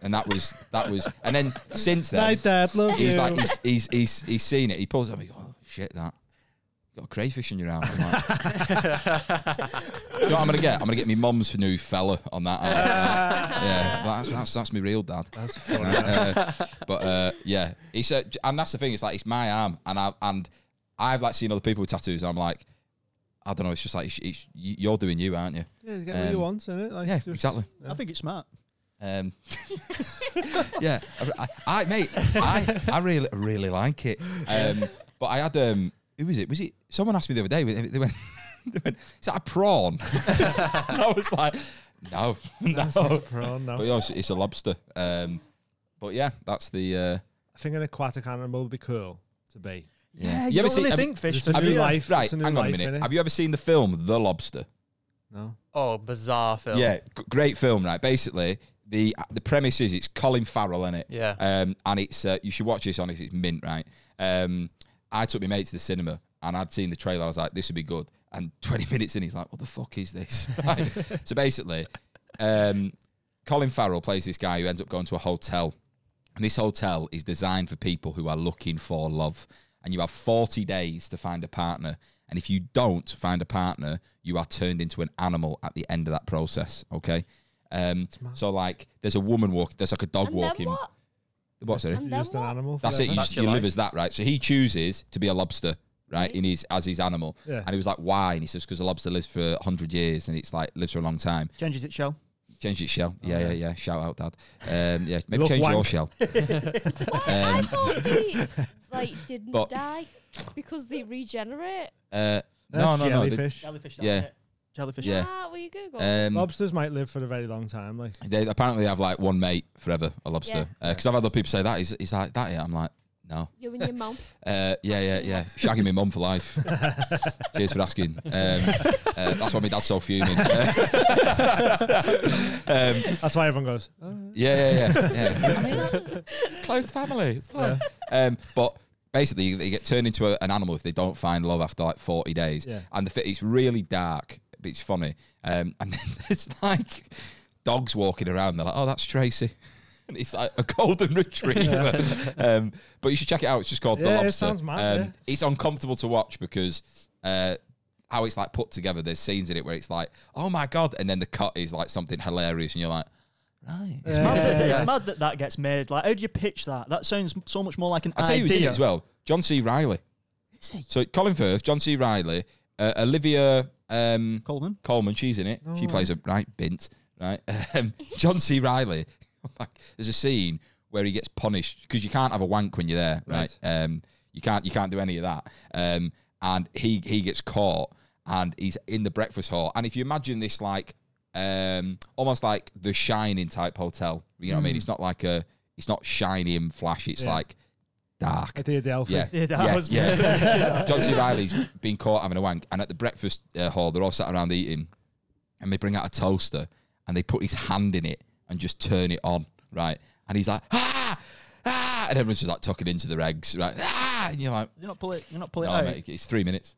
[SPEAKER 4] and that was that was. And then since then,
[SPEAKER 2] Night, Dad. Love
[SPEAKER 4] he's
[SPEAKER 2] you.
[SPEAKER 4] like he's, he's he's he's seen it. He pulls up. He goes, oh shit, that. you Got a crayfish in your arm. I'm like, you know what I'm gonna get? I'm gonna get my mum's new fella on that. arm. yeah, that's that's that's my real dad.
[SPEAKER 2] That's funny.
[SPEAKER 4] Uh, (laughs) but uh, yeah, he said, and that's the thing. It's like it's my arm, and I and I've like seen other people with tattoos, and I'm like, I don't know. It's just like it's, it's, you- you're doing you, aren't you?
[SPEAKER 2] yeah, you get what you
[SPEAKER 4] um,
[SPEAKER 2] want, innit? Like,
[SPEAKER 4] yeah,
[SPEAKER 2] just-
[SPEAKER 4] exactly.
[SPEAKER 5] I think it's smart.
[SPEAKER 4] Um, (laughs) yeah, I, I, I- mate, I I really really like it. Um, but I had um, who was it? Was it someone asked me the other day? They went, (laughs) they went is that a prawn? (laughs) and I was like, no, (laughs) no.
[SPEAKER 2] That's prawn, no.
[SPEAKER 4] But yeah, it's, it's a lobster. Um, but yeah, that's the. Uh,
[SPEAKER 2] I think an aquatic animal would be cool to be.
[SPEAKER 4] Yeah.
[SPEAKER 5] Yeah,
[SPEAKER 4] You
[SPEAKER 5] you,
[SPEAKER 4] ever um,
[SPEAKER 5] don't really
[SPEAKER 4] seen-
[SPEAKER 5] think fish
[SPEAKER 2] It's a
[SPEAKER 5] for
[SPEAKER 2] new
[SPEAKER 5] real.
[SPEAKER 2] life.
[SPEAKER 4] Right,
[SPEAKER 2] It's a new
[SPEAKER 4] hang on a
[SPEAKER 2] life,
[SPEAKER 4] minute.
[SPEAKER 2] innit?
[SPEAKER 4] Have you ever seen the film The Lobster?
[SPEAKER 2] No.
[SPEAKER 6] (laughs) Oh, bizarre film.
[SPEAKER 4] Yeah, g- great film, right? Basically, the the premise is it's Colin Farrell in it.
[SPEAKER 6] Yeah.
[SPEAKER 4] Um, and it's uh, you should watch this on it. It's mint, right? Um, I took my mate to the cinema and I'd seen the trailer. I was like, this would be good. And (laughs) 20 minutes in, he's like, what the fuck is this? (laughs) Right. so basically, um, Colin Farrell plays this guy who ends up going to a hotel. And this hotel is designed for people who are looking for love. And you have 40 days to find a partner. And if you don't find a partner, you are turned into an animal at the end of that process. Okay. Um, so, like, there's a woman walking, there's like a dog
[SPEAKER 1] And then
[SPEAKER 2] (laughs)
[SPEAKER 4] walking.
[SPEAKER 1] what?
[SPEAKER 4] What's it?
[SPEAKER 2] You're
[SPEAKER 1] And then
[SPEAKER 2] just an
[SPEAKER 1] what?
[SPEAKER 2] animal.
[SPEAKER 4] That's it. You,
[SPEAKER 2] forever.
[SPEAKER 6] That's
[SPEAKER 4] just,
[SPEAKER 6] your
[SPEAKER 4] you
[SPEAKER 6] life.
[SPEAKER 4] live as that, right? So he chooses to be a lobster, right? In his as his animal,
[SPEAKER 2] Yeah.
[SPEAKER 4] and he was like, "Why?" And he says, "Because a lobster lives for hundred years, and it's like lives for a long time.
[SPEAKER 5] Changes its shell.
[SPEAKER 4] Change its shell. yeah, yeah, yeah. Shout out, dad. Um, yeah, maybe
[SPEAKER 2] Love
[SPEAKER 4] change your
[SPEAKER 2] wank.
[SPEAKER 4] shell. Uh,
[SPEAKER 1] I thought they like didn't
[SPEAKER 4] Um, But-
[SPEAKER 1] die because they regenerate.
[SPEAKER 4] Uh,
[SPEAKER 2] That's
[SPEAKER 4] no, no, no. the-
[SPEAKER 2] jellyfish.
[SPEAKER 5] Jellyfish.
[SPEAKER 4] Yeah.
[SPEAKER 5] jellyfish.
[SPEAKER 4] Yeah.
[SPEAKER 1] Ah, will you Google?
[SPEAKER 4] (laughs) Um,
[SPEAKER 2] Lobsters might live for a very long time. Like
[SPEAKER 4] they apparently have like one mate forever, a lobster. Because I've had other people say that. He's, he's like, that it? I'm like, no.
[SPEAKER 1] you and your mum.
[SPEAKER 4] Uh, yeah, yeah, yeah. Shagging my mum for life. (laughs) Cheers for asking. Um, uh, that's why my dad's so
[SPEAKER 2] (laughs)
[SPEAKER 4] fuming. (laughs) um,
[SPEAKER 2] that's why everyone goes. Oh,
[SPEAKER 4] Yeah,
[SPEAKER 2] (laughs)
[SPEAKER 4] yeah, yeah. yeah. I mean, that's close family. It's fine. Um, but basically, they get turned into a, an animal if they don't find love after like 40 days.
[SPEAKER 2] Yeah.
[SPEAKER 4] And the fi- it's really dark, but it's funny. Um, and (laughs) then there's like dogs walking around. They're like, oh, that's Tracy. (laughs) And it's like a golden retriever. (laughs) um, but you should check it out. It's just called The
[SPEAKER 2] Yeah, it
[SPEAKER 4] Lobster. Um,
[SPEAKER 2] sounds mad, yeah.
[SPEAKER 4] It's uncomfortable to watch because. Uh, how it's like put together. There's scenes in it where it's like, oh my god, and then the cut is like something hilarious, and you're like, right,
[SPEAKER 5] It's, mad that, it's mad that that gets made. Like, how do you pitch that? That sounds so much more like an
[SPEAKER 4] I'll tell you who's in it
[SPEAKER 5] idea.
[SPEAKER 4] as well. John C. Riley. Is he? So Colin Firth, John C. Riley, uh, Olivia um,
[SPEAKER 5] (laughs) Coleman.
[SPEAKER 4] Coleman, she's in it. she plays a right bint, right? (laughs) Um, John C. (laughs) Riley. There's a scene where he gets punished because you can't have a wank when you're there, right? Um, you can't you can't do any of that. Um, and he he gets caught and he's in the breakfast hall. And if you imagine this like um, almost like the shining type hotel, you know what I mean? It's not like a it's not shiny and flashy. It's like dark.
[SPEAKER 2] Idea Delphi.
[SPEAKER 4] Yeah,
[SPEAKER 5] Yeah, that was-
[SPEAKER 4] John C. Riley's been caught having a wank, and at the breakfast uh, hall, they're all sat around eating, and they bring out a toaster, and they put his hand in it and just turn it on, right? And he's like, ah, ah, and everyone's just like tucking into their eggs, right? Ah, and you're like,
[SPEAKER 5] You're not pull it. You're not pull it
[SPEAKER 4] no,
[SPEAKER 5] out.
[SPEAKER 4] mate, it's three minutes.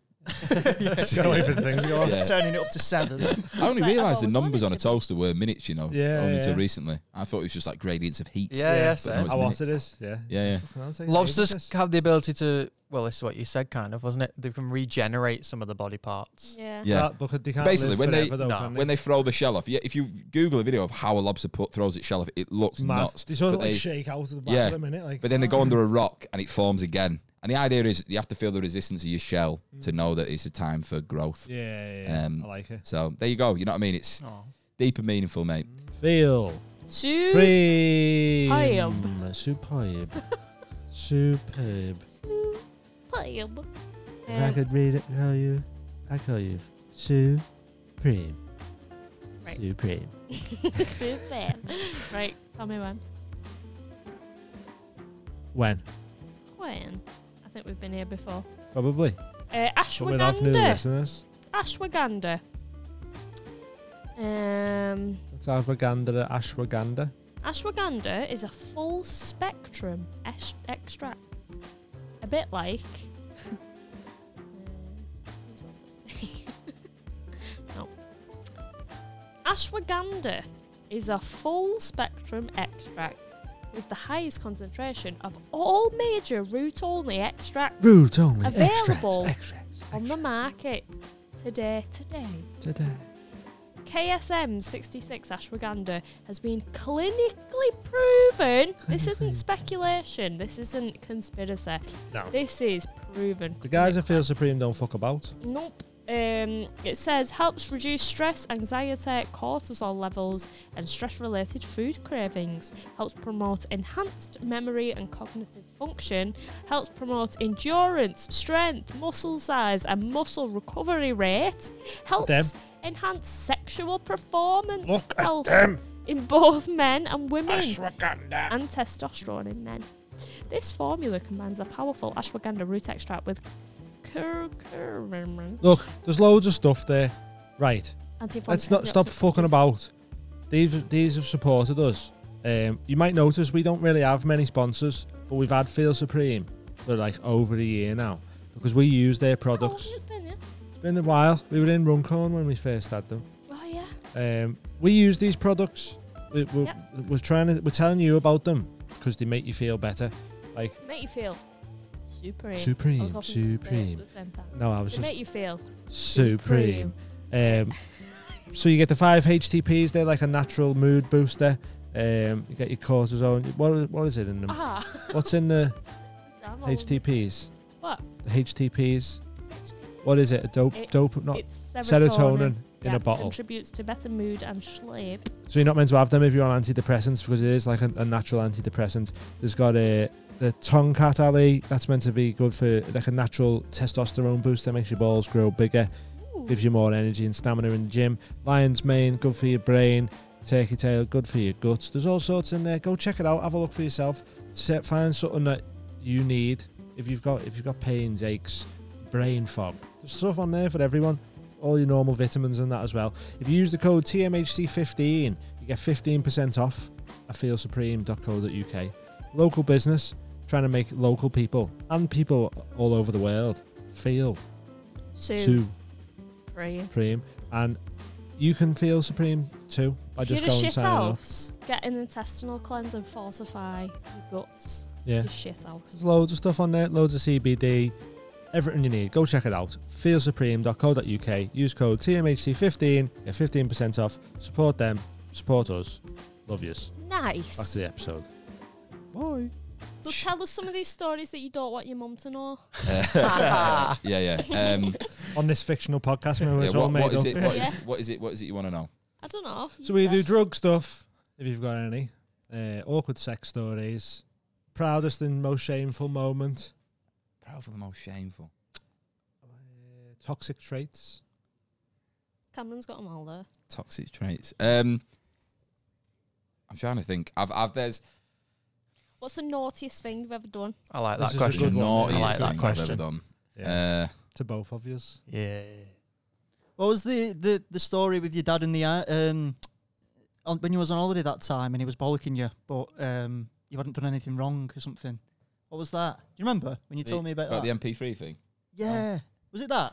[SPEAKER 2] Gotta wait for the thing to (laughs)
[SPEAKER 4] (laughs)
[SPEAKER 2] go on.
[SPEAKER 4] Yeah.
[SPEAKER 5] Turning it up to seven.
[SPEAKER 4] (laughs)
[SPEAKER 5] (laughs)
[SPEAKER 4] I only
[SPEAKER 1] Like, I've
[SPEAKER 4] realised
[SPEAKER 6] oh,
[SPEAKER 4] the
[SPEAKER 1] always
[SPEAKER 4] numbers on a
[SPEAKER 1] wanted to be-
[SPEAKER 4] toaster were minutes, you know,
[SPEAKER 2] Yeah,
[SPEAKER 4] only
[SPEAKER 2] yeah,
[SPEAKER 4] until
[SPEAKER 2] yeah.
[SPEAKER 4] recently. I thought it was just like gradients of heat.
[SPEAKER 6] Yeah, yeah,
[SPEAKER 4] But no,
[SPEAKER 6] same.
[SPEAKER 4] it's
[SPEAKER 2] How
[SPEAKER 4] minutes.
[SPEAKER 2] hot it is. Yeah.
[SPEAKER 4] Yeah, yeah.
[SPEAKER 2] I'll take
[SPEAKER 6] Lobsters
[SPEAKER 2] ages.
[SPEAKER 6] have the ability to. Well, this is what you said, kind of, wasn't it? They can regenerate some of the body parts.
[SPEAKER 1] Yeah.
[SPEAKER 4] Yeah.
[SPEAKER 2] That- but they can't
[SPEAKER 4] Basically,
[SPEAKER 2] live
[SPEAKER 4] when they-
[SPEAKER 2] forever though,
[SPEAKER 6] nah,
[SPEAKER 2] can
[SPEAKER 4] When they throw the shell off, yeah. If you Google a video of how a lobster put, throws its shell off, it looks
[SPEAKER 2] It's mad.
[SPEAKER 4] nuts.
[SPEAKER 2] They sort
[SPEAKER 4] But
[SPEAKER 2] of like
[SPEAKER 4] they-
[SPEAKER 2] shake out of the back
[SPEAKER 4] Yeah.
[SPEAKER 2] of the minute. Like,
[SPEAKER 4] But then they go under a rock and it forms again. And the idea is you have to feel the resistance of your shell to know that it's a time for growth.
[SPEAKER 2] Mm. yeah, yeah, yeah.
[SPEAKER 4] Um,
[SPEAKER 2] I like it.
[SPEAKER 4] So there you go. You know what I mean? It's
[SPEAKER 6] Oh.
[SPEAKER 4] deep and meaningful, mate.
[SPEAKER 2] Mm.
[SPEAKER 4] (laughs)
[SPEAKER 2] Feel.
[SPEAKER 1] Two.
[SPEAKER 2] Supreme.
[SPEAKER 1] Superb. (laughs)
[SPEAKER 2] Superb. Superb.
[SPEAKER 1] Playable.
[SPEAKER 2] If I
[SPEAKER 1] Um,
[SPEAKER 2] could read it, how you, I call you Supreme.
[SPEAKER 1] Right.
[SPEAKER 2] Supreme.
[SPEAKER 1] (laughs) too bad. Right, tell me when.
[SPEAKER 2] When?
[SPEAKER 1] When? I think we've been here before.
[SPEAKER 2] Probably.
[SPEAKER 1] Uh,
[SPEAKER 2] But without new
[SPEAKER 1] ashwagandha.
[SPEAKER 2] listeners.
[SPEAKER 1] Ashwagandha. Um,
[SPEAKER 2] It's ashwagandha, ashwagandha.
[SPEAKER 1] ashwagandha is a full spectrum esh- extract. A bit like. (laughs) Uh, who's on this thing? no. Ashwagandha is a full spectrum extract with the highest concentration of all major root only extracts
[SPEAKER 2] Root only.
[SPEAKER 1] Available
[SPEAKER 2] Extracts, extracts,
[SPEAKER 1] on the market today. Today,
[SPEAKER 2] Today.
[SPEAKER 1] KSM 66 ashwagandha has been clinically proven. This isn't speculation. This isn't conspiracy.
[SPEAKER 2] No.
[SPEAKER 1] This is proven.
[SPEAKER 2] The guys at Feel Supreme don't fuck about.
[SPEAKER 1] Nope. Um, it says helps reduce stress, anxiety, cortisol levels, and stress related food cravings. Helps promote enhanced memory and cognitive function. Helps promote endurance, strength, muscle size, and muscle recovery rate. Helps
[SPEAKER 2] Them.
[SPEAKER 1] enhance sexual performance.
[SPEAKER 2] Look at
[SPEAKER 1] health
[SPEAKER 2] them.
[SPEAKER 1] In both men and women
[SPEAKER 2] Ashwagandha.
[SPEAKER 1] and testosterone in men. This formula combines a powerful ashwagandha root extract with curcumin.
[SPEAKER 2] Look, there's loads of stuff there. Right.
[SPEAKER 1] Antifungal
[SPEAKER 2] Let's not stop
[SPEAKER 1] antioxidants.
[SPEAKER 2] fucking about. These these have supported us. Um, you might notice we don't really have many sponsors, but we've had Feel Supreme for like over a year now because we use their
[SPEAKER 1] How long
[SPEAKER 2] products.
[SPEAKER 1] has Oh, it been, yeah?
[SPEAKER 2] It's been a while. We were in Runcorn when we first had them.
[SPEAKER 1] Oh yeah.
[SPEAKER 2] Um, we use these products. We, we're,
[SPEAKER 1] Yeah.
[SPEAKER 2] we're trying to. We're telling you about them because they make you feel better. Like
[SPEAKER 1] Make you feel supreme. I
[SPEAKER 2] Supreme,
[SPEAKER 1] was hoping you could say it
[SPEAKER 2] Supreme.
[SPEAKER 1] at the same time.
[SPEAKER 2] No, I was
[SPEAKER 1] They
[SPEAKER 2] just
[SPEAKER 1] make you feel
[SPEAKER 2] Supreme. Um, so you get the five HTPs. They're like a natural mood booster. Um, you get your cortisol. What what is it in them?
[SPEAKER 1] Ah.
[SPEAKER 2] What's in the
[SPEAKER 1] I'm all-
[SPEAKER 2] HTPs?
[SPEAKER 1] What?
[SPEAKER 2] The HTPs.
[SPEAKER 1] It's-
[SPEAKER 2] What is it? A dope dope not.
[SPEAKER 1] it's
[SPEAKER 2] serotonin in a
[SPEAKER 1] Yeah,
[SPEAKER 2] bottle.
[SPEAKER 1] Contributes to better mood and sleep.
[SPEAKER 2] So you're not meant to have them if you're on antidepressants because it is like a, a natural antidepressant. There's got a the Tonkat alley that's meant to be good for like a natural testosterone booster, makes your balls grow bigger. gives you more energy and stamina in the gym. Lion's mane, good for your brain. Turkey tail, good for your guts. There's all sorts in there. Go check it out. Have a look for yourself. Set, find something that you need. If you've got if you've got pains, aches, brain fog, there's stuff on there for everyone. All your normal vitamins and that as well. If you use the code TMHC15, you get 15% off at feelsupreme.co.uk. Local business trying to make local people and people all over the world feel
[SPEAKER 1] Sue,
[SPEAKER 2] too
[SPEAKER 1] Brian.
[SPEAKER 2] supreme. And you can feel supreme too by
[SPEAKER 1] If
[SPEAKER 2] just
[SPEAKER 1] you're a
[SPEAKER 2] going
[SPEAKER 1] shit
[SPEAKER 2] and signing up.
[SPEAKER 1] house, get an intestinal cleanse and fortify your guts.
[SPEAKER 2] Yeah.
[SPEAKER 1] Your shit house.
[SPEAKER 2] There's loads of stuff on there, loads of CBD, everything you need. Go check it out. Feelsupreme.co.uk. Use code TMHC15, get 15% off. Support them, support us. Love yous. Back
[SPEAKER 1] Nice.
[SPEAKER 2] to the episode. Bye.
[SPEAKER 1] So tell us some of these stories that you don't want your mum to know.
[SPEAKER 4] Uh, yeah,
[SPEAKER 2] (laughs)
[SPEAKER 4] yeah. Um,
[SPEAKER 2] On this fictional podcast, we
[SPEAKER 4] yeah
[SPEAKER 2] was all
[SPEAKER 4] what,
[SPEAKER 2] made
[SPEAKER 4] what is
[SPEAKER 2] up.
[SPEAKER 4] it?
[SPEAKER 2] (laughs)
[SPEAKER 4] What is,
[SPEAKER 1] Yeah.
[SPEAKER 4] what is it? What is it you want to know?
[SPEAKER 1] I don't know.
[SPEAKER 2] So we do
[SPEAKER 1] You said-
[SPEAKER 2] drug stuff, if you've got any. Uh, awkward sex stories. Proudest and most shameful moment.
[SPEAKER 4] Probably the most shameful.
[SPEAKER 2] Uh, toxic traits.
[SPEAKER 1] Cameron's got them all there.
[SPEAKER 4] toxic traits. Um, I'm trying to think. I've, I've there's
[SPEAKER 1] What's the naughtiest thing you've ever done?
[SPEAKER 6] I like
[SPEAKER 2] This
[SPEAKER 6] that
[SPEAKER 2] is a good
[SPEAKER 6] question.
[SPEAKER 2] one.
[SPEAKER 4] naughtiest
[SPEAKER 6] I like
[SPEAKER 4] thing
[SPEAKER 6] that
[SPEAKER 4] I've ever
[SPEAKER 6] question.
[SPEAKER 4] done.
[SPEAKER 2] Yeah.
[SPEAKER 4] Uh,
[SPEAKER 2] to both of yous.
[SPEAKER 6] Yeah.
[SPEAKER 5] What was the, the, the story with your dad in the ar- um on, when you was on holiday that time and he was bollocking you, but um you hadn't done anything wrong or something? What was that? Do you remember when you
[SPEAKER 4] The-
[SPEAKER 5] told me about,
[SPEAKER 4] about oh. the
[SPEAKER 5] that?
[SPEAKER 4] MP3 thing
[SPEAKER 5] yeah, was it that?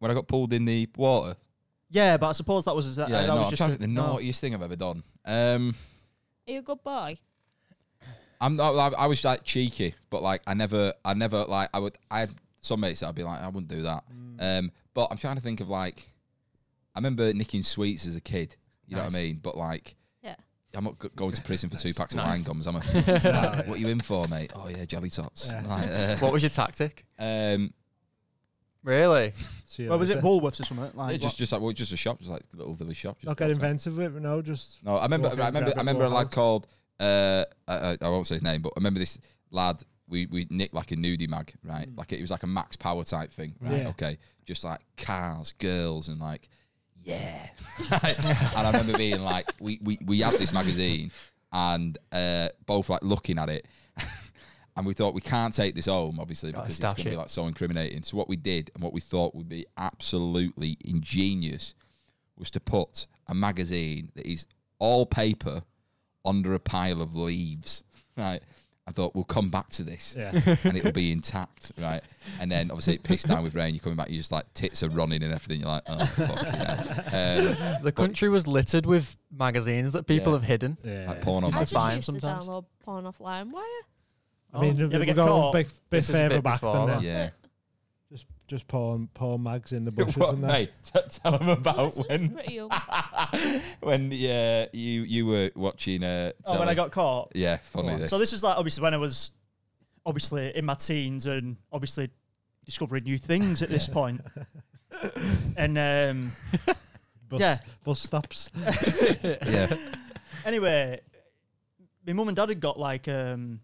[SPEAKER 4] when I got pulled in the water.
[SPEAKER 5] Yeah, but I suppose that was that.
[SPEAKER 4] yeah,
[SPEAKER 5] that
[SPEAKER 4] no,
[SPEAKER 5] was
[SPEAKER 4] I'm
[SPEAKER 5] just
[SPEAKER 4] trying
[SPEAKER 5] a-
[SPEAKER 4] to think. The
[SPEAKER 5] no.
[SPEAKER 4] naughtiest thing I've ever done. Um,
[SPEAKER 1] Are you a good boy?
[SPEAKER 4] I'm not. I, I was like cheeky, but like I never, I never like I would. I had some mates that I'd be like, I wouldn't do that. Um, but I'm trying to think of like, I remember nicking sweets as a kid. You know what I mean? But like,
[SPEAKER 1] Yeah.
[SPEAKER 4] I'm not go- going to prison
[SPEAKER 5] (laughs)
[SPEAKER 4] for two packs of
[SPEAKER 6] Nice.
[SPEAKER 4] wine gums. I'm a,
[SPEAKER 2] yeah.
[SPEAKER 4] what are you in for, mate? Oh yeah, jelly tots.
[SPEAKER 2] Yeah.
[SPEAKER 4] Like,
[SPEAKER 6] What was your tactic?
[SPEAKER 4] uh, um,
[SPEAKER 6] Really?
[SPEAKER 2] See you
[SPEAKER 5] Well, was it
[SPEAKER 2] later.
[SPEAKER 5] Woolworths or something? Like
[SPEAKER 4] Yeah,
[SPEAKER 5] what?
[SPEAKER 4] just just like well, just a shop, just like a little village shop. just
[SPEAKER 2] Not get
[SPEAKER 4] outside.
[SPEAKER 2] inventive with it, no, just
[SPEAKER 4] No, I remember.
[SPEAKER 2] Walk in,
[SPEAKER 4] I remember.
[SPEAKER 2] grab
[SPEAKER 4] I
[SPEAKER 2] it,
[SPEAKER 4] remember a
[SPEAKER 2] walk
[SPEAKER 4] lad
[SPEAKER 2] out.
[SPEAKER 4] called. Uh, I, I- I won't say his name, but I remember this lad. We we nicked like a nudie mag, right? Like it was like a Max Power type thing, right?
[SPEAKER 2] Yeah.
[SPEAKER 4] Okay, just like cars, girls, and like yeah. Right? and I remember being like, we we we had this magazine, and uh, both like looking at it. (laughs) And we thought we can't take this home, obviously,
[SPEAKER 6] Gotta
[SPEAKER 4] because it's
[SPEAKER 6] stash
[SPEAKER 4] going to be
[SPEAKER 6] it.
[SPEAKER 4] like so incriminating. So what we did, and what we thought would be absolutely ingenious, was to put a magazine that is all paper under a pile of leaves. (laughs) Right. I thought we'll come back to this
[SPEAKER 2] yeah.
[SPEAKER 4] and it'll be intact, right? And then obviously it pissed down with rain. You're coming back, you're just like tits are running and everything. You're like, oh fuck
[SPEAKER 6] (laughs)
[SPEAKER 4] yeah, um,
[SPEAKER 6] The country was littered with magazines that people
[SPEAKER 4] Yeah.
[SPEAKER 6] have hidden.
[SPEAKER 2] yeah.
[SPEAKER 4] (laughs) like porn on
[SPEAKER 6] It's
[SPEAKER 1] I
[SPEAKER 6] a
[SPEAKER 4] my
[SPEAKER 1] just
[SPEAKER 6] fine
[SPEAKER 1] used
[SPEAKER 6] sometimes.
[SPEAKER 1] to download porn off LimeWire.
[SPEAKER 2] I mean,
[SPEAKER 5] You ever
[SPEAKER 2] we're
[SPEAKER 5] Oh, get
[SPEAKER 2] going
[SPEAKER 5] caught?
[SPEAKER 2] bit, bit
[SPEAKER 6] This is a bit
[SPEAKER 2] further back
[SPEAKER 6] before
[SPEAKER 2] than
[SPEAKER 6] that.
[SPEAKER 2] that.
[SPEAKER 4] yeah.
[SPEAKER 2] Just just porn porn mags
[SPEAKER 4] (laughs)
[SPEAKER 2] in the bushes and that.
[SPEAKER 4] t- tell them
[SPEAKER 1] Oh,
[SPEAKER 4] about
[SPEAKER 1] this was
[SPEAKER 4] when
[SPEAKER 1] pretty young.
[SPEAKER 4] (laughs) when yeah you you were watching. Uh,
[SPEAKER 5] oh, when
[SPEAKER 4] telly.
[SPEAKER 5] I got caught.
[SPEAKER 4] yeah, funny this.
[SPEAKER 5] So this is like obviously when I was obviously in my teens and obviously discovering new things at this point. and um,
[SPEAKER 2] Bus,
[SPEAKER 5] Yeah.
[SPEAKER 2] bus
[SPEAKER 5] (laughs)
[SPEAKER 2] stops.
[SPEAKER 4] yeah,
[SPEAKER 5] anyway, my mum and dad had got like um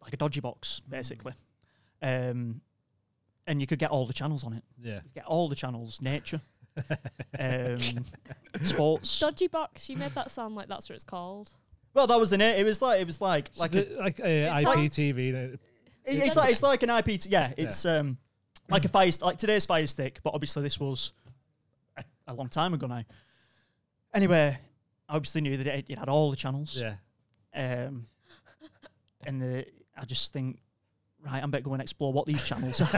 [SPEAKER 5] like a dodgy box basically, um, and you could get all the channels on it.
[SPEAKER 2] Yeah.
[SPEAKER 5] You get all the channels, nature, um, sports.
[SPEAKER 1] (laughs) Dodgy box. You made that sound like that's what it's called.
[SPEAKER 5] Well, that was the name. It was like it was like
[SPEAKER 2] Like
[SPEAKER 5] like a,
[SPEAKER 2] the, like uh,
[SPEAKER 1] sounds-
[SPEAKER 2] IPTV. uh,
[SPEAKER 5] It- it's like it's like an IP. T- yeah,
[SPEAKER 2] Yeah.
[SPEAKER 5] it's um like a fire st- like today's fire stick, but obviously this was a, a long time ago now. Anyway, I obviously knew that it, it had all the channels.
[SPEAKER 2] Yeah.
[SPEAKER 5] Um, (laughs) and the I just think right, I'm better go and explore what these channels are.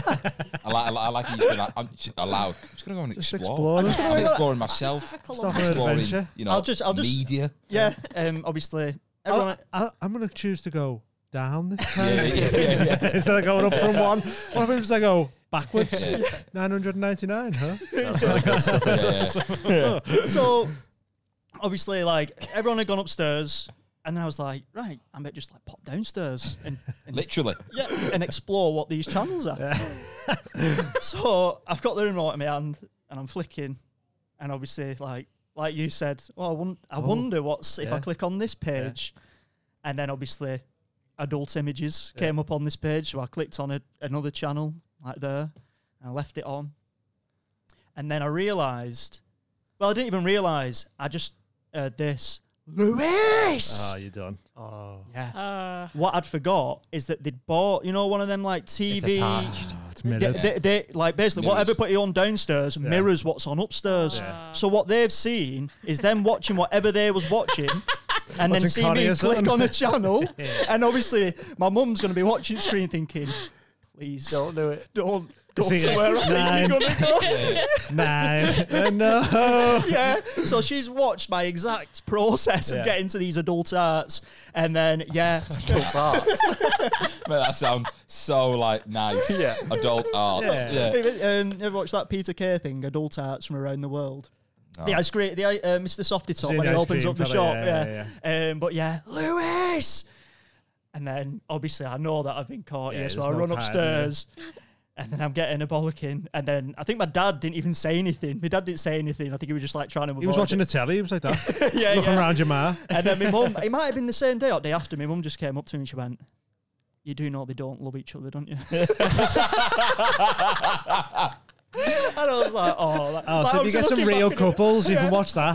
[SPEAKER 4] I like I like, I like you used to be like I'm j- allowed. I'm just gonna go and
[SPEAKER 2] Just
[SPEAKER 4] explore.
[SPEAKER 2] explore
[SPEAKER 4] I'm,
[SPEAKER 2] it.
[SPEAKER 4] just gonna
[SPEAKER 5] Yeah.
[SPEAKER 4] I'm exploring myself.
[SPEAKER 1] Christopher
[SPEAKER 2] Stop
[SPEAKER 1] Columbus.
[SPEAKER 2] it.
[SPEAKER 4] Exploring,
[SPEAKER 2] Adventure.
[SPEAKER 4] you know,
[SPEAKER 5] I'll just- I'll just-
[SPEAKER 4] media.
[SPEAKER 5] yeah. Um, obviously everyone.
[SPEAKER 2] I, I, I'm gonna choose to go down this time
[SPEAKER 4] Yeah, yeah, yeah, yeah.
[SPEAKER 2] (laughs) instead of going up from one. What happens if I go backwards?
[SPEAKER 4] Yeah.
[SPEAKER 2] Nine hundred ninety nine, huh?
[SPEAKER 4] yeah, yeah.
[SPEAKER 5] so obviously, like everyone had gone upstairs, and then I was like, right, I'm better just like pop downstairs and, and
[SPEAKER 4] Literally.
[SPEAKER 5] yeah, and explore what these channels are. (laughs) so I've got the remote in my hand and I'm flicking, and obviously, like like you said, well, I, won- I wonder what's if I
[SPEAKER 2] Oh. yeah.
[SPEAKER 5] click on this page, and then obviously, adult images came up on this page, so I clicked on a, another channel like there, and I left it on, And then I realised, well, I didn't even realise. I just heard this. Lewis!
[SPEAKER 2] Ah, you're done.
[SPEAKER 6] Oh,
[SPEAKER 5] yeah.
[SPEAKER 1] Uh,
[SPEAKER 5] What I'd forgot is that they'd bought, you know, one of them like TV.
[SPEAKER 6] attached.
[SPEAKER 2] Oh, it's
[SPEAKER 5] They,
[SPEAKER 2] minute.
[SPEAKER 5] they, they- like basically what
[SPEAKER 4] Mirrors.
[SPEAKER 5] everybody on downstairs mirrors what's on upstairs.
[SPEAKER 1] uh,
[SPEAKER 2] Yeah.
[SPEAKER 5] So what they've seen is them watching whatever they was watching, and then
[SPEAKER 2] Watching
[SPEAKER 5] see
[SPEAKER 2] Connie
[SPEAKER 5] me
[SPEAKER 2] or
[SPEAKER 5] click
[SPEAKER 2] something.
[SPEAKER 5] on
[SPEAKER 2] (laughs)
[SPEAKER 5] a channel. And obviously my mum's gonna be watching the screen thinking, please
[SPEAKER 6] don't do it.
[SPEAKER 5] don't go
[SPEAKER 2] See
[SPEAKER 5] to
[SPEAKER 2] ya.
[SPEAKER 5] (laughs) where I think
[SPEAKER 2] Nine.
[SPEAKER 5] you're gonna go.
[SPEAKER 2] Nine. Oh, no.
[SPEAKER 5] yeah. So she's watched my exact process
[SPEAKER 2] Yeah.
[SPEAKER 5] of getting to these adult arts, and then
[SPEAKER 2] (laughs)
[SPEAKER 5] yeah,
[SPEAKER 6] Adult arts.
[SPEAKER 4] Mate, that sound so like nice.
[SPEAKER 6] Yeah.
[SPEAKER 4] Adult arts.
[SPEAKER 2] Yeah.
[SPEAKER 4] Yeah.
[SPEAKER 5] um, ever watched that Peter Kay thing, adult arts from around the world? The ice cream, the uh, Mr. Softy top
[SPEAKER 2] Seen
[SPEAKER 5] when
[SPEAKER 2] the
[SPEAKER 5] he
[SPEAKER 2] ice
[SPEAKER 5] opens
[SPEAKER 2] cream
[SPEAKER 5] up the
[SPEAKER 2] fella,
[SPEAKER 5] shop.
[SPEAKER 2] yeah,
[SPEAKER 5] Yeah.
[SPEAKER 2] yeah,
[SPEAKER 5] Um, but yeah, Lewis. And then obviously I know that I've been caught
[SPEAKER 2] Yeah,
[SPEAKER 5] here, so
[SPEAKER 2] there's
[SPEAKER 5] I
[SPEAKER 2] no
[SPEAKER 5] run
[SPEAKER 2] pattern, yeah.
[SPEAKER 5] upstairs. And then I'm getting a bollocking, and then I think my dad didn't even say anything. My dad didn't say anything. I think he was just like trying to.
[SPEAKER 2] He was
[SPEAKER 5] avoid
[SPEAKER 2] watching
[SPEAKER 5] it.
[SPEAKER 2] the telly. He was like that,
[SPEAKER 5] (laughs) yeah,
[SPEAKER 2] looking
[SPEAKER 5] yeah.
[SPEAKER 2] round your ma.
[SPEAKER 5] And then my mum, it might have been the same day or day after, my mum just came up to me and she went, You do know they don't love each other, don't you? (laughs) and I was like, Oh, that,
[SPEAKER 2] Oh, so
[SPEAKER 5] but
[SPEAKER 2] if you
[SPEAKER 5] obviously
[SPEAKER 2] get some
[SPEAKER 5] looking
[SPEAKER 2] real
[SPEAKER 5] back at it-
[SPEAKER 2] couples, you can watch that.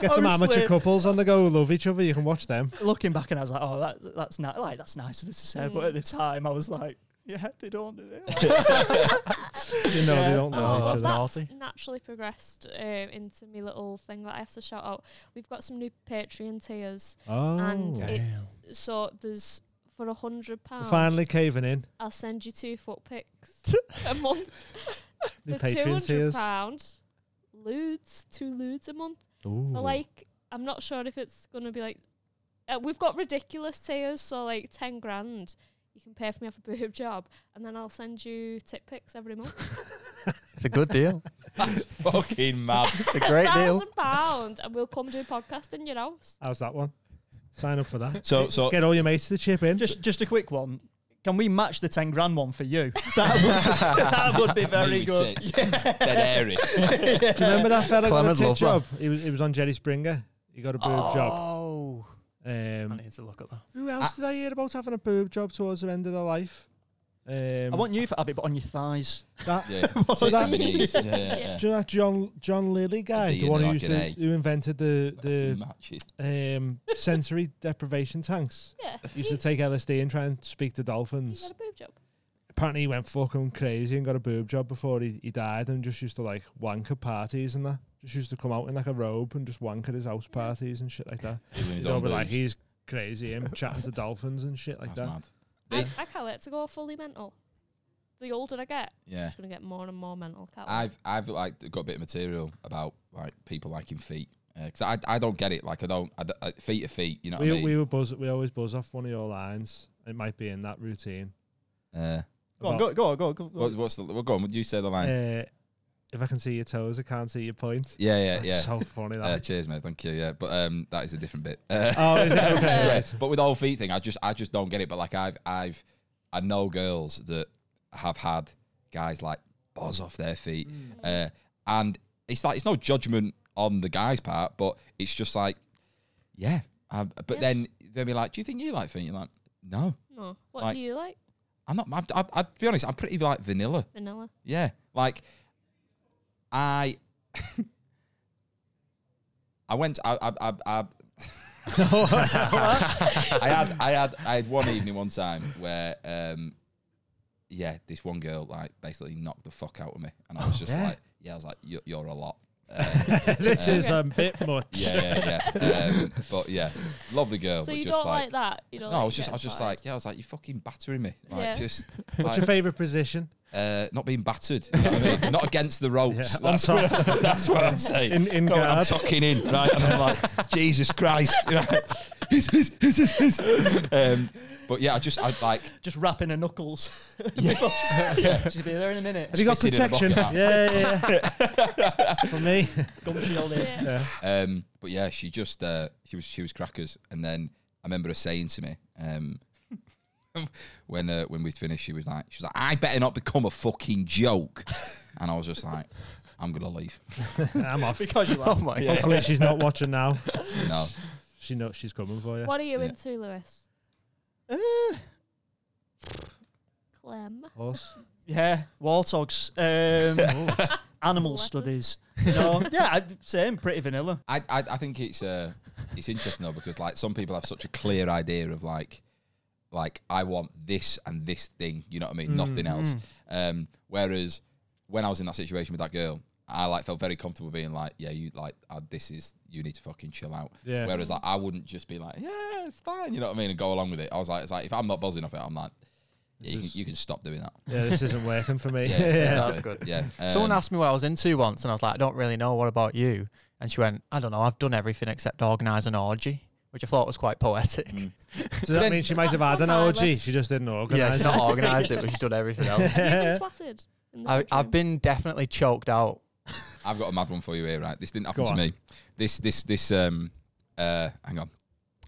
[SPEAKER 2] Get some
[SPEAKER 5] Honestly.
[SPEAKER 2] amateur couples on the go, who love each other. You can watch them.
[SPEAKER 5] looking back and I was like, Oh, that's that's nice like that's nice of us to say. But at the time I was like, Yeah, they don't do that.
[SPEAKER 2] You know
[SPEAKER 5] Yeah.
[SPEAKER 2] they don't love
[SPEAKER 1] oh,
[SPEAKER 2] each
[SPEAKER 1] that's
[SPEAKER 2] other.
[SPEAKER 6] naughty.
[SPEAKER 1] naturally progressed um, into me little thing that I have to shout out. We've got some new Patreon tiers,
[SPEAKER 2] Oh,
[SPEAKER 1] and
[SPEAKER 6] Damn.
[SPEAKER 1] it's so there's for a hundred
[SPEAKER 2] We're
[SPEAKER 1] pounds.
[SPEAKER 2] finally caving in.
[SPEAKER 1] I'll send you two foot
[SPEAKER 2] (laughs)
[SPEAKER 1] pics a month
[SPEAKER 2] The
[SPEAKER 1] for two
[SPEAKER 2] Patreon
[SPEAKER 1] hundred
[SPEAKER 2] tiers.
[SPEAKER 1] pounds. Ludes, two ludes a month.
[SPEAKER 2] Ooh.
[SPEAKER 4] Mm-hmm.
[SPEAKER 1] But like, I'm not sure if it's gonna be like. Uh, we've got ridiculous tiers, so like ten grand. You can pay for me off a boob job, and then I'll send you tit pics every month. (laughs)
[SPEAKER 6] It's a good deal.
[SPEAKER 4] Fucking mad.
[SPEAKER 6] It's a great deal.
[SPEAKER 1] Thousand pound, and we'll come do a podcast in your house.
[SPEAKER 2] How's that one? Sign up for that.
[SPEAKER 4] So so
[SPEAKER 2] Get all your mates to chip in.
[SPEAKER 5] just just a quick one. Can we match the ten grand one for you? (laughs) That would, that would be very
[SPEAKER 4] Maybe
[SPEAKER 5] good.
[SPEAKER 4] tits. Dead airy.
[SPEAKER 2] Do you remember that fella got a
[SPEAKER 6] Clement
[SPEAKER 2] tit
[SPEAKER 6] loved
[SPEAKER 2] job? He was, he was on Jerry Springer. He got a boob job.
[SPEAKER 6] Oh, I
[SPEAKER 2] Um,
[SPEAKER 6] need to look at that.
[SPEAKER 2] who else did I hear about having a boob job towards the end of their life? Um,
[SPEAKER 5] I want you to have it, but on your thighs.
[SPEAKER 2] that.
[SPEAKER 4] (laughs) Yeah. Tits
[SPEAKER 2] that-
[SPEAKER 4] and knees. Yeah, yeah, yeah.
[SPEAKER 2] Do you know that John John Lilly guy,
[SPEAKER 4] D
[SPEAKER 2] the
[SPEAKER 4] in
[SPEAKER 2] one
[SPEAKER 4] there,
[SPEAKER 2] who, used
[SPEAKER 4] like
[SPEAKER 2] to,
[SPEAKER 4] an
[SPEAKER 2] who invented the
[SPEAKER 4] Matches.
[SPEAKER 2] the um, sensory deprivation tanks?
[SPEAKER 1] Yeah,
[SPEAKER 2] Used to take LSD and try and speak to
[SPEAKER 1] you
[SPEAKER 2] dolphins.
[SPEAKER 1] got a boob job.
[SPEAKER 2] Apparently, he went fucking crazy and got a boob job before he, he died, and just used to like wank at parties and that. Just used to come out in like a robe and just wank at his house parties and shit like that.
[SPEAKER 4] Doing his
[SPEAKER 2] They'll
[SPEAKER 4] own
[SPEAKER 2] be like,
[SPEAKER 4] boobs.
[SPEAKER 2] he's crazy, him chatting to dolphins and shit like
[SPEAKER 4] That's
[SPEAKER 2] that.
[SPEAKER 4] mad.
[SPEAKER 1] I,
[SPEAKER 4] They-
[SPEAKER 1] I can't wait to go fully mental. The older I get, I'm
[SPEAKER 4] Yeah.
[SPEAKER 1] just gonna get more and more mental. Can't wait.
[SPEAKER 4] I've I've like got a bit of material about like people liking feet because I, I don't get it like I don't I, d- I- feet are feet you know what I
[SPEAKER 2] We,
[SPEAKER 4] mean
[SPEAKER 2] we were buzz. We always buzz off one of your lines. It might be in that routine.
[SPEAKER 4] uh,
[SPEAKER 5] Go on,
[SPEAKER 2] About-
[SPEAKER 5] go, go, on, go, on, go, on, go. on.
[SPEAKER 4] what, what's the well, go on would you say the line
[SPEAKER 2] Uh, if I can see your toes, I can't see your point.
[SPEAKER 4] yeah yeah
[SPEAKER 2] That's
[SPEAKER 4] yeah
[SPEAKER 2] so funny
[SPEAKER 4] uh,
[SPEAKER 2] that. (laughs)
[SPEAKER 4] (laughs) cheers mate thank you yeah but um that is a different bit (laughs) uh,
[SPEAKER 2] oh, is it okay?
[SPEAKER 4] yeah,
[SPEAKER 2] right.
[SPEAKER 4] but with the whole feet thing I just I just don't get it but like I've I've I know girls that have had guys like buzz off their feet uh, and it's like it's no judgment on the guy's part but it's just like yeah I, but
[SPEAKER 1] Yeah.
[SPEAKER 4] then they'll be like do you think you like feet you're like no
[SPEAKER 1] no. What
[SPEAKER 4] like-
[SPEAKER 1] do you like?
[SPEAKER 4] I'm not. I'm, I, I'd be honest. I'm pretty like vanilla.
[SPEAKER 1] Vanilla.
[SPEAKER 4] Yeah. Like, I. (laughs) I went. I. I. I. I (laughs) I had. I had. I had one evening one time where. um Yeah, this one girl like basically knocked the fuck out of me, and I was just
[SPEAKER 2] Yeah.
[SPEAKER 4] like, yeah, I was like, you're, you're a lot.
[SPEAKER 2] this is a bit much.
[SPEAKER 4] Yeah, yeah,
[SPEAKER 2] (laughs)
[SPEAKER 4] yeah. um, but yeah, lovely girl.
[SPEAKER 1] so
[SPEAKER 4] but
[SPEAKER 1] you
[SPEAKER 4] just
[SPEAKER 1] don't like,
[SPEAKER 4] like.
[SPEAKER 1] that? You don't.
[SPEAKER 4] no, I
[SPEAKER 1] like
[SPEAKER 4] was just,
[SPEAKER 1] getting
[SPEAKER 4] I was just
[SPEAKER 1] fired?
[SPEAKER 4] like, yeah, I was like, you're fucking battering me, like,
[SPEAKER 1] Yeah. (laughs)
[SPEAKER 4] just,
[SPEAKER 2] What's
[SPEAKER 4] like,
[SPEAKER 2] your favourite position?
[SPEAKER 4] uh, not being battered, you know what
[SPEAKER 2] (laughs)
[SPEAKER 4] I mean? not against the ropes.
[SPEAKER 2] Yeah, on
[SPEAKER 4] That's-
[SPEAKER 2] top.
[SPEAKER 4] (laughs) That's what I'm saying.
[SPEAKER 2] In-
[SPEAKER 4] (laughs)
[SPEAKER 2] in
[SPEAKER 4] No, I'm
[SPEAKER 2] guard.
[SPEAKER 4] tucking in, right? And
[SPEAKER 2] (laughs)
[SPEAKER 4] I'm like, Jesus Christ. You know? (laughs) hiss, hiss, hiss, hiss, hiss. Um, but yeah, I just, I like,
[SPEAKER 5] just wrapping her knuckles. (laughs)
[SPEAKER 4] (laughs)
[SPEAKER 5] She'll be there in a minute.
[SPEAKER 2] Have you got
[SPEAKER 4] Fist it in a
[SPEAKER 2] protection? Yeah,
[SPEAKER 4] bucket.
[SPEAKER 2] yeah, yeah. For me,
[SPEAKER 5] Gum shield in.
[SPEAKER 1] Yeah.
[SPEAKER 4] um, but yeah, she just, uh, she was, she was crackers. And then I remember her saying to me, um, (laughs) when uh, when we finished, she was like, she was like, I better not become a fucking joke. (laughs) And I was just like, I'm gonna leave.
[SPEAKER 2] I'm off.
[SPEAKER 5] Because you
[SPEAKER 6] Oh
[SPEAKER 5] are.
[SPEAKER 6] my god.
[SPEAKER 2] Hopefully, she's not watching now.
[SPEAKER 4] No,
[SPEAKER 2] She knows she's coming for you.
[SPEAKER 1] What are you
[SPEAKER 4] Yeah.
[SPEAKER 1] into, Lewis? Clem.
[SPEAKER 4] (laughs)
[SPEAKER 2] Horse.
[SPEAKER 5] (laughs) Yeah, warthogs.
[SPEAKER 1] (laughs)
[SPEAKER 5] Um, animal
[SPEAKER 1] Letters.
[SPEAKER 5] studies. No, yeah, I'd say I'm pretty vanilla.
[SPEAKER 4] I, I I think it's uh it's interesting though because like some people have such a clear idea of like like I want this and this thing, you know what I mean?
[SPEAKER 2] Mm-hmm. Mm,
[SPEAKER 4] Nothing else. Um whereas when I was in that situation with that girl, I like felt very comfortable being like, Yeah, you like uh, this is you need to fucking chill out.
[SPEAKER 2] Yeah.
[SPEAKER 4] Whereas like I wouldn't just be like, Yeah, it's fine, you know what I mean, and go along with it. I was like it's like if I'm not buzzing off it, I'm like yeah, you, can, you can stop doing that.
[SPEAKER 2] Yeah, this isn't working for me. (laughs)
[SPEAKER 4] Yeah,
[SPEAKER 2] yeah.
[SPEAKER 6] That's good.
[SPEAKER 2] (laughs)
[SPEAKER 4] Yeah.
[SPEAKER 6] Someone
[SPEAKER 4] um,
[SPEAKER 6] asked me what I was into once, and I was like, I don't really know. What about you? And she went, I don't know. I've done everything except organise an orgy, which I thought was quite poetic.
[SPEAKER 2] So that
[SPEAKER 4] Then-
[SPEAKER 2] means she might have
[SPEAKER 1] That's
[SPEAKER 2] had an
[SPEAKER 1] on my
[SPEAKER 2] orgy.
[SPEAKER 1] list.
[SPEAKER 2] She just didn't
[SPEAKER 6] Yeah,
[SPEAKER 2] organise
[SPEAKER 6] she's
[SPEAKER 2] it.
[SPEAKER 6] not organised it, but she's done everything (laughs) else.
[SPEAKER 1] Have you been twatted? in the
[SPEAKER 6] I, I've
[SPEAKER 1] bedroom?
[SPEAKER 6] been definitely choked out.
[SPEAKER 4] I've got a mad one for you here, right? This didn't happen
[SPEAKER 2] Go
[SPEAKER 4] to
[SPEAKER 2] on.
[SPEAKER 4] me. This, this, this. Um, uh, hang on.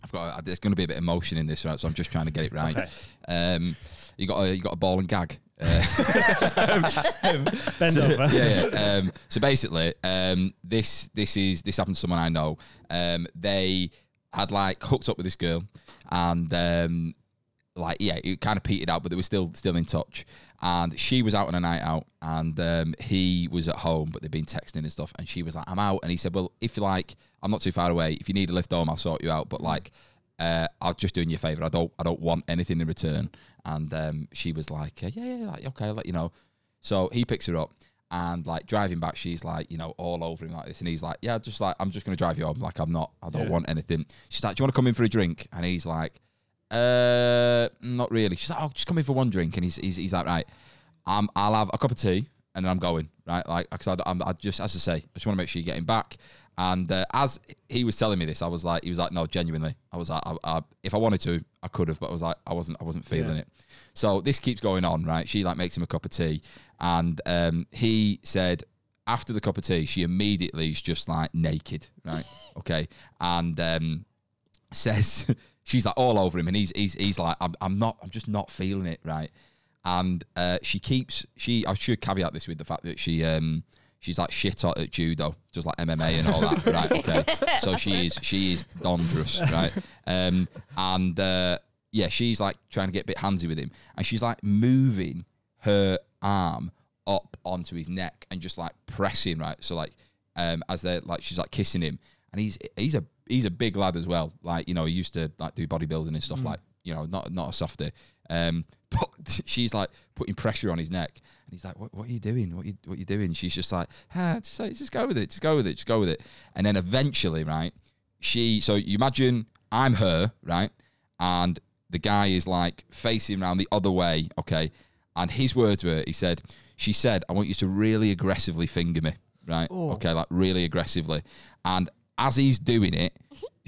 [SPEAKER 4] I've got. A, there's going to be a bit of emotion in this, right? So I'm just trying to get it right.
[SPEAKER 2] Okay.
[SPEAKER 4] Um, you got a, you got a ball and gag. Uh,
[SPEAKER 2] (laughs)
[SPEAKER 4] (laughs)
[SPEAKER 2] Bend
[SPEAKER 4] so,
[SPEAKER 2] over.
[SPEAKER 4] yeah, yeah. Um, so basically, um, this this is this happened to someone I know. Um, they had like hooked up with this girl, and um, like yeah, it kind of petered out, but they were still still in touch. And she was out on a night out, and um, he was at home, but they'd been texting and stuff. And she was like, "I'm out," and he said, "Well, if you like, I'm not too far away. If you need a lift home, I'll sort you out." But like. Uh, I'll just doing you a favor. I don't. I don't want anything in return. And um, she was like, uh, "Yeah, yeah, like, okay, I'll let you know." So he picks her up and like driving back, she's like, you know, all over him like this. And he's like, yeah, just like, I'm just going to drive you home. Like, I'm not, I don't
[SPEAKER 2] Yeah.
[SPEAKER 4] want anything. She's like, do you want to come in for a drink? And he's like, uh, not really. She's like, oh, just come in for one drink. And he's, he's, he's like, right, I'm, I'll have a cup of tea and then I'm going, right? Like, because I, I'm, I just, as I say, I just want to make sure you get him back. And uh, as he was telling me this, I was like, he was like, no, genuinely. I was like, I, I, if I wanted to, I could have, but I was like, I wasn't, I wasn't feeling
[SPEAKER 2] Yeah.
[SPEAKER 4] it. So this keeps going on, right? She like makes him a cup of tea, and um, he said after the cup of tea, she immediately is just like naked, right? Okay, and um, says (laughs) she's like all over him, and he's he's he's like, I'm I'm not, I'm just not feeling it, right? And uh, she keeps she I should caveat this with the fact that she um she's like shit hot at judo, just like MMA and all that,
[SPEAKER 1] (laughs)
[SPEAKER 4] right? Okay, (laughs) so she is she is dangerous, right? Um, and uh, yeah, she's like trying to get a bit handsy with him, and she's like moving her arm up onto his neck and just like pressing, right? So like, um, as they're like, she's like kissing him, and he's he's a he's a big lad as well. Like you know, he used to like do bodybuilding and stuff. Like you know, not not a softie. Um, (laughs) but she's like putting pressure on his neck, and he's like, "What, what are you doing? What you what you doing?" She's just like, ah, just, like, "Just go with it. Just go with it. Just go with it." And then eventually, right? She so you imagine I'm her, right? And the guy is like facing around the other way, okay? And his words were, he said, she said, I want you to really aggressively finger me, right?
[SPEAKER 2] Oh.
[SPEAKER 4] Okay, like really aggressively. And as he's doing it,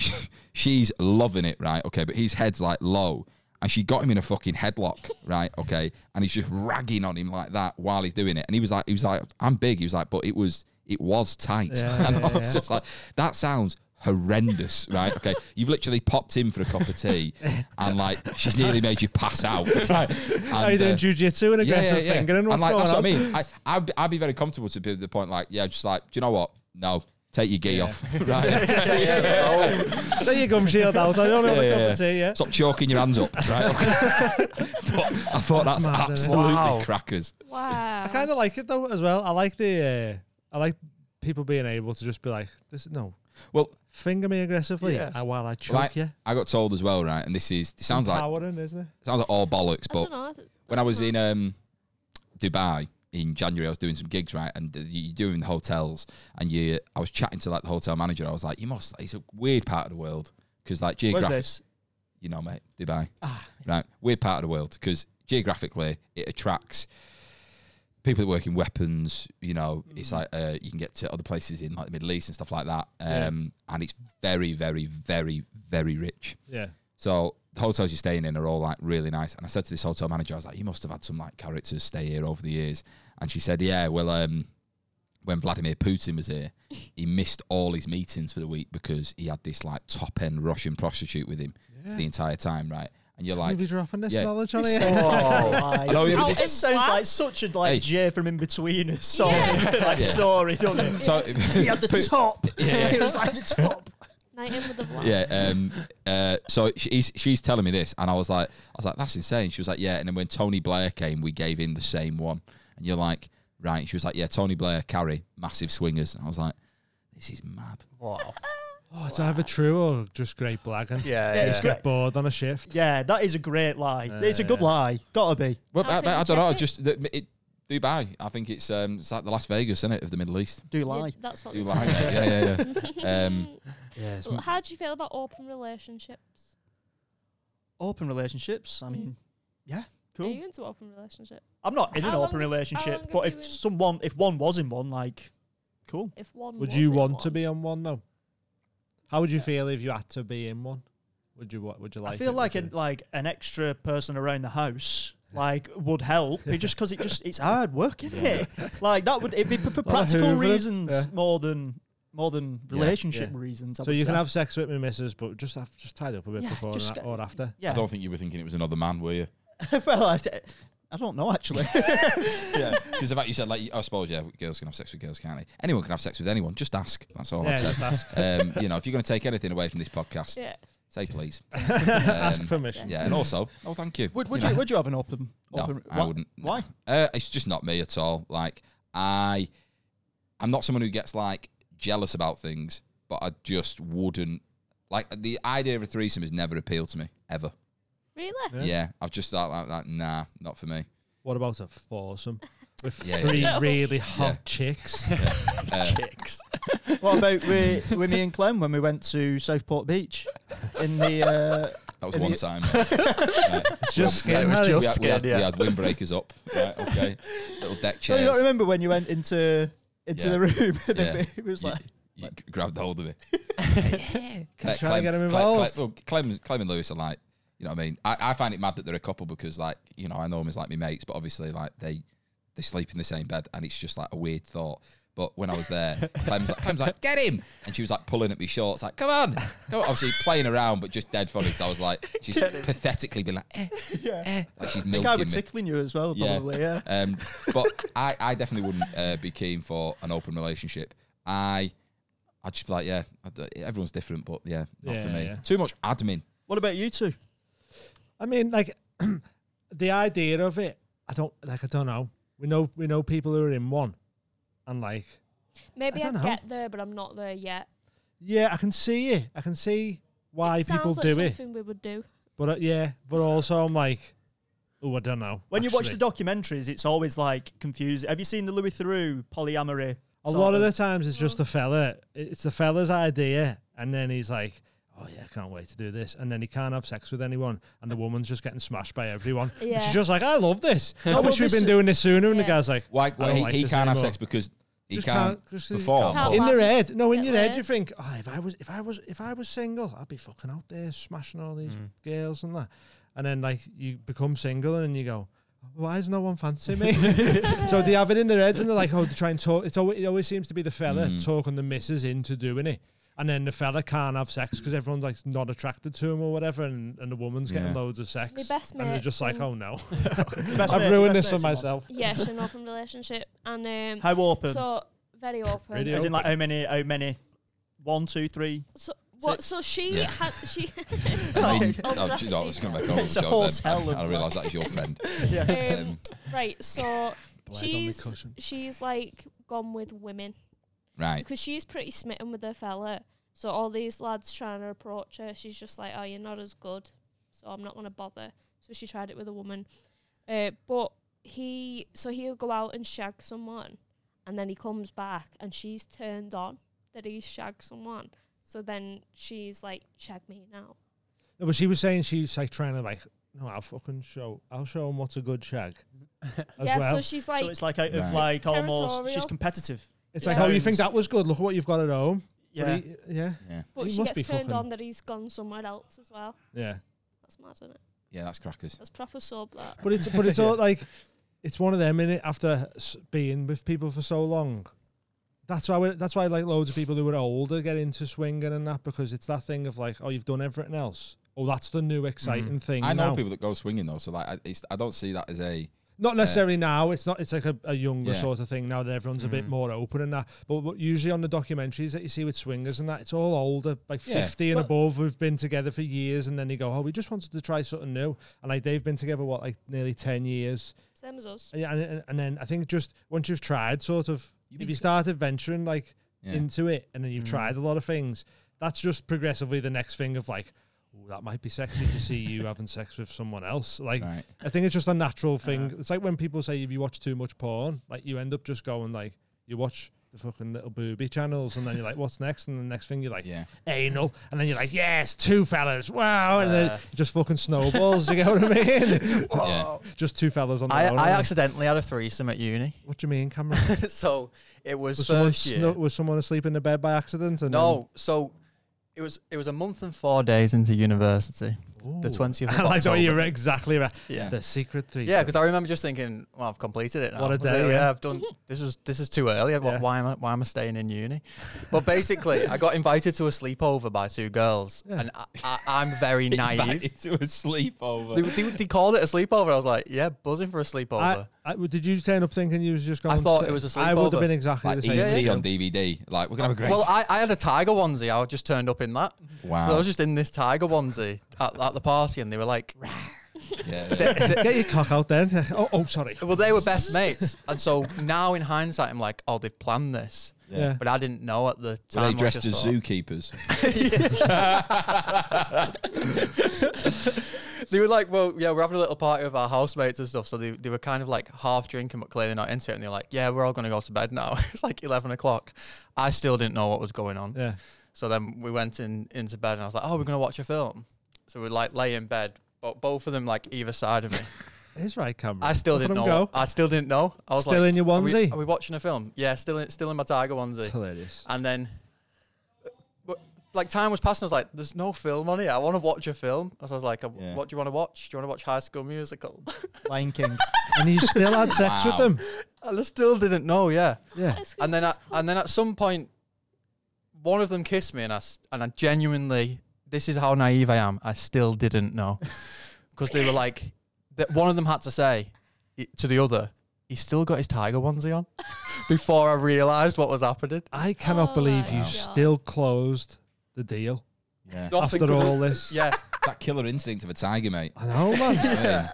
[SPEAKER 4] (laughs) she's loving it, right? Okay, but his head's like low. And she got him in a fucking headlock, (laughs) right? Okay. And he's just ragging on him like that while he's doing it. And he was like, he was like, I'm big. He was like, but it was, it was tight.
[SPEAKER 2] Yeah,
[SPEAKER 4] (laughs) and
[SPEAKER 2] yeah,
[SPEAKER 4] I was
[SPEAKER 2] yeah.
[SPEAKER 4] just like, that sounds horrendous, right?
[SPEAKER 2] (laughs)
[SPEAKER 4] Okay. You've literally popped in for a cup of tea and like, she's nearly made you pass out. (laughs) Right.
[SPEAKER 2] How you
[SPEAKER 4] And,
[SPEAKER 2] doing
[SPEAKER 4] uh,
[SPEAKER 2] jujitsu and aggressive fingering? What's
[SPEAKER 4] and like,
[SPEAKER 2] going
[SPEAKER 4] that's
[SPEAKER 2] on?
[SPEAKER 4] what I mean. I, I'd, be- I'd be very comfortable to be at the point like, yeah, just like, do you know what? No, take your gi off. (laughs) right?
[SPEAKER 2] Take your gum shield out. I
[SPEAKER 4] (laughs)
[SPEAKER 2] don't know the cup of tea, yeah.
[SPEAKER 4] Stop chalking your hands up.
[SPEAKER 2] (laughs)
[SPEAKER 4] Right? okay. but I thought that's,
[SPEAKER 2] mad, isn't it?
[SPEAKER 4] absolutely
[SPEAKER 6] Wow.
[SPEAKER 4] crackers.
[SPEAKER 1] Wow.
[SPEAKER 2] I kind of like it though as well. I like the uh, I like people being able to just be like, this no,
[SPEAKER 4] Well,
[SPEAKER 2] finger me aggressively
[SPEAKER 6] Yeah.
[SPEAKER 2] uh, while I choke
[SPEAKER 4] like,
[SPEAKER 2] you.
[SPEAKER 4] I got told as well, right? And this is, it sounds like,
[SPEAKER 2] Powering, isn't it?
[SPEAKER 4] sounds like all bollocks,
[SPEAKER 1] I
[SPEAKER 4] but
[SPEAKER 1] don't know. I th-
[SPEAKER 4] when I
[SPEAKER 1] that's
[SPEAKER 4] was
[SPEAKER 1] mad.
[SPEAKER 4] in um, Dubai in January, I was doing some gigs, right? And uh, you- you're doing the hotels, and you, I was chatting to like the hotel manager. I was like, "You must." It's a weird part of the world because, like,
[SPEAKER 5] Where's
[SPEAKER 4] geographic,
[SPEAKER 5] this?
[SPEAKER 4] you know, mate, Dubai, right? Weird part of the world because geographically it attracts people that work in weapons. You know, it's like uh, you can get to other places in like the Middle East and stuff like that,
[SPEAKER 2] Yeah.
[SPEAKER 4] um, and it's very, very, very, very rich.
[SPEAKER 2] Yeah.
[SPEAKER 4] So the hotels you're staying in are all like really nice. And I said to this hotel manager, I was like, you must have had some like characters stay here over the years. And she said, yeah, well, um, when Vladimir Putin was here, he missed all his meetings for the week because he had this like top end Russian prostitute with him the entire time, right? And you're
[SPEAKER 2] Like,
[SPEAKER 4] like,
[SPEAKER 2] you be dropping this
[SPEAKER 4] yeah.
[SPEAKER 2] knowledge on here. (laughs)
[SPEAKER 5] (laughs)
[SPEAKER 1] (laughs)
[SPEAKER 5] Oh,
[SPEAKER 4] know, yeah, but
[SPEAKER 5] it just sounds like such a like
[SPEAKER 4] Hey.
[SPEAKER 5] Jay from in between us (laughs) sort
[SPEAKER 1] Yeah.
[SPEAKER 5] of like
[SPEAKER 1] (laughs)
[SPEAKER 4] Yeah.
[SPEAKER 5] (laughs) story, doesn't it?
[SPEAKER 4] (laughs) so
[SPEAKER 5] He had the top. He was like the top.
[SPEAKER 1] Night in with the vlogs.
[SPEAKER 4] Yeah. Um, uh, so she's she's telling me this, and I was like, I was like, that's insane. She was like, yeah. And then when Tony Blair came, we gave in the same one, and you're like, right. She was like, yeah, Tony Blair, Carrie, massive swingers. And I was like, this is mad.
[SPEAKER 1] (laughs)
[SPEAKER 6] Wow.
[SPEAKER 2] Oh, it's either true or just great blagging.
[SPEAKER 6] Yeah,
[SPEAKER 5] Yeah, it's
[SPEAKER 6] yeah.
[SPEAKER 5] great.
[SPEAKER 2] Get bored on a shift.
[SPEAKER 5] Yeah, that is a great lie. it's a good
[SPEAKER 2] yeah.
[SPEAKER 5] lie. Gotta be.
[SPEAKER 4] Well,
[SPEAKER 1] How
[SPEAKER 4] I,
[SPEAKER 1] can you
[SPEAKER 4] I,
[SPEAKER 1] check
[SPEAKER 4] don't know.
[SPEAKER 1] it?
[SPEAKER 4] Just the, it, Dubai. I think it's um, it's like the Las Vegas, isn't it, of the Middle East?
[SPEAKER 5] Do
[SPEAKER 1] Yeah,
[SPEAKER 5] lie.
[SPEAKER 1] that's what.
[SPEAKER 4] You
[SPEAKER 1] they
[SPEAKER 4] like
[SPEAKER 1] say.
[SPEAKER 4] it? Yeah, yeah, yeah. (laughs) Um,
[SPEAKER 1] (laughs) Well, How do you feel about open relationships?
[SPEAKER 5] Open relationships. I mean, yeah,
[SPEAKER 1] Are
[SPEAKER 5] cool.
[SPEAKER 1] you into open relationships?
[SPEAKER 5] I'm not in an
[SPEAKER 1] How long
[SPEAKER 5] open
[SPEAKER 1] have- how
[SPEAKER 5] relationship,
[SPEAKER 1] long
[SPEAKER 5] but
[SPEAKER 1] have you
[SPEAKER 5] if
[SPEAKER 1] been-
[SPEAKER 5] someone, if one was in one, like, cool.
[SPEAKER 1] If one
[SPEAKER 2] Would
[SPEAKER 1] was
[SPEAKER 2] you
[SPEAKER 1] in
[SPEAKER 2] want to
[SPEAKER 1] one?
[SPEAKER 2] be on one though? How would you feel if you had to be in one? Would you? What would you like?
[SPEAKER 5] I feel
[SPEAKER 2] it?
[SPEAKER 5] like
[SPEAKER 2] (laughs) Would
[SPEAKER 5] an
[SPEAKER 2] you-
[SPEAKER 5] like an extra person around the house like would help it just because it just it's hard work isn't it like that would it
[SPEAKER 2] (laughs)
[SPEAKER 5] be for practical
[SPEAKER 2] hoovering,
[SPEAKER 5] reasons
[SPEAKER 2] yeah.
[SPEAKER 5] more than more than
[SPEAKER 4] Yeah,
[SPEAKER 5] relationship
[SPEAKER 2] yeah.
[SPEAKER 5] reasons I
[SPEAKER 2] so
[SPEAKER 5] would
[SPEAKER 2] you
[SPEAKER 5] say.
[SPEAKER 2] can have sex with me, missus, but just have, just tied up a bit
[SPEAKER 5] Yeah,
[SPEAKER 2] before
[SPEAKER 5] just
[SPEAKER 2] and a-
[SPEAKER 5] get-
[SPEAKER 2] or after.
[SPEAKER 4] I
[SPEAKER 5] (laughs) yeah
[SPEAKER 4] don't think you were thinking it was another man, were you?
[SPEAKER 5] (laughs) well I, d- I don't know actually
[SPEAKER 4] Yeah. Because the fact you said, like, I suppose, yeah, girls can have sex with girls, can't they? Anyone can have sex with anyone. Just ask. That's all
[SPEAKER 2] Yeah,
[SPEAKER 4] I'd say.
[SPEAKER 2] just ask, (laughs)
[SPEAKER 4] (laughs) um, you know, if you're going to take anything away from this podcast,
[SPEAKER 1] Yeah.
[SPEAKER 4] say please.
[SPEAKER 2] ask
[SPEAKER 4] Um,
[SPEAKER 2] permission.
[SPEAKER 4] Yeah, and also, oh, thank you.
[SPEAKER 5] would, would
[SPEAKER 4] know.
[SPEAKER 5] you would you have an open
[SPEAKER 4] No,
[SPEAKER 5] open
[SPEAKER 4] I
[SPEAKER 5] why-
[SPEAKER 4] wouldn't.
[SPEAKER 5] why
[SPEAKER 4] Uh, it's just not me at all. Like, I, I'm not someone who gets like jealous about things, but I just wouldn't. Like the idea of a threesome has never appealed to me ever.
[SPEAKER 1] Really?
[SPEAKER 2] Yeah.
[SPEAKER 4] Yeah, I've just thought like, like, nah, not
[SPEAKER 5] (laughs)
[SPEAKER 4] for me.
[SPEAKER 2] What about a foursome with
[SPEAKER 4] Yeah, yeah,
[SPEAKER 2] three
[SPEAKER 1] yeah.
[SPEAKER 2] really hot chicks?
[SPEAKER 4] (laughs) Uh,
[SPEAKER 6] Chicks.
[SPEAKER 5] what about with, with me and Clem when we went to Southport Beach in the uh,
[SPEAKER 4] That was
[SPEAKER 5] Have
[SPEAKER 4] one
[SPEAKER 5] you- (laughs)
[SPEAKER 4] time. right.
[SPEAKER 2] It's just
[SPEAKER 6] Yeah, it
[SPEAKER 2] skin.
[SPEAKER 6] was
[SPEAKER 2] Harry.
[SPEAKER 6] just-
[SPEAKER 4] we, had, we, had,
[SPEAKER 6] scared,
[SPEAKER 4] we
[SPEAKER 6] yeah.
[SPEAKER 4] had
[SPEAKER 5] (laughs)
[SPEAKER 4] windbreakers up. Right, okay. Little deck
[SPEAKER 5] oh,
[SPEAKER 4] chairs.
[SPEAKER 5] you don't remember when you went into into
[SPEAKER 4] Yeah.
[SPEAKER 5] the room (laughs) and then
[SPEAKER 4] Yeah.
[SPEAKER 5] we, we was
[SPEAKER 4] You-
[SPEAKER 5] like
[SPEAKER 4] (laughs) you grabbed hold of it.
[SPEAKER 5] (laughs)
[SPEAKER 4] Cle-
[SPEAKER 2] Trying to get 'em
[SPEAKER 4] Cle- Cle-
[SPEAKER 2] involved.
[SPEAKER 4] well, Clem, Clem and Lewis are like, you know what I mean? I, I find it mad that they're a couple because, like, you know, I know them as like my mates, but obviously, like, they they sleep in the same bed, and it's just like a weird thought. But when I was there, Clem's like, Clem's like, get him, and she was like pulling at me shorts, like, come on, come on. Obviously playing around, but just dead funny. So I was like, she's pathetically being like, eh,
[SPEAKER 5] yeah
[SPEAKER 4] eh, like she's
[SPEAKER 5] The guy
[SPEAKER 4] milking
[SPEAKER 5] was
[SPEAKER 4] me.
[SPEAKER 5] tickling you as well,
[SPEAKER 4] Yeah.
[SPEAKER 5] probably. Yeah.
[SPEAKER 4] Um, but I, I definitely wouldn't uh, be keen for an open relationship. I, I'd just be like, yeah, I d- everyone's different, but yeah, not for
[SPEAKER 2] Yeah,
[SPEAKER 4] me.
[SPEAKER 2] yeah.
[SPEAKER 4] Too much admin.
[SPEAKER 5] What about you two?
[SPEAKER 2] I mean, like (clears throat) the idea of it. I don't like. I don't know. We know. We know people who are in one, and like,
[SPEAKER 1] Maybe
[SPEAKER 2] I
[SPEAKER 1] I,
[SPEAKER 2] don't know.
[SPEAKER 1] get there, but I'm not there yet.
[SPEAKER 2] yeah, I can see it. I can see why
[SPEAKER 1] it
[SPEAKER 2] people
[SPEAKER 1] sounds like
[SPEAKER 2] do it.
[SPEAKER 1] something we would do.
[SPEAKER 2] But uh, yeah, but also I'm like, oh, I don't know.
[SPEAKER 5] When you watch the
[SPEAKER 2] actually.
[SPEAKER 5] documentaries, it's always like confusing. Have you seen the Louis Theroux polyamory?
[SPEAKER 2] a
[SPEAKER 5] sort
[SPEAKER 2] lot of the times it's just the fella. It's the fella's idea, and then he's like. Oh yeah, I can't wait to do this, and then he can't have sex with anyone, and the woman's just getting smashed by
[SPEAKER 5] (laughs)
[SPEAKER 2] everyone. And
[SPEAKER 1] Yeah.
[SPEAKER 2] She's just like, I love this. I
[SPEAKER 5] well,
[SPEAKER 2] wish we'd
[SPEAKER 5] this
[SPEAKER 2] been
[SPEAKER 5] is-
[SPEAKER 2] doing this sooner. And the
[SPEAKER 1] Yeah.
[SPEAKER 2] guy's like,
[SPEAKER 4] Why? why
[SPEAKER 2] don't
[SPEAKER 4] he
[SPEAKER 2] like
[SPEAKER 4] he
[SPEAKER 2] this
[SPEAKER 4] can't have
[SPEAKER 2] anymore.
[SPEAKER 4] sex because he
[SPEAKER 2] Just
[SPEAKER 4] can't,
[SPEAKER 2] can't- just- he
[SPEAKER 4] perform.
[SPEAKER 1] can't.
[SPEAKER 4] but-
[SPEAKER 2] in
[SPEAKER 1] Well,
[SPEAKER 2] your
[SPEAKER 1] that-
[SPEAKER 2] head. No, in
[SPEAKER 1] it
[SPEAKER 2] your head, you
[SPEAKER 1] works.
[SPEAKER 2] think, oh, if I was, if I was, if I was single, I'd be fucking out there smashing all these
[SPEAKER 4] Mm.
[SPEAKER 2] girls and that. And then like you become single, and you go, "Oh, why is no one fancying
[SPEAKER 5] (laughs)
[SPEAKER 2] me? so they have it in their heads, and they're like, oh, to try and talk. It's always, it always seems to be the fella
[SPEAKER 4] Mm.
[SPEAKER 2] talking the missus into doing it. And then the fella can't have sex because everyone's like not attracted to him or whatever, and, and the woman's getting
[SPEAKER 4] Yeah.
[SPEAKER 2] loads of sex,
[SPEAKER 1] best
[SPEAKER 2] and they're
[SPEAKER 1] mate
[SPEAKER 2] just like,
[SPEAKER 1] from-
[SPEAKER 2] "Oh no,
[SPEAKER 5] of- (laughs) Best
[SPEAKER 2] I've
[SPEAKER 5] mate-
[SPEAKER 2] ruined this
[SPEAKER 5] best
[SPEAKER 2] for
[SPEAKER 5] mates in one.
[SPEAKER 2] myself."
[SPEAKER 1] Yes, an open relationship, and um,
[SPEAKER 5] How open?
[SPEAKER 1] so very open.
[SPEAKER 2] Really
[SPEAKER 5] As in,
[SPEAKER 2] open.
[SPEAKER 5] like, how many? How many? One, two, three. (laughs)
[SPEAKER 1] So what? So she
[SPEAKER 4] Yeah.
[SPEAKER 1] had
[SPEAKER 4] (laughs)
[SPEAKER 1] she.
[SPEAKER 2] (laughs)
[SPEAKER 4] I mean,
[SPEAKER 1] Oh,
[SPEAKER 4] oh, do you know what, I was going to make all
[SPEAKER 5] It's
[SPEAKER 4] the
[SPEAKER 5] a
[SPEAKER 4] joke
[SPEAKER 5] hotel
[SPEAKER 4] then. I,
[SPEAKER 5] of-
[SPEAKER 4] realise that is your friend.
[SPEAKER 1] um, right, so
[SPEAKER 2] Blood on the
[SPEAKER 1] she's
[SPEAKER 2] cushion.
[SPEAKER 1] she's like gone with women
[SPEAKER 4] Right.
[SPEAKER 1] because she's pretty smitten with her fella. So all these lads trying to approach her, she's just like, "Oh, you're not as good, so I'm not gonna bother." So she tried it with a woman, uh, but he so he'll go out and shag someone, and then he comes back and she's turned on that he's shagged someone. So then she's like, "Shag me now."
[SPEAKER 2] No, but she was saying she's like trying to like, no, I'll fucking show, I'll show him what's a good shag. As
[SPEAKER 1] yeah,
[SPEAKER 2] well.
[SPEAKER 1] so she's like,
[SPEAKER 5] so it's like out of
[SPEAKER 4] Right.
[SPEAKER 5] like
[SPEAKER 1] It's
[SPEAKER 5] almost. She's
[SPEAKER 1] territorial.
[SPEAKER 5] competitive.
[SPEAKER 2] it's
[SPEAKER 5] it
[SPEAKER 2] like, oh, you
[SPEAKER 5] sounds-
[SPEAKER 2] think that was good? Look at what you've got at home. But
[SPEAKER 5] Yeah.
[SPEAKER 2] he- yeah,
[SPEAKER 4] Yeah.
[SPEAKER 1] but
[SPEAKER 2] he
[SPEAKER 1] she
[SPEAKER 2] must
[SPEAKER 1] gets
[SPEAKER 2] be
[SPEAKER 1] turned
[SPEAKER 2] fucking-
[SPEAKER 1] on that he's gone somewhere else as well.
[SPEAKER 2] yeah.
[SPEAKER 1] That's mad, isn't it?
[SPEAKER 4] Yeah, that's crackers.
[SPEAKER 1] That's proper sob. That
[SPEAKER 2] But it's but it's
[SPEAKER 4] (laughs)
[SPEAKER 2] all like, it's one of them in it after s- being with people for so long. That's why we that's why like loads of people who are older get into swinging and that because it's that thing of like, oh, you've done everything else. Oh, that's the new exciting thing.
[SPEAKER 4] Mm. I know
[SPEAKER 2] now.
[SPEAKER 4] people that go swinging though, so like, I, it's, I don't see that as a.
[SPEAKER 2] Not necessarily now. It's not. It's like a, a younger
[SPEAKER 4] Yeah. Mm-hmm.
[SPEAKER 2] sort of thing now that everyone's a bit more open and that. But, but usually on the documentaries that you see with swingers and that, it's all older, like
[SPEAKER 4] Yeah.
[SPEAKER 2] fifty and above, who've been together for years, and then they go, "Oh, we just wanted to try something new." And like they've been together what, like nearly ten years.
[SPEAKER 1] Same as us.
[SPEAKER 2] Yeah, and, and, and then I think just once you've tried, sort of, if you start adventuring like
[SPEAKER 4] Yeah.
[SPEAKER 2] into it, and then you've tried a lot of things, that's just progressively the next thing of like, "Ooh, that might be sexy to see you having sex with someone else. Like,
[SPEAKER 4] Right.
[SPEAKER 2] I think it's just a natural thing. it's like when people say if you watch too much porn, like you end up just going like, you watch the fucking little booby channels, and then you're like, what's next? And the next thing you're like,
[SPEAKER 4] Yeah.
[SPEAKER 2] anal, and then you're like, yes, two fellas, wow, and then it just fucking snowballs. you know what I
[SPEAKER 4] (laughs)
[SPEAKER 2] mean?
[SPEAKER 4] Yeah.
[SPEAKER 2] just two fellas on their
[SPEAKER 6] I,
[SPEAKER 2] own.
[SPEAKER 6] I accidentally had a threesome at uni.
[SPEAKER 2] What do you mean,
[SPEAKER 6] (laughs)
[SPEAKER 2] Cameron?
[SPEAKER 6] so it was,
[SPEAKER 2] Was someone,
[SPEAKER 6] first year.
[SPEAKER 2] sno- was someone asleep in the bed by accident? And
[SPEAKER 6] no, so it was it was a month and four days into university. The twentieth.
[SPEAKER 2] (laughs) Then, I like how (laughs) you're exactly right.
[SPEAKER 6] Yeah.
[SPEAKER 2] The secret three.
[SPEAKER 6] Yeah, because I remember just thinking, well, I've completed it now.
[SPEAKER 2] What a day,
[SPEAKER 6] Yeah,
[SPEAKER 2] yeah.
[SPEAKER 6] I've
[SPEAKER 2] (laughs)
[SPEAKER 6] done. This is this is too early. Why-
[SPEAKER 2] Yeah.
[SPEAKER 6] Why am I why am I staying in uni? But basically, I got invited to a sleepover by two girls, and I, I, I'm
[SPEAKER 2] (laughs)
[SPEAKER 6] very naive.
[SPEAKER 4] Back into a
[SPEAKER 6] They,
[SPEAKER 4] sleepover.
[SPEAKER 6] they, they called it a sleepover. I was like, yeah, buzzing for
[SPEAKER 2] I,
[SPEAKER 6] a sleepover.
[SPEAKER 2] I, did you turn up thinking you was just going?
[SPEAKER 6] I thought
[SPEAKER 2] to-
[SPEAKER 6] it was a
[SPEAKER 2] I would have
[SPEAKER 6] sleepover.
[SPEAKER 2] been exactly
[SPEAKER 4] Like
[SPEAKER 2] the same.
[SPEAKER 4] ET
[SPEAKER 2] as you.
[SPEAKER 4] on DVD. Like we're gonna have a great.
[SPEAKER 6] well, I, I had a tiger onesie. I just turned up in that.
[SPEAKER 2] Mm-hmm.
[SPEAKER 4] Wow.
[SPEAKER 6] So I was just in this tiger onesie at, at the party, and they were like, (laughs)
[SPEAKER 4] yeah, yeah.
[SPEAKER 6] they- they-
[SPEAKER 2] (laughs) Get your cock out then. (laughs) Oh, oh sorry.
[SPEAKER 6] well, they were best mates. And so now in hindsight, I'm like, oh, they've planned this.
[SPEAKER 2] Yeah.
[SPEAKER 6] But I didn't know at the
[SPEAKER 4] Were
[SPEAKER 6] time.
[SPEAKER 4] they
[SPEAKER 6] I
[SPEAKER 4] dressed
[SPEAKER 6] just
[SPEAKER 4] as
[SPEAKER 6] thought-
[SPEAKER 4] zookeepers?
[SPEAKER 6] They were like, well, yeah, we're having a little party with our housemates and stuff. So they, they were kind of like half drinking, but clearly not into it. And they're like, yeah, we're all going to go to bed now. (laughs) it's like 11 o'clock. I still didn't know what was going on.
[SPEAKER 2] Yeah.
[SPEAKER 6] So then we went in into bed and I was like, oh, we're going to watch a film. So we like lay in bed, but both of them like either side of me.
[SPEAKER 2] It's right, Cameron.
[SPEAKER 6] I still
[SPEAKER 2] Look at
[SPEAKER 6] didn't
[SPEAKER 2] him
[SPEAKER 6] know.
[SPEAKER 2] Go.
[SPEAKER 6] I still didn't know. I was
[SPEAKER 2] Still
[SPEAKER 6] like,
[SPEAKER 2] in your
[SPEAKER 6] "Are we- Are
[SPEAKER 2] onesie?"
[SPEAKER 6] we, watching a film? Yeah, still in, still in my tiger onesie.
[SPEAKER 2] Hilarious.
[SPEAKER 6] And then, but, like time was passing, I was like, "There's no film on here. I want to watch a film." So I was like,
[SPEAKER 4] Yeah.
[SPEAKER 6] "What do you want to watch? Do you want to watch High School Musical?" (laughs)
[SPEAKER 5] Lion King.
[SPEAKER 2] and you still had sex
[SPEAKER 4] Wow.
[SPEAKER 2] with them.
[SPEAKER 6] and I still didn't know. Yeah.
[SPEAKER 2] Yeah.
[SPEAKER 6] And then, I, and then at some point, one of them kissed me, and I s- and I genuinely, this is how naive I am. I still didn't
[SPEAKER 2] (laughs)
[SPEAKER 6] know because they were like, that one of them had to say i- to the other, "He's still got his tiger
[SPEAKER 2] (laughs)
[SPEAKER 6] onesie on," before I realised what was happening.
[SPEAKER 2] I cannot
[SPEAKER 1] Oh
[SPEAKER 2] believe
[SPEAKER 1] my
[SPEAKER 2] you
[SPEAKER 1] God.
[SPEAKER 2] still closed the deal
[SPEAKER 4] yeah.
[SPEAKER 6] Nothing
[SPEAKER 2] after (laughs)
[SPEAKER 6] could-
[SPEAKER 2] all this.
[SPEAKER 6] Yeah.
[SPEAKER 4] (laughs) that killer instinct of a
[SPEAKER 2] (laughs)
[SPEAKER 4] tiger, mate.
[SPEAKER 2] I know, man.
[SPEAKER 4] Yeah.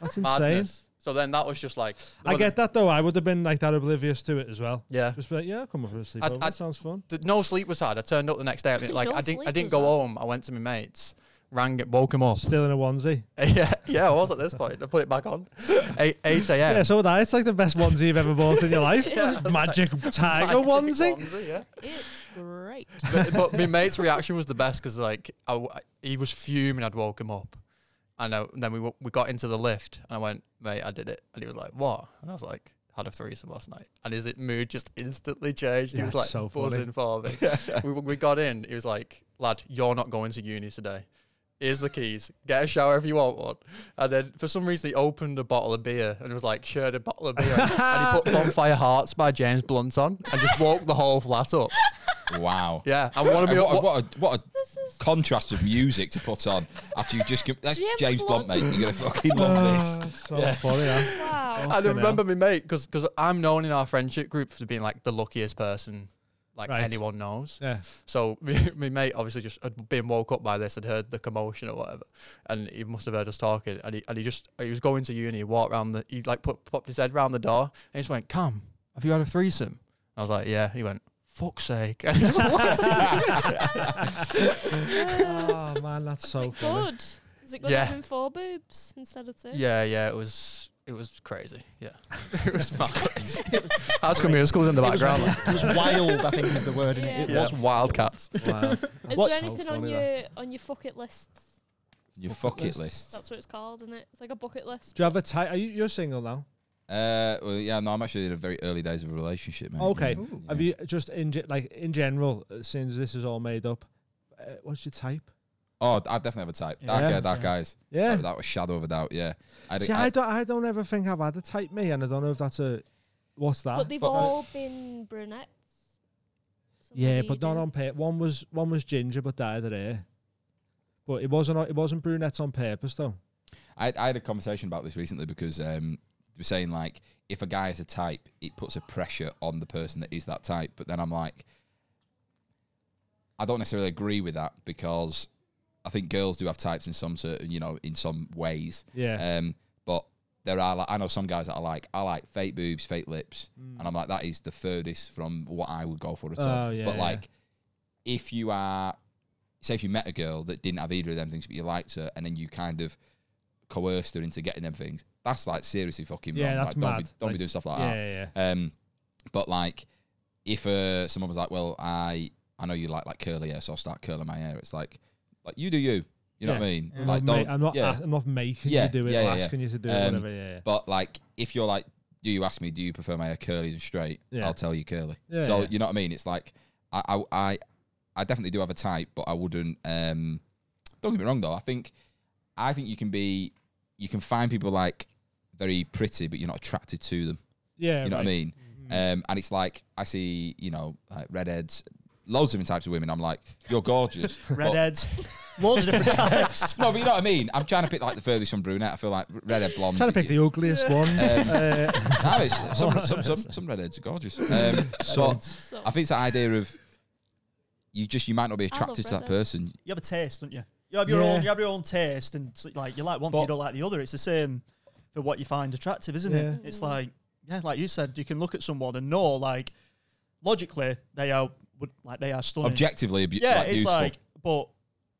[SPEAKER 2] That's insane.
[SPEAKER 6] madness. So then that was just like
[SPEAKER 2] I get that though. I would have been like that oblivious to it as well.
[SPEAKER 6] Yeah.
[SPEAKER 2] Just be like, yeah, I'll come over for a
[SPEAKER 6] I'd-
[SPEAKER 2] sleepover.
[SPEAKER 6] I'd-
[SPEAKER 2] That sounds fun.
[SPEAKER 6] the, no sleep was had. I turned up the next day. I mean, like
[SPEAKER 1] No
[SPEAKER 6] I didn't. I
[SPEAKER 1] sleep
[SPEAKER 6] didn't
[SPEAKER 1] was
[SPEAKER 6] go
[SPEAKER 1] had.
[SPEAKER 6] home. I went to my mates. Rang it. Woke him up. (laughs)
[SPEAKER 2] Still in a onesie.
[SPEAKER 6] yeah, yeah. I was at this point. I put it
[SPEAKER 2] (laughs)
[SPEAKER 6] back on. Eight, eight a.m.
[SPEAKER 2] Yeah, so would I. It's like the best onesie you've ever bought in your
[SPEAKER 6] (laughs)
[SPEAKER 2] life. Magic tiger
[SPEAKER 6] Magic
[SPEAKER 2] onesie.
[SPEAKER 6] yeah.
[SPEAKER 1] It's great.
[SPEAKER 6] but, but my mate's reaction was the best because like I w he was fuming. I'd woke him up, and, I, and then we w- we got into the lift, and I went, mate, I did it, and he was like, what? And I was like. Had a threesome last night, and his it mood just instantly changed.
[SPEAKER 2] Yeah,
[SPEAKER 6] he was
[SPEAKER 2] it's
[SPEAKER 6] like
[SPEAKER 2] so funny.
[SPEAKER 6] buzzing for me. (laughs) we, we got in. He was like, "Lad, you're not going to uni today. Here's the keys. Get a shower if you want one." And then for some reason, he opened a bottle of beer and was like, "Shared a bottle of beer," and he put "Bonfire Hearts" by James Blunt on, and just woke the whole flat up.
[SPEAKER 4] Wow.
[SPEAKER 6] Yeah, I want to
[SPEAKER 4] And
[SPEAKER 6] be.
[SPEAKER 4] what, a,
[SPEAKER 6] what-
[SPEAKER 4] what a what a
[SPEAKER 1] This is
[SPEAKER 4] contrast of music to put on after you just com- that's
[SPEAKER 1] James
[SPEAKER 4] James Blunt,
[SPEAKER 1] Blunt.
[SPEAKER 4] mate. You're gonna fucking love
[SPEAKER 2] Ah,
[SPEAKER 4] this.
[SPEAKER 2] So funny, huh?
[SPEAKER 1] wow.
[SPEAKER 6] I
[SPEAKER 2] Fucking
[SPEAKER 6] remember my mate because I'm known in our friendship group for being like the luckiest person like
[SPEAKER 2] Right.
[SPEAKER 6] anyone knows.
[SPEAKER 2] Yeah.
[SPEAKER 6] So my, my mate obviously just had been woke up by this, had heard the commotion or whatever, and he must have heard us talking. And he and he just he was going to uni, he walked around the he like put popped his head round the door and he just went, "Come, have you had a threesome?" And I was like, "Yeah." He went, "Fuck's sake!" (laughs) And he (laughs) just walked-
[SPEAKER 2] Oh man, that's so
[SPEAKER 1] Like
[SPEAKER 2] funny.
[SPEAKER 1] good. Is it good
[SPEAKER 6] Yeah.
[SPEAKER 1] having four boobs instead of two? (laughs)
[SPEAKER 2] (laughs)
[SPEAKER 6] yeah, yeah, it was. It was crazy. Yeah, (laughs) it was
[SPEAKER 4] (laughs)
[SPEAKER 6] mad. High School Musical's in the background. like,
[SPEAKER 7] It was wild, I think is the word, isn't it? It
[SPEAKER 1] Yeah.
[SPEAKER 7] was
[SPEAKER 6] What's Wildcats?
[SPEAKER 2] Wow.
[SPEAKER 1] Is
[SPEAKER 2] What-
[SPEAKER 1] there anything on
[SPEAKER 2] funny,
[SPEAKER 1] your
[SPEAKER 2] though.
[SPEAKER 1] on your bucket lists?
[SPEAKER 4] Your
[SPEAKER 2] Bucket
[SPEAKER 4] fuck it
[SPEAKER 2] list.
[SPEAKER 4] list.
[SPEAKER 1] That's what it's called, isn't it? It's like a bucket list.
[SPEAKER 2] Do you have a tight? Are you you're single now?
[SPEAKER 4] Uh, well, yeah, no, I'm actually in the very early days of a relationship, mate.
[SPEAKER 2] Okay.
[SPEAKER 4] Yeah.
[SPEAKER 2] Have you just in ge- like in general? uh, Since this is all made up, uh, what's your type?
[SPEAKER 4] Oh, I definitely have a type.
[SPEAKER 7] Yeah.
[SPEAKER 4] Dark
[SPEAKER 2] Yeah.
[SPEAKER 4] hair, dark eyes.
[SPEAKER 2] Yeah.
[SPEAKER 4] That, that was shadow of a doubt. Yeah. I,
[SPEAKER 2] See, I, don't. I don't ever think I've had a type me, and I don't know if that's a what's that.
[SPEAKER 1] But they've
[SPEAKER 4] But-
[SPEAKER 1] all been brunettes.
[SPEAKER 2] yeah, but not on paper. One was one was ginger, but dyed her hair. But it wasn't. It wasn't brunettes on purpose though.
[SPEAKER 4] I, I had a conversation about this recently because um, They were saying like if a guy is a type, it puts a pressure on the person that is that type. But then I'm like, I don't necessarily agree with that because I think girls do have types in some certain, you know, in some ways.
[SPEAKER 2] Yeah.
[SPEAKER 4] Um, but there are like I know some guys that are like I like fake boobs, fake lips, and I'm like that is the furthest from what I would go for at all.
[SPEAKER 2] Mm. Oh, yeah,
[SPEAKER 4] but
[SPEAKER 2] yeah.
[SPEAKER 4] like if you are, say if you met a girl that didn't have either of them things, but you liked her, and then you kind of coerced her into getting them things, that's like seriously fucking
[SPEAKER 2] Yeah,
[SPEAKER 4] wrong.
[SPEAKER 2] that's
[SPEAKER 4] like, don't
[SPEAKER 2] mad.
[SPEAKER 4] Be, don't
[SPEAKER 2] Like,
[SPEAKER 4] be doing stuff like
[SPEAKER 2] yeah,
[SPEAKER 4] that.
[SPEAKER 2] yeah, yeah.
[SPEAKER 4] Um, but like, if uh, someone was like, "Well, I I know you like like curly hair, so I'll start curling my hair," it's like, like you do you. You know what I mean?
[SPEAKER 2] I'm,
[SPEAKER 4] Like,
[SPEAKER 2] not ma-
[SPEAKER 4] don't.
[SPEAKER 2] I'm not.
[SPEAKER 4] yeah.
[SPEAKER 2] a- I'm not making
[SPEAKER 4] Yeah,
[SPEAKER 2] you do it.
[SPEAKER 4] yeah,
[SPEAKER 2] or
[SPEAKER 4] yeah, yeah.
[SPEAKER 2] asking you to do it.
[SPEAKER 4] Um,
[SPEAKER 2] Whatever. Yeah. yeah.
[SPEAKER 4] But like, if you're like, do you ask me, do you prefer my hair curly and straight?
[SPEAKER 2] Yeah.
[SPEAKER 4] I'll tell you curly.
[SPEAKER 2] Yeah,
[SPEAKER 4] so
[SPEAKER 2] yeah.
[SPEAKER 4] you know what I mean? It's like, I, I, I, I definitely do have a type, but I wouldn't. Um, don't get me wrong though. I think, I think you can be, you can find people like very pretty, but you're not attracted to them.
[SPEAKER 2] yeah.
[SPEAKER 4] You know
[SPEAKER 2] right. Mm-hmm.
[SPEAKER 4] what I mean?
[SPEAKER 2] Mm.
[SPEAKER 4] Um, and it's like I see, you know, like redheads, loads of different types of women. I'm like, you're
[SPEAKER 2] (laughs)
[SPEAKER 4] gorgeous. but-
[SPEAKER 5] Redheads, loads of different (laughs) types.
[SPEAKER 4] No, but you know what I mean. I'm trying to pick like the furthest from brunette. I feel like r- redhead blonde.
[SPEAKER 2] Trying to pick the ugliest
[SPEAKER 4] (laughs)
[SPEAKER 2] one. Uh, (laughs)
[SPEAKER 4] No, it's- some, some, some, some redheads are gorgeous.
[SPEAKER 5] (laughs)
[SPEAKER 4] Um, so
[SPEAKER 1] So, (laughs)
[SPEAKER 4] I think it's that idea of you just you might not be
[SPEAKER 1] love
[SPEAKER 4] attracted to that
[SPEAKER 1] redheads.
[SPEAKER 4] person.
[SPEAKER 5] you have a taste, don't you? You have your
[SPEAKER 2] Yeah.
[SPEAKER 5] own. You have your own taste, and it's like you like one, but you
[SPEAKER 4] But-
[SPEAKER 5] don't like the other. It's the same for what you find attractive, isn't it?
[SPEAKER 2] Yeah.
[SPEAKER 5] It's like yeah, like you said, you can look at someone and know, like logically, they are would like they are stunning.
[SPEAKER 4] Objectively, abu-
[SPEAKER 5] yeah,
[SPEAKER 4] like,
[SPEAKER 5] it's
[SPEAKER 4] beautiful.
[SPEAKER 5] like, but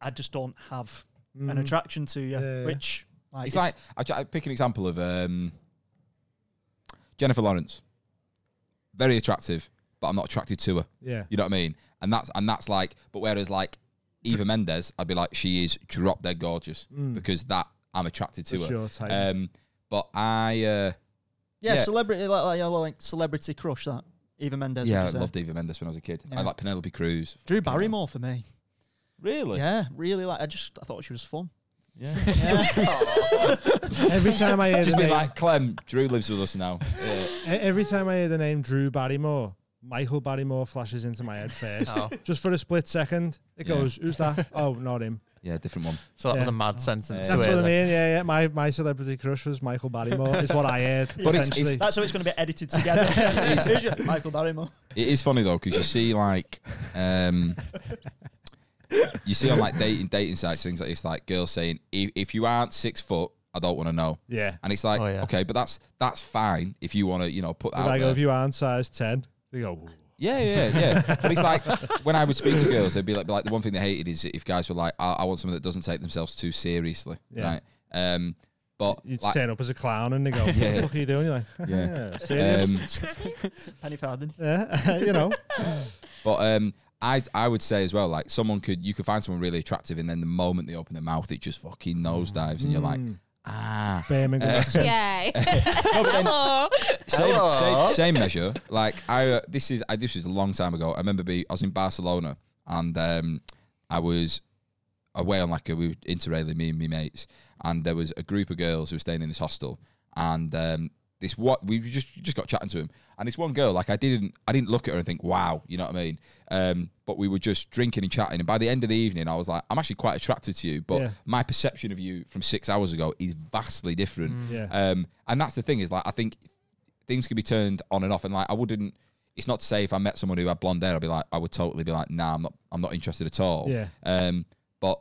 [SPEAKER 5] I just don't have
[SPEAKER 2] mm.
[SPEAKER 5] an attraction to you,
[SPEAKER 2] yeah.
[SPEAKER 5] which like,
[SPEAKER 4] it's like I, try- I pick an example of um, Jennifer Lawrence. Very attractive, but I'm not attracted to her.
[SPEAKER 2] yeah.
[SPEAKER 4] You know what I mean? And that's and that's like, but whereas like Eva Mendes, I'd be like, she is drop dead gorgeous
[SPEAKER 5] Hmm.
[SPEAKER 4] because that I'm attracted to
[SPEAKER 2] That's
[SPEAKER 4] her.
[SPEAKER 2] your type.
[SPEAKER 4] Um, but I uh,
[SPEAKER 5] yeah,
[SPEAKER 4] yeah.
[SPEAKER 5] celebrity like, like, you know, like celebrity crush that Eva Mendes.
[SPEAKER 4] yeah, I
[SPEAKER 5] was, uh,
[SPEAKER 4] loved Eva Mendes when I was a kid.
[SPEAKER 5] Yeah.
[SPEAKER 4] I like Penelope Cruz.
[SPEAKER 5] Drew Barrymore for me.
[SPEAKER 4] Really?
[SPEAKER 5] Yeah, really like I just I thought she was fun.
[SPEAKER 2] Every time (laughs) I hear the
[SPEAKER 4] (laughs) Just be
[SPEAKER 2] name,
[SPEAKER 4] like Clem. Drew lives with us now. (laughs) Yeah.
[SPEAKER 2] e- every time I hear the name Drew Barrymore, Michael Barrymore flashes into my head first.
[SPEAKER 6] Oh.
[SPEAKER 2] Just for a split second, it
[SPEAKER 4] Yeah.
[SPEAKER 2] goes, "Who's
[SPEAKER 4] (laughs)
[SPEAKER 2] that? Oh, not him."
[SPEAKER 4] yeah, different one.
[SPEAKER 6] So that was
[SPEAKER 2] Yeah.
[SPEAKER 6] a mad sentence
[SPEAKER 2] That's
[SPEAKER 6] to
[SPEAKER 2] what I
[SPEAKER 6] it.
[SPEAKER 2] mean. Yeah, yeah. My my celebrity crush was Michael Barrymore. is what I heard.
[SPEAKER 4] (laughs) But it's-
[SPEAKER 2] essentially.
[SPEAKER 5] That's how it's going to be edited
[SPEAKER 4] (laughs)
[SPEAKER 5] together. (laughs) Who's your- Michael Barrymore.
[SPEAKER 4] It is funny though because you see like, um, you see on like dating dating sites things like this, like girls saying, if, if you aren't six foot, I don't want to know.
[SPEAKER 2] yeah.
[SPEAKER 4] And it's like,
[SPEAKER 6] Oh, yeah.
[SPEAKER 4] okay, but that's that's fine if you want to, you know, put that out
[SPEAKER 2] Like,
[SPEAKER 4] there.
[SPEAKER 2] if you aren't size ten, they go. "Ooh."
[SPEAKER 4] Yeah, yeah, yeah. but it's like when I would speak to girls, they'd be like, like the one thing they hated is if guys were like, I, I want someone that doesn't take themselves too seriously,
[SPEAKER 2] Yeah.
[SPEAKER 4] right? Um, but
[SPEAKER 2] You'd
[SPEAKER 4] like,
[SPEAKER 2] stand up as a clown and they go, "What the
[SPEAKER 4] (laughs) Yeah.
[SPEAKER 2] fuck are you doing?" You're like, (laughs)
[SPEAKER 4] Yeah.
[SPEAKER 2] "Serious?"
[SPEAKER 4] um,
[SPEAKER 5] Penny Farden.
[SPEAKER 2] yeah, (laughs) you
[SPEAKER 4] (laughs)
[SPEAKER 2] know.
[SPEAKER 4] but um, I I would say as well, like someone could you could find someone really attractive, and then the moment they open their mouth, it just fucking nosedives, and you're like, ah.
[SPEAKER 2] Birmingham. Mm. accent.
[SPEAKER 8] Yay.
[SPEAKER 2] (laughs)
[SPEAKER 4] No, (laughs)
[SPEAKER 8] Hello.
[SPEAKER 4] but then- same, same, same measure. Like I, uh, this is I, this was a long time ago. I remember being I was in Barcelona and um, I was away on like a we were interrailing me and my mates, and there was a group of girls who were staying in this hostel, and um, this what we just just got chatting to him, and this one girl like I didn't I didn't look at her and think wow, you know what I mean? Um, but we were just drinking and chatting, and by the end of the evening, I was like, I'm actually quite attracted to you, but
[SPEAKER 2] Yeah.
[SPEAKER 4] my perception of you from six hours ago is vastly different.
[SPEAKER 2] Yeah.
[SPEAKER 4] Um, and that's the thing is like I think things can be turned on and off. And like I wouldn't. It's not to say if I met someone who had blonde hair, I'd be like, I would totally be like, nah, I'm not, I'm not interested at all.
[SPEAKER 2] Yeah.
[SPEAKER 4] Um, but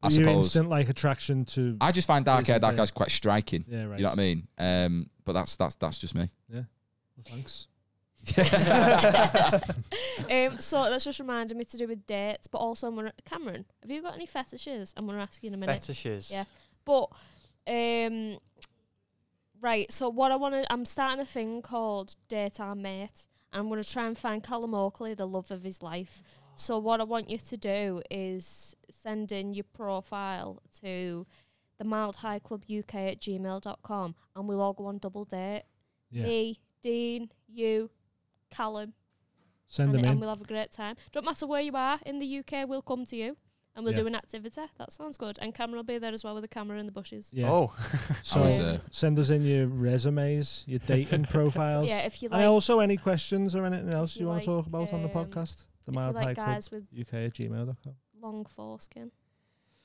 [SPEAKER 4] I
[SPEAKER 2] Your
[SPEAKER 4] suppose
[SPEAKER 2] instant like attraction to
[SPEAKER 4] I just find dark hair, dark
[SPEAKER 2] Isn't it?
[SPEAKER 4] eyes quite striking.
[SPEAKER 2] yeah, right.
[SPEAKER 4] You know what I mean? Um, but that's that's that's just me. (laughs)
[SPEAKER 2] Thanks.
[SPEAKER 1] um, so that's just reminded me to do with dates, but also I'm gonna Cameron, have you got any fetishes? I'm gonna ask you in a minute.
[SPEAKER 6] Fetishes.
[SPEAKER 1] Yeah. But um right, so what I wanna I'm starting a thing called Date Our Mate. and I'm gonna try and find Callum Oakley, the love of his life. So what I want you to do is send in your profile to the mild high club UK at gmail.com and we'll all go on double date.
[SPEAKER 2] Yeah.
[SPEAKER 1] Me, Dean, you, Callum,
[SPEAKER 2] Send
[SPEAKER 1] and,
[SPEAKER 2] them
[SPEAKER 1] and
[SPEAKER 2] in.
[SPEAKER 1] we'll have a great time. Don't matter where you are in the UK, we'll come to you and we'll
[SPEAKER 2] Yeah.
[SPEAKER 1] do an activity. That sounds good. And Cameron will be there as well with a camera in the bushes.
[SPEAKER 2] Yeah.
[SPEAKER 6] Oh,
[SPEAKER 2] (laughs) so
[SPEAKER 4] I was, uh,
[SPEAKER 2] send us in your resumes, your dating profiles,
[SPEAKER 1] Yeah, if you
[SPEAKER 2] and
[SPEAKER 1] like,
[SPEAKER 2] also any questions or anything else
[SPEAKER 1] if
[SPEAKER 2] you,
[SPEAKER 1] you
[SPEAKER 2] want
[SPEAKER 1] like,
[SPEAKER 2] to talk about on the
[SPEAKER 1] um,
[SPEAKER 2] podcast. The
[SPEAKER 1] if you
[SPEAKER 2] mild
[SPEAKER 1] like
[SPEAKER 2] high club
[SPEAKER 1] guys with
[SPEAKER 2] UK at gmail.com.
[SPEAKER 1] long foreskin.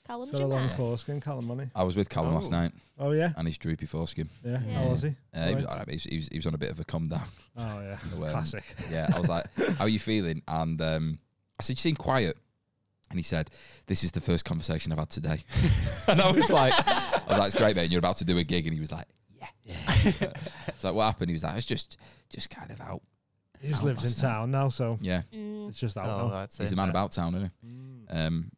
[SPEAKER 1] Callum's
[SPEAKER 2] Got a
[SPEAKER 1] in
[SPEAKER 2] long
[SPEAKER 1] there.
[SPEAKER 2] foreskin, Callum Money.
[SPEAKER 4] I was with Callum last
[SPEAKER 6] Oh.
[SPEAKER 4] night
[SPEAKER 2] Oh yeah,
[SPEAKER 4] and his droopy foreskin.
[SPEAKER 2] yeah.
[SPEAKER 1] Yeah.
[SPEAKER 2] How was he?
[SPEAKER 4] Uh, he, was,
[SPEAKER 2] Right.
[SPEAKER 4] alright, but he was- he was he was on a bit of a come down.
[SPEAKER 2] Oh yeah,
[SPEAKER 4] No, um,
[SPEAKER 2] classic.
[SPEAKER 4] Yeah, I was like, "How are you feeling?" And um, I said, "You seem quiet." And he said, "This is the first conversation I've had today." (laughs) and I was like, "I was like, it's great, mate. and You're about to do a gig." And he was like, "Yeah." (laughs) it's like, "What happened?" He was like, "I was just, just kind of out."
[SPEAKER 2] He just
[SPEAKER 4] Oh,
[SPEAKER 2] lives in
[SPEAKER 4] that's nice.
[SPEAKER 2] town now, so
[SPEAKER 4] Yeah,
[SPEAKER 1] Mm.
[SPEAKER 2] it's just out
[SPEAKER 6] Oh,
[SPEAKER 2] now.
[SPEAKER 6] that's
[SPEAKER 4] he's
[SPEAKER 6] it.
[SPEAKER 4] a man about town, isn't
[SPEAKER 2] Mm.
[SPEAKER 4] he? Um,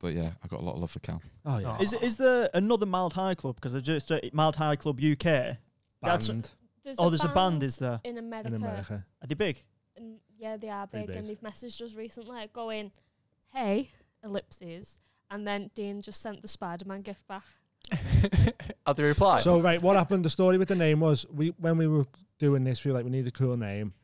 [SPEAKER 4] but yeah, I got a lot of love for Cal.
[SPEAKER 2] Oh yeah,
[SPEAKER 6] Oh.
[SPEAKER 5] Is, is there another Mild High Club? Because I just uh, Mild High Club UK. That's-
[SPEAKER 2] band
[SPEAKER 5] oh, there's a band. Is there?
[SPEAKER 1] in America.
[SPEAKER 2] in America.
[SPEAKER 5] Are they big?
[SPEAKER 1] And yeah, they are
[SPEAKER 2] Pretty
[SPEAKER 1] big, and
[SPEAKER 2] big.
[SPEAKER 1] they've messaged us recently going, "Hey, ellipses," and then Dean just sent the Spider-Man gift back.
[SPEAKER 6] At the reply.
[SPEAKER 2] So right, what happened? The story with the name was we when we were doing this, we were like, we need a cool name.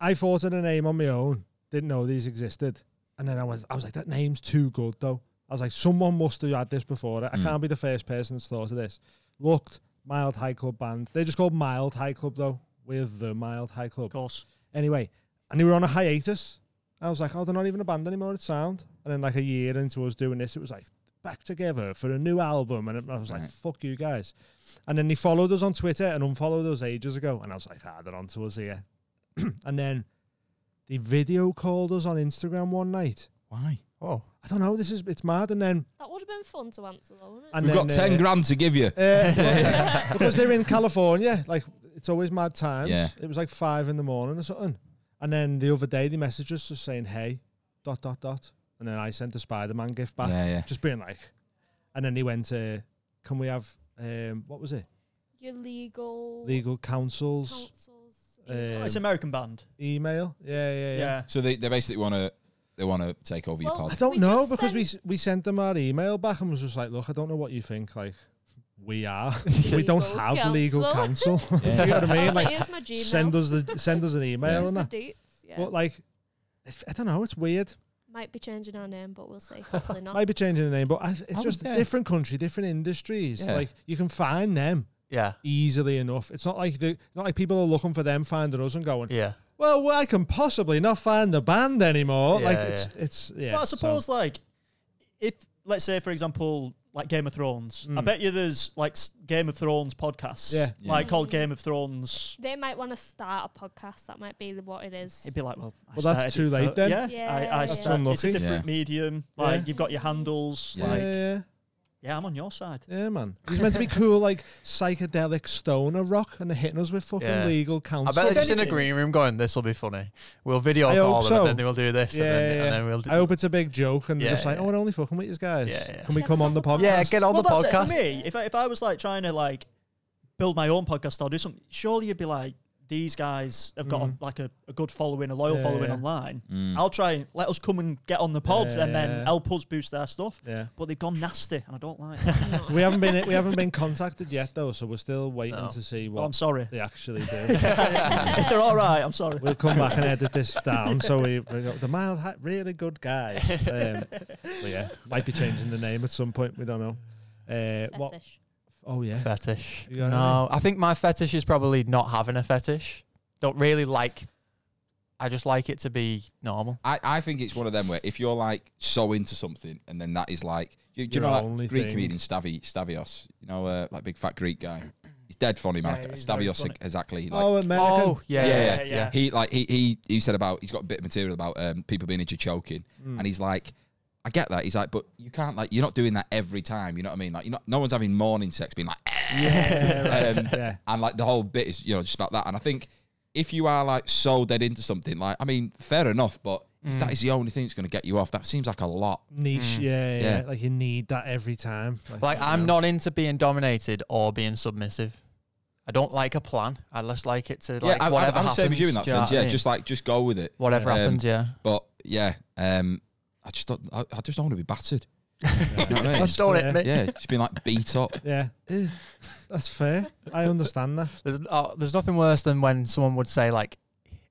[SPEAKER 2] I thought of a name on my own, didn't know these existed, and then I was I was like, that name's too good though. I was like, someone must have had this before. I
[SPEAKER 4] Mm.
[SPEAKER 2] can't be the first person that's thought of this. Looked, Mild High Club band. They're just called Mild High Club though. We're the Mild High Club.
[SPEAKER 5] Of course.
[SPEAKER 2] Anyway, and they were on a hiatus. I was like, oh, they're not even a band anymore. It's sound. And then like a year into us doing this, it was like back together for a new album. And I was like,
[SPEAKER 4] Right.
[SPEAKER 2] fuck you guys. And then they followed us on Twitter and unfollowed us ages ago. And I was like, ah, they're onto us here. (clears throat) and then they video called us on Instagram one night.
[SPEAKER 4] Why?
[SPEAKER 6] oh.
[SPEAKER 2] I don't know. This is it's mad. And then
[SPEAKER 1] That would have been fun to answer, though, wouldn't it?
[SPEAKER 2] and
[SPEAKER 4] We've
[SPEAKER 2] then,
[SPEAKER 4] got ten
[SPEAKER 2] uh,
[SPEAKER 4] grand to give you.
[SPEAKER 2] uh, (laughs) because they're in California, like it's always mad times.
[SPEAKER 4] Yeah.
[SPEAKER 2] It was like five in the morning or something. And then the other day they messaged us just saying, Hey, dot dot dot. And then I sent the Spider Man gift back.
[SPEAKER 4] Yeah, yeah.
[SPEAKER 2] Just being like and then he went uh, can we have um, what was it?
[SPEAKER 1] Your legal,
[SPEAKER 2] Legal counsel's
[SPEAKER 1] counsels. (laughs)
[SPEAKER 2] um,
[SPEAKER 5] Oh, it's an American band.
[SPEAKER 2] email. Yeah, yeah,
[SPEAKER 5] Yeah.
[SPEAKER 2] yeah.
[SPEAKER 4] So they, they basically want to they want to take over your
[SPEAKER 1] Well,
[SPEAKER 2] I (laughs)
[SPEAKER 4] pod.
[SPEAKER 2] don't
[SPEAKER 1] We
[SPEAKER 2] know
[SPEAKER 1] just
[SPEAKER 2] because we s-
[SPEAKER 1] sent-
[SPEAKER 2] we sent them our email back and was just like, look, I don't know what you think. Like, we
[SPEAKER 1] (laughs)
[SPEAKER 2] are, we
[SPEAKER 1] Legal
[SPEAKER 2] don't have legal counsel.
[SPEAKER 1] (laughs)
[SPEAKER 2] Do you
[SPEAKER 4] Mm.
[SPEAKER 2] know what I
[SPEAKER 1] I
[SPEAKER 2] mean?
[SPEAKER 1] was like,
[SPEAKER 2] Like,
[SPEAKER 1] here's my Gmail.
[SPEAKER 2] send us the send us an email
[SPEAKER 1] here's
[SPEAKER 2] and
[SPEAKER 1] the
[SPEAKER 2] that.
[SPEAKER 1] dates. Yeah.
[SPEAKER 2] But like, if- I don't know. It's weird.
[SPEAKER 1] Might be changing our name, but we'll see.
[SPEAKER 2] (laughs)
[SPEAKER 1] Hopefully not.
[SPEAKER 2] Might be changing the name, but I, it's
[SPEAKER 7] I
[SPEAKER 2] just
[SPEAKER 7] would, yeah.
[SPEAKER 2] different country, different industries.
[SPEAKER 4] Yeah.
[SPEAKER 2] Like you can find them
[SPEAKER 6] Yeah.
[SPEAKER 2] easily enough. It's not like the not like people are looking for them, finding us, and going,
[SPEAKER 6] Yeah.
[SPEAKER 2] "Well, I can possibly not find the band anymore." like
[SPEAKER 6] Yeah,
[SPEAKER 2] it's it's yeah.
[SPEAKER 5] Well, I
[SPEAKER 2] so-
[SPEAKER 5] suppose like if let's say for example like Game of Thrones, I
[SPEAKER 2] Mm.
[SPEAKER 5] bet you there's like s- Game of Thrones podcasts.
[SPEAKER 2] Yeah.
[SPEAKER 4] Yeah.
[SPEAKER 5] Like called Game of Thrones.
[SPEAKER 1] they might want to start a podcast. That might be the- what it is.
[SPEAKER 5] It'd be like, well, I
[SPEAKER 2] Well, that's
[SPEAKER 5] started
[SPEAKER 2] too
[SPEAKER 5] it
[SPEAKER 2] late
[SPEAKER 5] fir-
[SPEAKER 2] then.
[SPEAKER 5] Yeah,
[SPEAKER 1] Yeah,
[SPEAKER 5] I, I
[SPEAKER 1] That's
[SPEAKER 5] started- It's a
[SPEAKER 2] unlucky.
[SPEAKER 5] different
[SPEAKER 4] Yeah.
[SPEAKER 5] medium. Like
[SPEAKER 2] Yeah.
[SPEAKER 5] you've got your handles.
[SPEAKER 4] Yeah.
[SPEAKER 2] yeah,
[SPEAKER 5] Like yeah.
[SPEAKER 2] yeah,
[SPEAKER 5] I'm on your side.
[SPEAKER 2] yeah, man. He's meant to be cool, like psychedelic stoner rock, and they're hitting us with fucking
[SPEAKER 6] Yeah.
[SPEAKER 2] legal
[SPEAKER 6] I
[SPEAKER 2] counsel.
[SPEAKER 6] bet they're just in a
[SPEAKER 5] anything-
[SPEAKER 6] green room going, this will be funny. We'll video
[SPEAKER 2] I
[SPEAKER 6] call
[SPEAKER 2] hope
[SPEAKER 6] them
[SPEAKER 2] so.
[SPEAKER 6] and then they'll do this
[SPEAKER 2] Yeah,
[SPEAKER 6] and, then,
[SPEAKER 2] yeah,
[SPEAKER 6] and
[SPEAKER 2] yeah.
[SPEAKER 6] then we'll do
[SPEAKER 2] I hope it's a big joke, and they're
[SPEAKER 6] Yeah,
[SPEAKER 2] just like,
[SPEAKER 6] yeah.
[SPEAKER 2] "Oh, we're only fucking with you guys.
[SPEAKER 6] Yeah, yeah.
[SPEAKER 2] Can we
[SPEAKER 1] Get
[SPEAKER 2] come
[SPEAKER 1] us
[SPEAKER 2] on the podcast?"
[SPEAKER 6] Yeah, get on
[SPEAKER 5] well,
[SPEAKER 6] the
[SPEAKER 5] that's it
[SPEAKER 6] podcast.
[SPEAKER 5] for me. If I, if I was like trying to like build my own podcast or do something, surely you'd be like, these guys have got
[SPEAKER 2] Mhm.
[SPEAKER 5] a, like a, a good following, a loyal
[SPEAKER 2] Yeah,
[SPEAKER 5] following
[SPEAKER 2] yeah.
[SPEAKER 5] online.
[SPEAKER 4] Mm.
[SPEAKER 5] I'll try and let us come and get on the pod
[SPEAKER 2] Yeah,
[SPEAKER 5] and then
[SPEAKER 2] yeah.
[SPEAKER 5] help us boost their stuff.
[SPEAKER 2] Yeah.
[SPEAKER 5] But they've gone nasty and I don't like that.
[SPEAKER 2] we haven't been we haven't been contacted yet though, so we're still waiting
[SPEAKER 6] No.
[SPEAKER 2] to see
[SPEAKER 5] well, I'm
[SPEAKER 2] what
[SPEAKER 5] sorry.
[SPEAKER 2] they actually do. (laughs)
[SPEAKER 5] (laughs) if they're all right, I'm sorry.
[SPEAKER 2] we'll come back and edit this down. So we, we got the mild, ha- really good guys. Um, but yeah, might be changing the name at some point. We don't know. Uh, what?
[SPEAKER 1] Fetish.
[SPEAKER 2] Oh yeah,
[SPEAKER 6] Fetish.
[SPEAKER 2] You got
[SPEAKER 6] No, I think my fetish is probably not having a fetish. Don't really like. I just like it to be normal.
[SPEAKER 4] I, I think it's one of them where if you're like so into something and then that is like you, do you
[SPEAKER 2] Your
[SPEAKER 4] know like
[SPEAKER 2] only
[SPEAKER 4] Greek
[SPEAKER 2] thing.
[SPEAKER 4] comedian Stavi Stavios, you know, uh, like big fat Greek guy. He's dead funny man.
[SPEAKER 5] Yeah, he's very
[SPEAKER 4] Stavios
[SPEAKER 5] funny.
[SPEAKER 4] exactly. Like,
[SPEAKER 2] oh American.
[SPEAKER 6] Oh yeah, yeah,
[SPEAKER 4] yeah,
[SPEAKER 6] yeah.
[SPEAKER 5] yeah.
[SPEAKER 4] he like he, he he said about he's got a bit of material about um, people being into choking,
[SPEAKER 2] Hmm.
[SPEAKER 4] and he's like, I get that. He's like, but you can't like you're not doing that every time. You know what I mean? Like you're not. No one's having morning sex, being like,
[SPEAKER 2] yeah, right.
[SPEAKER 4] Um,
[SPEAKER 2] yeah.
[SPEAKER 4] and like the whole bit is you know just about that. And I think if you are like so dead into something, like I mean, fair enough, but if that is the only thing that's going to get you off, that seems like a lot.
[SPEAKER 2] Niche, yeah, yeah,
[SPEAKER 4] Yeah.
[SPEAKER 2] Like you need that every time.
[SPEAKER 6] Like I'm
[SPEAKER 2] (laughs)
[SPEAKER 6] not into being dominated or being submissive. I don't like a plan. I just like it to like
[SPEAKER 4] I,
[SPEAKER 6] whatever
[SPEAKER 4] am
[SPEAKER 6] happens.
[SPEAKER 4] same as you in that
[SPEAKER 6] do know
[SPEAKER 4] sense.
[SPEAKER 6] what I
[SPEAKER 4] Yeah,
[SPEAKER 6] mean?
[SPEAKER 4] just like just go with it.
[SPEAKER 6] whatever
[SPEAKER 4] um,
[SPEAKER 6] happens. Yeah,
[SPEAKER 4] But yeah, um, I just don't. I, I just don't want to be battered. You know what I mean?
[SPEAKER 2] That's-
[SPEAKER 6] Don't
[SPEAKER 2] yeah.
[SPEAKER 6] it, mate.
[SPEAKER 4] yeah, just being like beat up.
[SPEAKER 2] yeah, (laughs) Eh, that's fair. I understand that.
[SPEAKER 6] There's, oh, there's nothing worse than when someone would say like,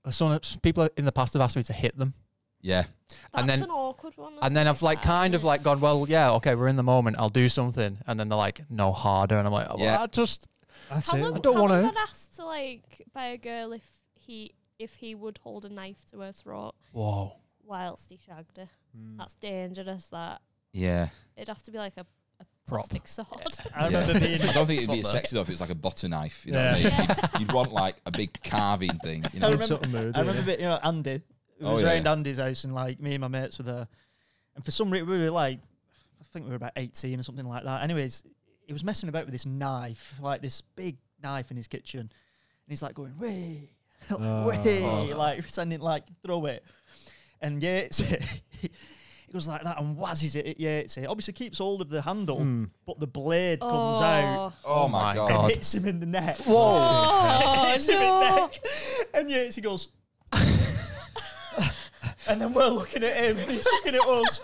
[SPEAKER 6] uh, someone, people in the past have asked me to hit them,
[SPEAKER 4] Yeah,
[SPEAKER 1] That's
[SPEAKER 6] and then
[SPEAKER 1] an awkward one.
[SPEAKER 6] and then I've like kind of like gone, well, yeah, okay, we're in the moment. I'll do something, and then they're like, no harder, and I'm like, oh, well,
[SPEAKER 4] Yeah.
[SPEAKER 6] I just
[SPEAKER 2] That's it.
[SPEAKER 1] Callum,
[SPEAKER 6] I don't
[SPEAKER 1] Callum
[SPEAKER 6] wanna-
[SPEAKER 1] got asked to like by a girl if he if he would hold a knife to her throat
[SPEAKER 6] whoa. Mm.
[SPEAKER 2] Hmm.
[SPEAKER 1] whilst he shagged her. That's dangerous. That
[SPEAKER 4] Yeah.
[SPEAKER 1] It'd have to be like a, a
[SPEAKER 6] Prop.
[SPEAKER 1] plastic
[SPEAKER 6] (laughs)
[SPEAKER 1] sword.
[SPEAKER 5] I remember
[SPEAKER 4] Yeah.
[SPEAKER 5] being.
[SPEAKER 4] (laughs) I don't think it'd be as
[SPEAKER 6] Proper.
[SPEAKER 4] sexy though if it was like a butter knife. You know
[SPEAKER 2] Yeah.
[SPEAKER 4] what I mean? You'd, you'd want like a big carving thing.
[SPEAKER 2] (laughs)
[SPEAKER 5] I
[SPEAKER 4] You know?
[SPEAKER 5] remember-
[SPEAKER 2] something moody,
[SPEAKER 5] I remember
[SPEAKER 2] yeah.
[SPEAKER 5] being, you know, Andy. It
[SPEAKER 4] Oh,
[SPEAKER 5] was
[SPEAKER 4] yeah,
[SPEAKER 5] round
[SPEAKER 4] yeah.
[SPEAKER 5] Andy's house, and like me and my mates were there. And for some reason, we were like, I think we were about 18 or something like that. Anyways, he was messing about with this knife, like this big knife in his kitchen. And he's like going, way, (laughs)
[SPEAKER 2] Oh.
[SPEAKER 5] way, like pretending like throw it. And Yates, (laughs) he goes like that and wazzes it at Yates. Obviously keeps hold of the handle, but the blade comes out
[SPEAKER 1] oh,
[SPEAKER 4] Oh my
[SPEAKER 6] my
[SPEAKER 4] Hmm. god.
[SPEAKER 5] and hits him in the neck. (laughs)
[SPEAKER 1] oh
[SPEAKER 5] Hits him in
[SPEAKER 1] no.
[SPEAKER 5] the neck. And Yates, he goes. (laughs) and then we're looking at him, he's looking at us.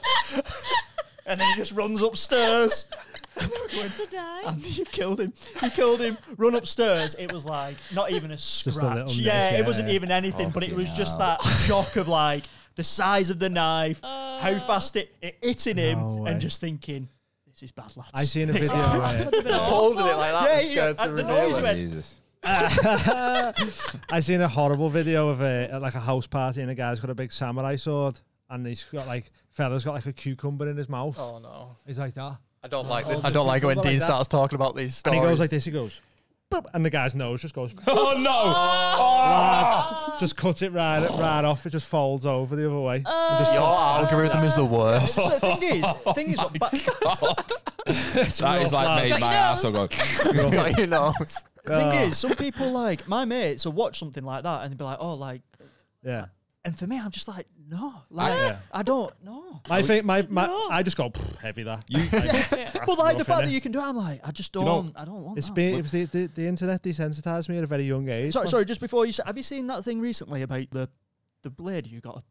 [SPEAKER 5] And then he just runs upstairs.
[SPEAKER 1] to die.
[SPEAKER 5] And you've killed him. You killed him. Run upstairs. It was like not even a
[SPEAKER 2] a
[SPEAKER 5] scratch.
[SPEAKER 2] little nick,
[SPEAKER 5] yeah,
[SPEAKER 2] yeah,
[SPEAKER 5] it wasn't
[SPEAKER 2] yeah.
[SPEAKER 5] even anything, but it
[SPEAKER 4] Fucking
[SPEAKER 5] was just
[SPEAKER 4] hell.
[SPEAKER 5] that shock of like the size of the knife,
[SPEAKER 1] Oh.
[SPEAKER 5] how fast it, it hitting him,
[SPEAKER 2] No way.
[SPEAKER 5] and just thinking, this is bad, lads.
[SPEAKER 2] I seen a
[SPEAKER 5] This
[SPEAKER 2] video.
[SPEAKER 5] is-
[SPEAKER 1] That
[SPEAKER 2] where,
[SPEAKER 1] would have been
[SPEAKER 5] (laughs)
[SPEAKER 6] Holding it
[SPEAKER 1] awful.
[SPEAKER 6] like
[SPEAKER 5] Yeah,
[SPEAKER 6] that,
[SPEAKER 5] yeah,
[SPEAKER 6] yeah, scared to
[SPEAKER 5] and the
[SPEAKER 6] reveal
[SPEAKER 5] noise
[SPEAKER 6] it.
[SPEAKER 5] went-
[SPEAKER 4] Jesus.
[SPEAKER 2] (laughs) I seen a horrible video of a at like a house party and a guy's got a big samurai sword and he's got like fella's got like a cucumber in his mouth.
[SPEAKER 6] Oh no,
[SPEAKER 2] He's like that.
[SPEAKER 6] I don't like.
[SPEAKER 2] Hold
[SPEAKER 6] I
[SPEAKER 2] it
[SPEAKER 6] don't like when
[SPEAKER 2] like
[SPEAKER 6] Dean
[SPEAKER 2] that.
[SPEAKER 6] starts talking about these
[SPEAKER 2] And
[SPEAKER 6] stories.
[SPEAKER 2] he goes like this. He goes, Boop, and the guy's nose just
[SPEAKER 5] (laughs)
[SPEAKER 2] goes.
[SPEAKER 4] Oh no!
[SPEAKER 2] just cut it right right off. It just folds over the other
[SPEAKER 5] Uh,
[SPEAKER 2] way.
[SPEAKER 1] Oh.
[SPEAKER 2] and just
[SPEAKER 6] Your algorithm is the (laughs) worst.
[SPEAKER 5] So the thing is, the thing
[SPEAKER 2] (laughs)
[SPEAKER 5] is, what back,
[SPEAKER 4] that is like made
[SPEAKER 1] Like
[SPEAKER 4] my
[SPEAKER 1] nose.
[SPEAKER 4] ass go.
[SPEAKER 6] (laughs) Got your nose.
[SPEAKER 5] The
[SPEAKER 2] Ah.
[SPEAKER 5] thing
[SPEAKER 2] Oh,
[SPEAKER 5] is, some people like my mates will watch something like that and they'll be like, "Oh, like,"
[SPEAKER 2] yeah.
[SPEAKER 5] and for me, I'm just like, "No, like I don't know."
[SPEAKER 2] My fa- my, my
[SPEAKER 1] No.
[SPEAKER 2] I just go "Pff, heavy
[SPEAKER 5] (laughs)
[SPEAKER 2] there.
[SPEAKER 5] But like the
[SPEAKER 2] rough,
[SPEAKER 5] fact
[SPEAKER 2] innit?
[SPEAKER 5] that you can do it, I'm like, I just don't,
[SPEAKER 4] you know,
[SPEAKER 5] I don't want
[SPEAKER 2] eh? It's
[SPEAKER 5] that.
[SPEAKER 2] been, it was the, the, the internet desensitized me at a very young age.
[SPEAKER 5] sorry, sorry. Just before you, said, have you seen that thing recently about the the blade you got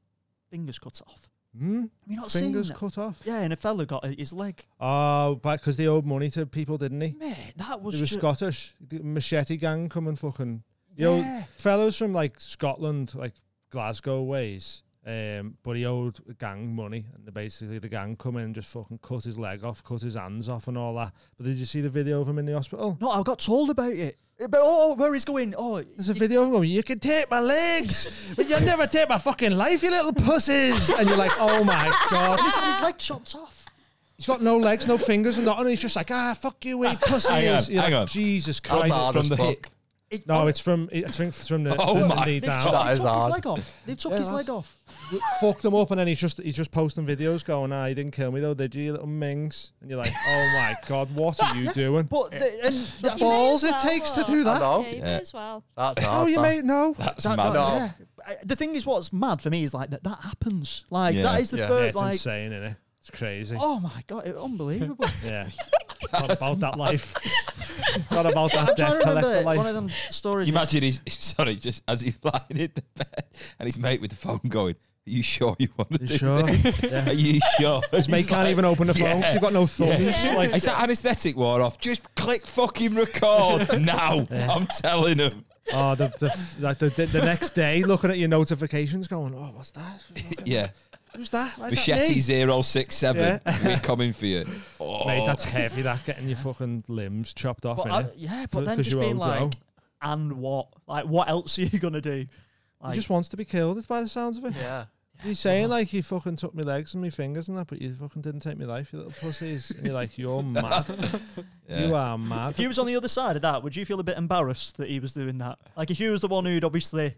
[SPEAKER 5] fingers cut off?
[SPEAKER 2] Hmm?
[SPEAKER 5] Have you not
[SPEAKER 2] Fingers
[SPEAKER 5] seen that?
[SPEAKER 2] cut off.
[SPEAKER 5] Yeah, and a fella got his leg.
[SPEAKER 2] Oh, because they owed money to people, didn't they?
[SPEAKER 5] Mate, that
[SPEAKER 2] They
[SPEAKER 5] was,
[SPEAKER 2] were
[SPEAKER 5] ju-
[SPEAKER 2] Scottish. The machete gang coming fucking. Yo,
[SPEAKER 5] Yeah.
[SPEAKER 2] fellows from like Scotland, like Glasgow ways. Um, but he owed the gang money, and the, basically the gang come in and just fucking cut his leg off, cut his hands off, and all that. But did you see the video of him in the hospital?
[SPEAKER 5] No, I got told about it. But oh, where he's going? Oh,
[SPEAKER 2] There's a video of him. going, You can take my legs, but you'll never take my fucking life, you little pussies. And you're like, oh my god,
[SPEAKER 5] he's had his leg chopped off.
[SPEAKER 2] he's got no legs, no fingers, and nothing. He's just like, ah, fuck you, we pussies.
[SPEAKER 4] (laughs) Hang on,
[SPEAKER 2] You're
[SPEAKER 4] hang
[SPEAKER 2] like,
[SPEAKER 4] on.
[SPEAKER 2] Jesus
[SPEAKER 4] From
[SPEAKER 2] Christ.
[SPEAKER 6] hard as
[SPEAKER 4] the
[SPEAKER 6] fuck.
[SPEAKER 4] hip.
[SPEAKER 5] Oh.
[SPEAKER 2] No, it's from I think it's from
[SPEAKER 5] (laughs)
[SPEAKER 2] the,
[SPEAKER 4] Oh
[SPEAKER 2] the
[SPEAKER 4] my
[SPEAKER 2] knee
[SPEAKER 5] They've
[SPEAKER 2] down.
[SPEAKER 5] took,
[SPEAKER 6] That
[SPEAKER 5] they
[SPEAKER 6] is
[SPEAKER 5] took
[SPEAKER 6] hard.
[SPEAKER 5] his leg off. They took
[SPEAKER 2] Yeah,
[SPEAKER 5] his
[SPEAKER 2] that's-
[SPEAKER 5] leg off.
[SPEAKER 2] fucked them up, and then he's just he's just posting videos going, "Ah, you didn't kill me though, did you, you little minx?" And
[SPEAKER 5] (laughs)
[SPEAKER 2] you're like, "Oh my god, what are you doing?"
[SPEAKER 5] But the, and that,
[SPEAKER 1] You may
[SPEAKER 2] Balls
[SPEAKER 1] as
[SPEAKER 2] it
[SPEAKER 1] well,
[SPEAKER 2] takes to
[SPEAKER 1] though.
[SPEAKER 2] do that.
[SPEAKER 6] know.
[SPEAKER 1] Yeah, you may
[SPEAKER 4] Yeah.
[SPEAKER 1] as well.
[SPEAKER 6] That's hard.
[SPEAKER 2] Oh, you
[SPEAKER 6] that. (laughs)
[SPEAKER 2] made no.
[SPEAKER 4] That's
[SPEAKER 5] that-
[SPEAKER 4] mad.
[SPEAKER 6] no.
[SPEAKER 5] yeah. I- The thing is, what's mad for me is like that that happens. Like
[SPEAKER 4] Yeah.
[SPEAKER 5] that is the
[SPEAKER 6] Yeah.
[SPEAKER 2] Yeah,
[SPEAKER 5] third.
[SPEAKER 2] it's
[SPEAKER 5] like,
[SPEAKER 2] insane, isn't it? It's crazy.
[SPEAKER 5] oh my god,
[SPEAKER 2] (laughs)
[SPEAKER 5] it, unbelievable. (laughs)
[SPEAKER 2] Yeah. Not about that life. Not about
[SPEAKER 5] I'm
[SPEAKER 2] that
[SPEAKER 5] trying
[SPEAKER 2] death
[SPEAKER 5] to
[SPEAKER 2] collector
[SPEAKER 5] remember
[SPEAKER 2] life.
[SPEAKER 5] one of them stories.
[SPEAKER 4] You (laughs) imagine he's (laughs) sorry, just as he's lying in the bed and his mate with the phone going, Are you sure you want to
[SPEAKER 2] You (laughs)
[SPEAKER 4] do
[SPEAKER 2] sure?
[SPEAKER 4] this? Are you sure? His
[SPEAKER 2] Mate can't
[SPEAKER 4] (laughs)
[SPEAKER 2] even open the phone.
[SPEAKER 4] yeah.
[SPEAKER 2] She's got no thumbs. Like,
[SPEAKER 4] Is that anesthetic wore off? Just click
[SPEAKER 2] (laughs)
[SPEAKER 4] fucking record now. I'm telling him.
[SPEAKER 2] (laughs) oh, the the, like the, the the next day, looking at your notifications, going, "Oh, what's
[SPEAKER 5] (laughs)
[SPEAKER 2] that?
[SPEAKER 4] Yeah.
[SPEAKER 2] Who's that? Why is that me?"
[SPEAKER 4] Machete 067. We're coming
[SPEAKER 2] (laughs)
[SPEAKER 4] for you. Oh.
[SPEAKER 2] Mate, that's heavy. That getting your fucking limbs chopped off.
[SPEAKER 5] But
[SPEAKER 2] innit?
[SPEAKER 5] I- yeah, but then
[SPEAKER 2] 'Cause
[SPEAKER 5] just
[SPEAKER 2] you own
[SPEAKER 5] being
[SPEAKER 2] Joe.
[SPEAKER 5] like, and what? Like, what else are you gonna do?
[SPEAKER 2] He
[SPEAKER 5] Like, Uh-huh.
[SPEAKER 2] just wants to be killed. It's by the sounds of it.
[SPEAKER 6] Yeah.
[SPEAKER 2] He's saying like you fucking took my legs and my fingers and that, but you fucking didn't take my life, you little pussies. And you're like,
[SPEAKER 5] (laughs)
[SPEAKER 2] you're mad. You are mad.
[SPEAKER 5] if you was on the other side of that, would you feel a bit embarrassed that he was doing that? Like, if you was the one who'd obviously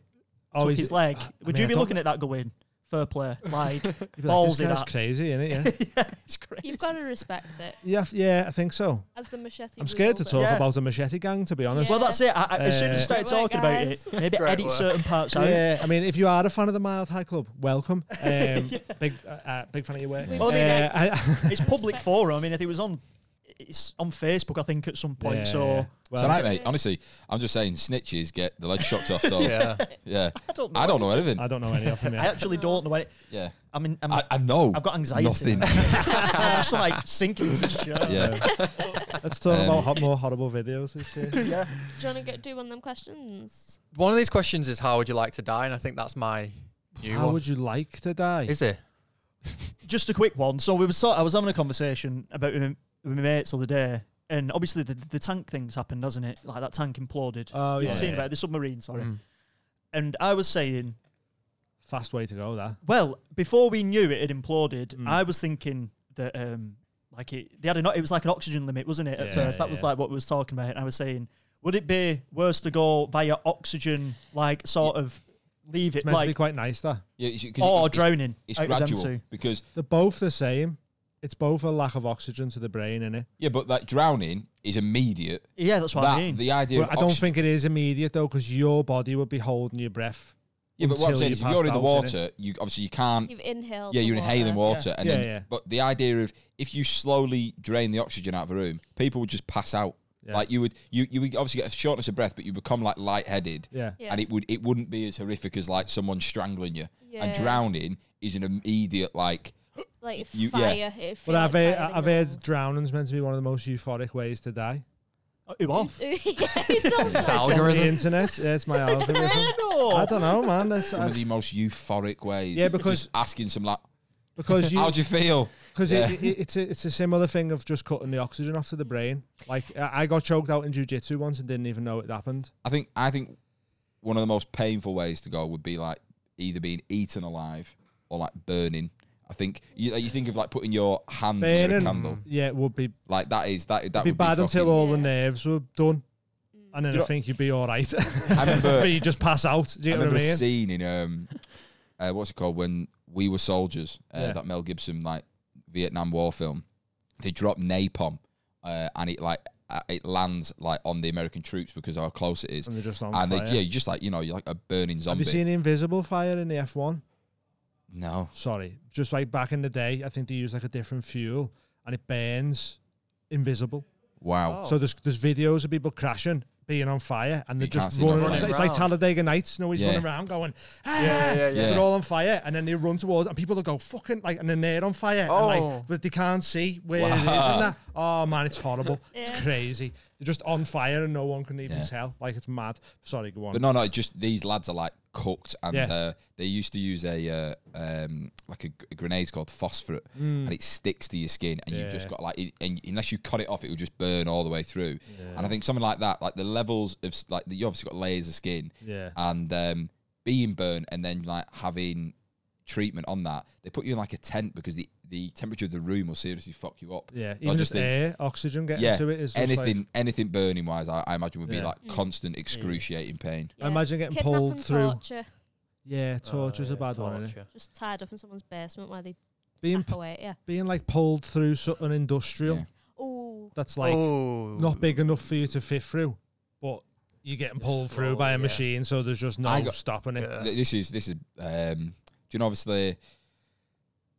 [SPEAKER 2] Oh,
[SPEAKER 5] took
[SPEAKER 2] he's-
[SPEAKER 5] his leg,
[SPEAKER 2] mean,
[SPEAKER 5] would
[SPEAKER 2] I
[SPEAKER 5] you be
[SPEAKER 2] don't-
[SPEAKER 5] looking at that going, fair play?
[SPEAKER 2] (laughs)
[SPEAKER 5] Like, (laughs)
[SPEAKER 2] you'd be like,
[SPEAKER 5] balls
[SPEAKER 2] this
[SPEAKER 5] in
[SPEAKER 2] guy's
[SPEAKER 5] that.
[SPEAKER 2] crazy, isn't
[SPEAKER 5] (laughs)
[SPEAKER 2] it? Yeah.
[SPEAKER 5] yeah, it's crazy.
[SPEAKER 1] You've got to respect it.
[SPEAKER 2] yeah, f- yeah, I think so.
[SPEAKER 1] As the machete.
[SPEAKER 2] I'm scared to
[SPEAKER 1] wielder.
[SPEAKER 2] talk
[SPEAKER 5] Yeah.
[SPEAKER 2] about a machete gang, to be honest.
[SPEAKER 5] Well, that's it. I, I, as soon
[SPEAKER 2] Uh,
[SPEAKER 5] as you started
[SPEAKER 1] Great work,
[SPEAKER 5] talking
[SPEAKER 1] guys.
[SPEAKER 5] about it, maybe
[SPEAKER 6] Great
[SPEAKER 5] edit
[SPEAKER 6] work.
[SPEAKER 5] certain
[SPEAKER 2] (laughs)
[SPEAKER 5] parts out.
[SPEAKER 2] yeah, I mean, if you are a fan of the Mild High Club,
[SPEAKER 5] (laughs)
[SPEAKER 2] welcome. Um, Big, uh, uh, big fan of your work.
[SPEAKER 5] Well, I mean,
[SPEAKER 2] Uh, (laughs) I-
[SPEAKER 5] (laughs) It's public forum. I mean, I think it was on, it's on Facebook, I think, at some point.
[SPEAKER 2] Yeah,
[SPEAKER 5] so
[SPEAKER 2] well,
[SPEAKER 4] it's all right, mate. Honestly, I'm just saying snitches get the leg chopped off.
[SPEAKER 2] (laughs)
[SPEAKER 4] So, yeah.
[SPEAKER 6] Oh, Yeah.
[SPEAKER 5] I don't know.
[SPEAKER 4] I don't know anything.
[SPEAKER 2] I don't know any of
[SPEAKER 5] (laughs)
[SPEAKER 2] them.
[SPEAKER 5] I
[SPEAKER 2] Yet.
[SPEAKER 5] actually don't know. Any,
[SPEAKER 4] yeah.
[SPEAKER 5] I mean, I'm,
[SPEAKER 4] I, I know.
[SPEAKER 5] I've got anxiety.
[SPEAKER 4] Nothing.
[SPEAKER 2] (laughs)
[SPEAKER 5] (laughs) I'm
[SPEAKER 1] Uh,
[SPEAKER 6] (laughs)
[SPEAKER 5] just like sinking into the show.
[SPEAKER 4] yeah.
[SPEAKER 2] Let's talk
[SPEAKER 4] Um,
[SPEAKER 2] about hot, more horrible videos. this year.
[SPEAKER 1] Do you want to get do one of them questions?
[SPEAKER 6] One of these questions is how would you like to die, and I think that's my new
[SPEAKER 2] How
[SPEAKER 6] one.
[SPEAKER 2] would you like to die?
[SPEAKER 6] is it?
[SPEAKER 5] Just a quick one. So we were sort. I was having a conversation about with my, with my mates the other day, and obviously the, the tank things happened, doesn't it? Like that tank imploded.
[SPEAKER 2] Oh,
[SPEAKER 5] You've
[SPEAKER 2] yeah,
[SPEAKER 5] seen
[SPEAKER 2] yeah.
[SPEAKER 5] about it, the submarine, sorry.
[SPEAKER 6] Mm.
[SPEAKER 5] And I was saying,
[SPEAKER 2] Fast way to go, that.
[SPEAKER 5] well, before we knew it had imploded,
[SPEAKER 2] Mm.
[SPEAKER 5] I was thinking that um, like it, they had an o- it was like an oxygen limit, wasn't it? At
[SPEAKER 2] Yeah,
[SPEAKER 5] first, that was
[SPEAKER 2] yeah.
[SPEAKER 5] like what we was talking about. And I was saying, would it be worse to go via oxygen, like sort of leave it
[SPEAKER 2] It's meant to be
[SPEAKER 5] like
[SPEAKER 2] quite nice, that.
[SPEAKER 4] Yeah, it's-
[SPEAKER 2] Oh,
[SPEAKER 4] 'cause
[SPEAKER 5] or
[SPEAKER 4] it's, it's,
[SPEAKER 5] drowning?
[SPEAKER 4] it's
[SPEAKER 5] out of them
[SPEAKER 4] gradual
[SPEAKER 5] two?
[SPEAKER 4] because
[SPEAKER 2] They're both the same. It's both a lack of oxygen to the brain, innit?
[SPEAKER 4] yeah, but that drowning is immediate.
[SPEAKER 5] Yeah, that's what I
[SPEAKER 4] that
[SPEAKER 5] mean.
[SPEAKER 4] the idea.
[SPEAKER 2] But
[SPEAKER 4] of
[SPEAKER 2] I don't
[SPEAKER 4] oxy-
[SPEAKER 2] think it is immediate, though, because your body would be holding your breath.
[SPEAKER 4] Yeah, but what I'm
[SPEAKER 2] until
[SPEAKER 4] saying
[SPEAKER 2] you
[SPEAKER 4] is, if you're in the
[SPEAKER 2] passed out,
[SPEAKER 4] water, you obviously you can't.
[SPEAKER 1] You've inhaled.
[SPEAKER 4] Yeah,
[SPEAKER 1] the
[SPEAKER 4] you're
[SPEAKER 1] water.
[SPEAKER 4] inhaling water, and
[SPEAKER 2] Yeah,
[SPEAKER 4] then
[SPEAKER 2] yeah.
[SPEAKER 4] but the idea of if you slowly drain the oxygen out of a room, people would just pass out.
[SPEAKER 2] Yeah.
[SPEAKER 4] Like you would, you you would obviously get a shortness of breath, but you become like lightheaded.
[SPEAKER 2] Yeah.
[SPEAKER 1] Yeah.
[SPEAKER 4] and it would it wouldn't be as horrific as like someone strangling you. And
[SPEAKER 1] Yeah.
[SPEAKER 4] drowning is an immediate like
[SPEAKER 1] Like
[SPEAKER 4] You-
[SPEAKER 1] fire.
[SPEAKER 4] yeah.
[SPEAKER 1] it'd feel
[SPEAKER 2] But I've
[SPEAKER 1] like
[SPEAKER 2] heard,
[SPEAKER 1] fire in
[SPEAKER 2] I've
[SPEAKER 1] your
[SPEAKER 2] heard
[SPEAKER 1] lungs.
[SPEAKER 2] drowning's meant to be one of the most euphoric ways to die.
[SPEAKER 5] Oh, It off.
[SPEAKER 1] (laughs) yeah,
[SPEAKER 2] (laughs)
[SPEAKER 1] it's all
[SPEAKER 2] On the
[SPEAKER 6] algorithm.
[SPEAKER 2] internet, yeah, it's my algorithm. I don't know, man. That's,
[SPEAKER 4] one of
[SPEAKER 2] I,
[SPEAKER 4] the most euphoric ways.
[SPEAKER 2] Yeah, because-
[SPEAKER 4] Just asking some like,
[SPEAKER 2] because you,
[SPEAKER 4] how do you feel?
[SPEAKER 2] Because
[SPEAKER 4] Yeah.
[SPEAKER 2] it, it, it's a, it's a similar thing of just cutting the oxygen off to the brain. Like I I got choked out in jujitsu once and didn't even know it happened.
[SPEAKER 4] I think I think one of the most painful ways to go would be like either being eaten alive or like burning. I think you, you think of like putting your hand near Mm, a
[SPEAKER 2] Burning.
[SPEAKER 4] candle.
[SPEAKER 2] Yeah, it would be
[SPEAKER 4] Like that is that that
[SPEAKER 2] be
[SPEAKER 4] would
[SPEAKER 2] bad
[SPEAKER 4] be
[SPEAKER 2] until
[SPEAKER 4] fucking-
[SPEAKER 2] all the
[SPEAKER 1] Yeah.
[SPEAKER 2] nerves were done, and then
[SPEAKER 4] You
[SPEAKER 2] I
[SPEAKER 4] know-
[SPEAKER 2] think you'd be all right.
[SPEAKER 4] (laughs) I remember
[SPEAKER 2] (laughs) but you just pass out. Do
[SPEAKER 4] I
[SPEAKER 2] you know what
[SPEAKER 4] remember
[SPEAKER 2] I
[SPEAKER 4] a
[SPEAKER 2] mean?
[SPEAKER 4] scene in um, uh, what's it called when we were soldiers? Uh,
[SPEAKER 2] Yeah.
[SPEAKER 4] That Mel Gibson like Vietnam War film. They drop napalm, uh, and it like uh, it lands like on the American troops because of how close it is.
[SPEAKER 2] And they're just on
[SPEAKER 4] And they,
[SPEAKER 2] fire.
[SPEAKER 4] yeah, you're just like you know you're like a burning
[SPEAKER 2] Have
[SPEAKER 4] zombie.
[SPEAKER 2] you seen the invisible fire in the F one?
[SPEAKER 4] no,
[SPEAKER 2] Sorry, just like back in the day, I think they used like a different fuel and it burns invisible.
[SPEAKER 4] wow.
[SPEAKER 2] So there's there's videos of people crashing, being on fire, and they're
[SPEAKER 4] You can't
[SPEAKER 2] just
[SPEAKER 4] see no
[SPEAKER 2] running.
[SPEAKER 4] fire.
[SPEAKER 2] It's, like- it's like
[SPEAKER 6] Running
[SPEAKER 2] Talladega Nights. No, he's
[SPEAKER 4] Yeah.
[SPEAKER 2] running around going, ah!
[SPEAKER 6] yeah, yeah.
[SPEAKER 4] Yeah.
[SPEAKER 2] They're all on fire, and then they run towards, and people will go fucking like, and then they're on fire, and
[SPEAKER 6] Oh.
[SPEAKER 2] like, but they can't see where it is. And
[SPEAKER 4] (laughs) Wow.
[SPEAKER 2] that. Oh man, it's horrible. It's
[SPEAKER 1] Yeah.
[SPEAKER 2] crazy. They're just on fire, and no one can even
[SPEAKER 4] Yeah.
[SPEAKER 2] tell. Like it's mad. Sorry, go on.
[SPEAKER 4] But no, no, just these lads are like cooked, and
[SPEAKER 2] Yeah.
[SPEAKER 4] uh, they used to use a uh, um, like a, g- a grenade called phosphorus,
[SPEAKER 2] Hmm.
[SPEAKER 4] and it sticks to your skin, and you've just
[SPEAKER 2] Yeah.
[SPEAKER 4] got like, it, and unless you cut it off, it will just burn all the way through. And I think something like that, like the levels of s- like you obviously got layers of skin,
[SPEAKER 2] Yeah.
[SPEAKER 4] and um, being burnt, and then like having treatment on that, they put you in like a tent because the the temperature of the room will seriously fuck you up.
[SPEAKER 2] yeah,
[SPEAKER 4] So I
[SPEAKER 2] even just
[SPEAKER 4] think-
[SPEAKER 2] air, oxygen getting
[SPEAKER 4] yeah,
[SPEAKER 2] to it is just, like-
[SPEAKER 4] anything, anything burning wise, I, I imagine would be
[SPEAKER 2] Yeah.
[SPEAKER 4] like constant excruciating pain.
[SPEAKER 1] Yeah.
[SPEAKER 2] Imagine getting
[SPEAKER 1] Kidnap
[SPEAKER 2] pulled
[SPEAKER 1] and
[SPEAKER 2] through.
[SPEAKER 1] Torture.
[SPEAKER 2] yeah, torture's
[SPEAKER 6] Oh,
[SPEAKER 2] a
[SPEAKER 4] Uh,
[SPEAKER 6] yeah,
[SPEAKER 2] bad one. Isn't it?
[SPEAKER 6] torture.
[SPEAKER 1] Just tied up in someone's basement while they
[SPEAKER 2] Being
[SPEAKER 1] back away. Yeah.
[SPEAKER 2] being like pulled through something industrial
[SPEAKER 4] Yeah.
[SPEAKER 1] Oh.
[SPEAKER 2] that's like
[SPEAKER 6] oh.
[SPEAKER 2] not big enough for you to fit through, but you're getting pulled through by a
[SPEAKER 6] yeah.
[SPEAKER 2] machine, so there's just
[SPEAKER 4] I
[SPEAKER 2] no
[SPEAKER 4] got-
[SPEAKER 2] stopping it.
[SPEAKER 6] Yeah.
[SPEAKER 4] Th- this is this is um do you know obviously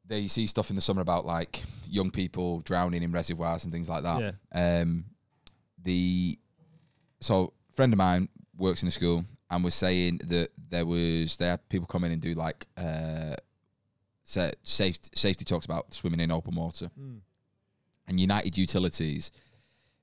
[SPEAKER 4] they see stuff in the summer about like young people drowning in reservoirs and things like that um the so a friend of mine works in a school and was saying that there was they had people come in and do like uh sa- safety safety talks about swimming in open water
[SPEAKER 2] Mm.
[SPEAKER 4] and United Utilities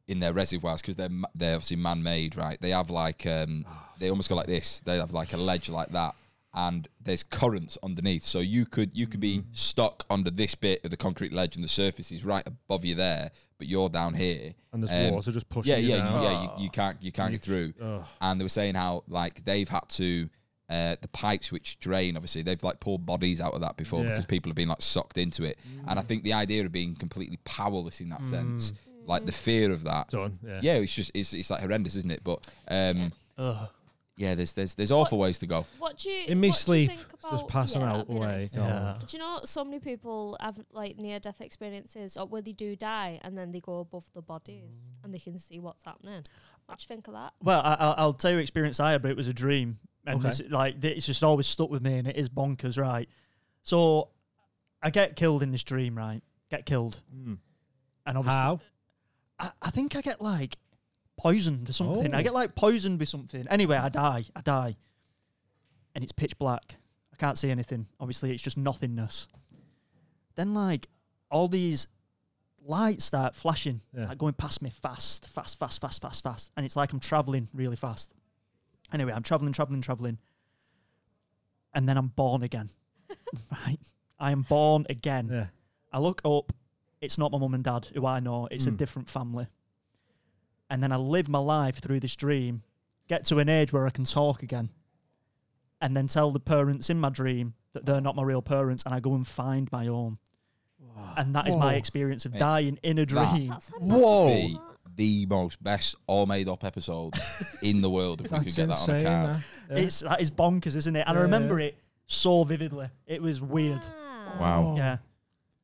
[SPEAKER 4] in their reservoirs because they're ma- they're obviously man made, right? They have like um, they almost go like this. They have like a ledge like that, and there's currents underneath, so you could you could be stuck under this bit of the concrete ledge, and the surface is right above you there, but you're down here.
[SPEAKER 2] And there's
[SPEAKER 4] Um,
[SPEAKER 2] water just pushing
[SPEAKER 4] Yeah,
[SPEAKER 2] you
[SPEAKER 4] yeah,
[SPEAKER 2] down.
[SPEAKER 4] you, yeah. You, you can't you can't get through.
[SPEAKER 2] Ah. Ugh.
[SPEAKER 4] And they were saying how like they've had to. Uh, the pipes which drain, obviously, they've like pulled bodies out of that before
[SPEAKER 2] Yeah.
[SPEAKER 4] because people have been like sucked into it. And I think the idea of being completely powerless in that sense, like the fear of that,
[SPEAKER 2] done. Mm. Yeah.
[SPEAKER 4] yeah, it's just it's, it's like horrendous, isn't it? But um,
[SPEAKER 6] Ugh.
[SPEAKER 4] yeah, there's there's there's awful ways to go.
[SPEAKER 1] What do you?
[SPEAKER 2] In me
[SPEAKER 1] what do you
[SPEAKER 2] sleep,
[SPEAKER 1] think
[SPEAKER 2] just
[SPEAKER 1] about-
[SPEAKER 2] passing
[SPEAKER 1] yeah,
[SPEAKER 2] out
[SPEAKER 1] that'd be
[SPEAKER 2] away.
[SPEAKER 1] nice.
[SPEAKER 6] Yeah.
[SPEAKER 1] Do you know so many people have like near death experiences or where they do die and then they go above the bodies and they can see what's happening? What do you think of that?
[SPEAKER 5] Well, I, I'll- I'll tell you experience I had, but it was a dream, and
[SPEAKER 2] Okay.
[SPEAKER 5] this, like th- it's just always stuck with me, and it is bonkers, right? So, I get killed in this dream, right? Get killed,
[SPEAKER 4] Hmm.
[SPEAKER 2] Mm.
[SPEAKER 5] and obviously,
[SPEAKER 2] How?
[SPEAKER 5] I, I think I get like poisoned or something.
[SPEAKER 2] Oh.
[SPEAKER 5] I get like poisoned by something. Anyway, I die. I die. And it's pitch black. I can't see anything. Obviously, it's just nothingness. Then, like, all these lights start flashing,
[SPEAKER 2] Yeah.
[SPEAKER 5] like going past me fast, fast, fast, fast, fast, fast. And it's like I'm traveling really fast. Anyway, I'm traveling, traveling, traveling. And then I'm born again. (laughs) right? I am born again.
[SPEAKER 2] Yeah.
[SPEAKER 5] I look up, it's not my mum and dad who I know, it's a
[SPEAKER 2] Mm.
[SPEAKER 5] different family. And then I live my life through this dream, get to an age where I can talk again, and then tell the parents in my dream that they're not my real parents and I go and find my own. And that is my experience of dying in a dream.
[SPEAKER 1] That's how
[SPEAKER 4] Whoa.
[SPEAKER 1] bad
[SPEAKER 4] Be the most best all made up episode in the world if we could
[SPEAKER 2] That's
[SPEAKER 4] get that on a
[SPEAKER 2] insane.
[SPEAKER 4] card.
[SPEAKER 2] man. Yeah.
[SPEAKER 5] It's that is bonkers, isn't it? And I
[SPEAKER 2] Yeah,
[SPEAKER 5] remember it so vividly. It was weird.
[SPEAKER 1] Wow.
[SPEAKER 4] Wow.
[SPEAKER 5] Yeah.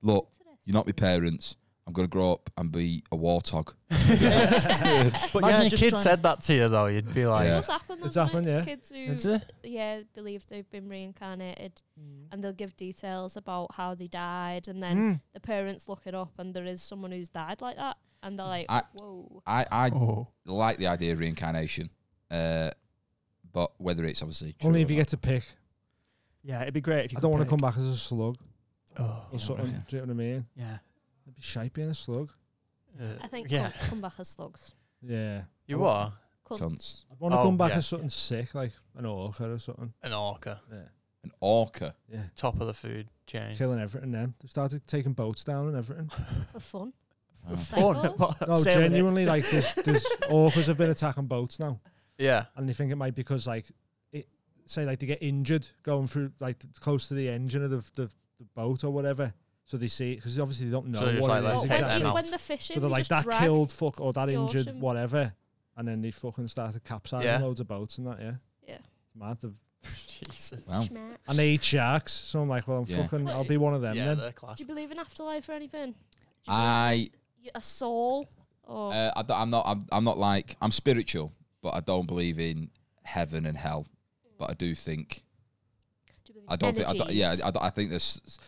[SPEAKER 4] Look,
[SPEAKER 1] (laughs)
[SPEAKER 4] you're not my parents. I'm gonna grow up and be a warthog.
[SPEAKER 2] (laughs)
[SPEAKER 4] (laughs)
[SPEAKER 5] But
[SPEAKER 6] Imagine
[SPEAKER 5] yeah,
[SPEAKER 6] your
[SPEAKER 5] just
[SPEAKER 6] kid
[SPEAKER 5] trying-
[SPEAKER 6] said that to you though, you'd be like,
[SPEAKER 4] Yeah.
[SPEAKER 1] It's happened.
[SPEAKER 2] It's
[SPEAKER 1] hasn't
[SPEAKER 2] happened,
[SPEAKER 1] it?
[SPEAKER 2] yeah.
[SPEAKER 1] Kids
[SPEAKER 6] It's
[SPEAKER 1] who,
[SPEAKER 6] a-
[SPEAKER 1] yeah, believe they've been reincarnated, and they'll give details about how they died, and
[SPEAKER 4] Mm.
[SPEAKER 1] then
[SPEAKER 2] Hmm.
[SPEAKER 1] the parents look it up, and there is someone who's died like that, and they're like,
[SPEAKER 4] I-
[SPEAKER 1] "Whoa,
[SPEAKER 4] I, I
[SPEAKER 6] oh,
[SPEAKER 4] like the idea of reincarnation. Uh, but whether it's obviously true
[SPEAKER 2] Only
[SPEAKER 4] or
[SPEAKER 2] if you
[SPEAKER 4] not.
[SPEAKER 2] get to pick.
[SPEAKER 5] Yeah, it'd be great if you
[SPEAKER 2] I
[SPEAKER 5] could
[SPEAKER 2] don't want to
[SPEAKER 5] pick.
[SPEAKER 2] come back as a slug
[SPEAKER 6] oh,
[SPEAKER 2] or something.
[SPEAKER 4] yeah.
[SPEAKER 2] Do you know what I mean?
[SPEAKER 6] yeah.
[SPEAKER 2] It'd be shite being a slug. Uh,
[SPEAKER 1] I think
[SPEAKER 6] yeah,
[SPEAKER 1] cunts come back as slugs."
[SPEAKER 2] Yeah.
[SPEAKER 6] you are
[SPEAKER 1] Cunts.
[SPEAKER 4] Cunts.
[SPEAKER 2] I'd want to
[SPEAKER 6] Oh,
[SPEAKER 2] come back
[SPEAKER 6] yeah.
[SPEAKER 2] as something sick, like an orca or something.
[SPEAKER 6] an orca,
[SPEAKER 2] Yeah.
[SPEAKER 4] An orca.
[SPEAKER 2] Yeah.
[SPEAKER 6] top of the food chain.
[SPEAKER 2] Killing everything then. They started taking boats down and
[SPEAKER 5] (laughs)
[SPEAKER 2] everything.
[SPEAKER 1] for fun.
[SPEAKER 4] Oh.
[SPEAKER 1] Like those?
[SPEAKER 2] (laughs)
[SPEAKER 6] What?
[SPEAKER 2] No,
[SPEAKER 5] Sailing it.
[SPEAKER 2] genuinely, like, there's, there's (laughs) orcas have been attacking boats now.
[SPEAKER 6] (laughs) yeah,
[SPEAKER 2] and they think it might be because like it say like they get injured going through like th- close to the engine of the the, the boat or whatever so they see because obviously they don't know
[SPEAKER 6] So they're just
[SPEAKER 2] what
[SPEAKER 6] like,
[SPEAKER 2] it
[SPEAKER 6] let's
[SPEAKER 2] is
[SPEAKER 1] Well, when,
[SPEAKER 6] take them
[SPEAKER 2] exactly
[SPEAKER 1] you,
[SPEAKER 6] out.
[SPEAKER 1] when they're fishing,
[SPEAKER 2] so they're
[SPEAKER 1] they
[SPEAKER 2] like
[SPEAKER 1] just
[SPEAKER 2] that
[SPEAKER 1] drag-
[SPEAKER 2] killed fuck or that
[SPEAKER 1] the
[SPEAKER 2] injured
[SPEAKER 1] ocean.
[SPEAKER 2] whatever and then they fucking started capsizing
[SPEAKER 6] Yeah.
[SPEAKER 2] loads of boats and that yeah
[SPEAKER 1] Yeah.
[SPEAKER 2] It's mad they've-
[SPEAKER 6] Jesus.
[SPEAKER 4] Wow.
[SPEAKER 1] Schmack.
[SPEAKER 2] and they eat sharks so I'm like well I'm
[SPEAKER 4] Yeah.
[SPEAKER 2] fucking I'll be one of them
[SPEAKER 6] Yeah,
[SPEAKER 2] then
[SPEAKER 6] they're
[SPEAKER 1] Do you
[SPEAKER 6] classic.
[SPEAKER 1] believe in afterlife or anything? Do you
[SPEAKER 4] I,
[SPEAKER 1] believe in a soul? Or
[SPEAKER 4] uh, I, don't- I'm not, I'm, I'm not like, I'm spiritual, but I don't believe in heaven and hell. But I do think,
[SPEAKER 1] do you believe in
[SPEAKER 4] I don't think, I don't, yeah,
[SPEAKER 1] energies?
[SPEAKER 4] I, don't- I think there's,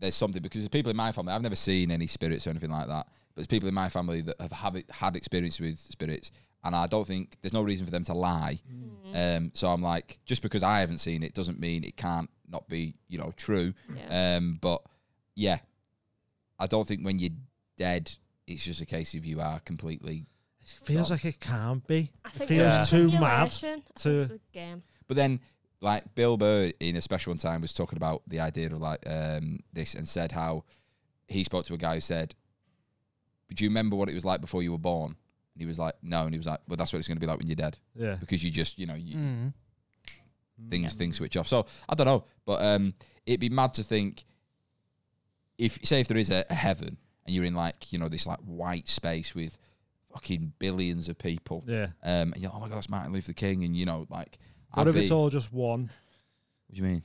[SPEAKER 4] there's something because the people in my family, I've never seen any spirits or anything like that. But there's people in my family that have, have had experience with spirits, and I don't think there's no reason for them to lie.
[SPEAKER 1] Mm.
[SPEAKER 4] Um, so I'm like, just because I haven't seen it doesn't mean it can't not be, you know, true.
[SPEAKER 1] Yeah.
[SPEAKER 4] Um, but yeah, I don't think when you're dead, it's just a case of you are completely.
[SPEAKER 2] it feels like it can't be
[SPEAKER 1] I
[SPEAKER 2] it
[SPEAKER 1] think
[SPEAKER 2] feels
[SPEAKER 1] there's a
[SPEAKER 2] too mad
[SPEAKER 1] simulation. I think
[SPEAKER 2] to-
[SPEAKER 1] it's a game.
[SPEAKER 4] But then, like Bill Burr in a special one time was talking about the idea of like um, this and said how he spoke to a guy who said, "Do you remember what it was like before you were born?" And he was like, "No," and he was like, "Well, that's what it's going to be like when you're dead
[SPEAKER 2] yeah Mm.
[SPEAKER 4] because you just, you know, you,
[SPEAKER 6] Mm.
[SPEAKER 4] things things switch off. So I don't know, but um, it'd be mad to think if say if there is a, a heaven and you're in like you know this like white space with fucking billions of people,
[SPEAKER 2] yeah
[SPEAKER 4] um, and you're like, oh my god, that's Martin Luther King, and you know like
[SPEAKER 2] what
[SPEAKER 4] I'd
[SPEAKER 2] if it's
[SPEAKER 4] be-
[SPEAKER 2] all just one
[SPEAKER 4] What do you mean?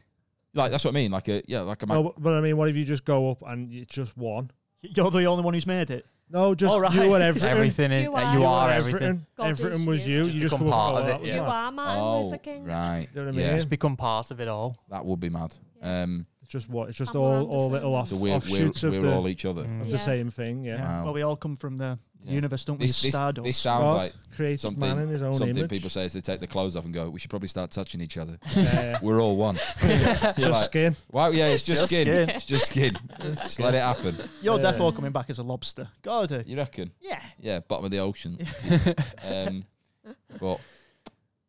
[SPEAKER 4] Like that's what I mean. Like a yeah, like a
[SPEAKER 2] no but, but I mean what if you just go up and it's just one
[SPEAKER 5] You're the only one who's made it.
[SPEAKER 2] no just
[SPEAKER 5] All
[SPEAKER 2] you
[SPEAKER 5] right.
[SPEAKER 2] and everything
[SPEAKER 6] Everything is,
[SPEAKER 1] You
[SPEAKER 6] you
[SPEAKER 1] are-
[SPEAKER 6] are,
[SPEAKER 1] You
[SPEAKER 2] are
[SPEAKER 6] everything.
[SPEAKER 1] God is
[SPEAKER 2] Everything was
[SPEAKER 1] you.
[SPEAKER 2] you.
[SPEAKER 6] Just
[SPEAKER 2] You just
[SPEAKER 6] become
[SPEAKER 2] come up
[SPEAKER 6] part
[SPEAKER 2] and
[SPEAKER 6] of
[SPEAKER 2] go, "Oh,
[SPEAKER 6] it,
[SPEAKER 1] You
[SPEAKER 6] Yeah.
[SPEAKER 2] that was mad."
[SPEAKER 1] are Martin Luther
[SPEAKER 4] oh
[SPEAKER 1] King.
[SPEAKER 4] right,
[SPEAKER 2] You know what I
[SPEAKER 4] yeah,
[SPEAKER 2] mean?
[SPEAKER 6] Just become part of it all.
[SPEAKER 4] that would be mad. Um,
[SPEAKER 2] It's just what it's just
[SPEAKER 1] Pamela
[SPEAKER 2] all, all
[SPEAKER 1] Anderson.
[SPEAKER 2] little off,
[SPEAKER 4] so we're we're,
[SPEAKER 2] offshoots
[SPEAKER 4] we're
[SPEAKER 2] of, the,
[SPEAKER 4] all e-, each other.
[SPEAKER 2] of
[SPEAKER 6] Mm.
[SPEAKER 1] Yeah.
[SPEAKER 2] the same thing. Yeah,
[SPEAKER 4] Wow.
[SPEAKER 5] Well, we all come from the
[SPEAKER 4] Yeah.
[SPEAKER 5] universe, don't we?
[SPEAKER 4] This, this,
[SPEAKER 5] Stardust.
[SPEAKER 4] this sounds
[SPEAKER 2] God
[SPEAKER 4] like
[SPEAKER 2] created
[SPEAKER 4] something-
[SPEAKER 2] man in his own
[SPEAKER 4] something
[SPEAKER 2] image.
[SPEAKER 4] people say is they take their clothes off and go, "We should probably start touching each other." (laughs)
[SPEAKER 2] Yeah,
[SPEAKER 4] We're
[SPEAKER 2] (laughs)
[SPEAKER 4] all one.
[SPEAKER 2] it's
[SPEAKER 4] You're
[SPEAKER 2] just
[SPEAKER 4] like,
[SPEAKER 2] skin.
[SPEAKER 4] Wow, yeah, it's just,
[SPEAKER 6] Just
[SPEAKER 4] skin.
[SPEAKER 6] skin.
[SPEAKER 4] It's just skin. (laughs) just let it happen.
[SPEAKER 5] (laughs) You're
[SPEAKER 2] Yeah.
[SPEAKER 5] therefore coming back as a lobster. God, uh,
[SPEAKER 4] You reckon?
[SPEAKER 5] yeah.
[SPEAKER 4] Yeah, bottom of the (laughs) ocean.
[SPEAKER 2] (laughs)
[SPEAKER 4] um, but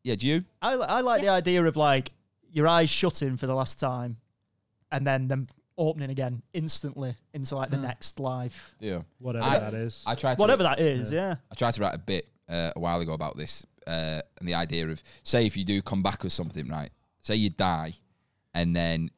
[SPEAKER 4] yeah, do you?
[SPEAKER 5] I, li- I like the idea of like your eyes shutting for the last time and then them opening again instantly into like the
[SPEAKER 4] Hmm.
[SPEAKER 5] next life.
[SPEAKER 4] Yeah.
[SPEAKER 2] Whatever
[SPEAKER 4] I-
[SPEAKER 2] that is.
[SPEAKER 4] I tried to
[SPEAKER 5] Whatever that is, yeah.
[SPEAKER 4] I tried to write a bit uh, a while ago about this uh, and the idea of say if you do come back with something, right? Say you die, and then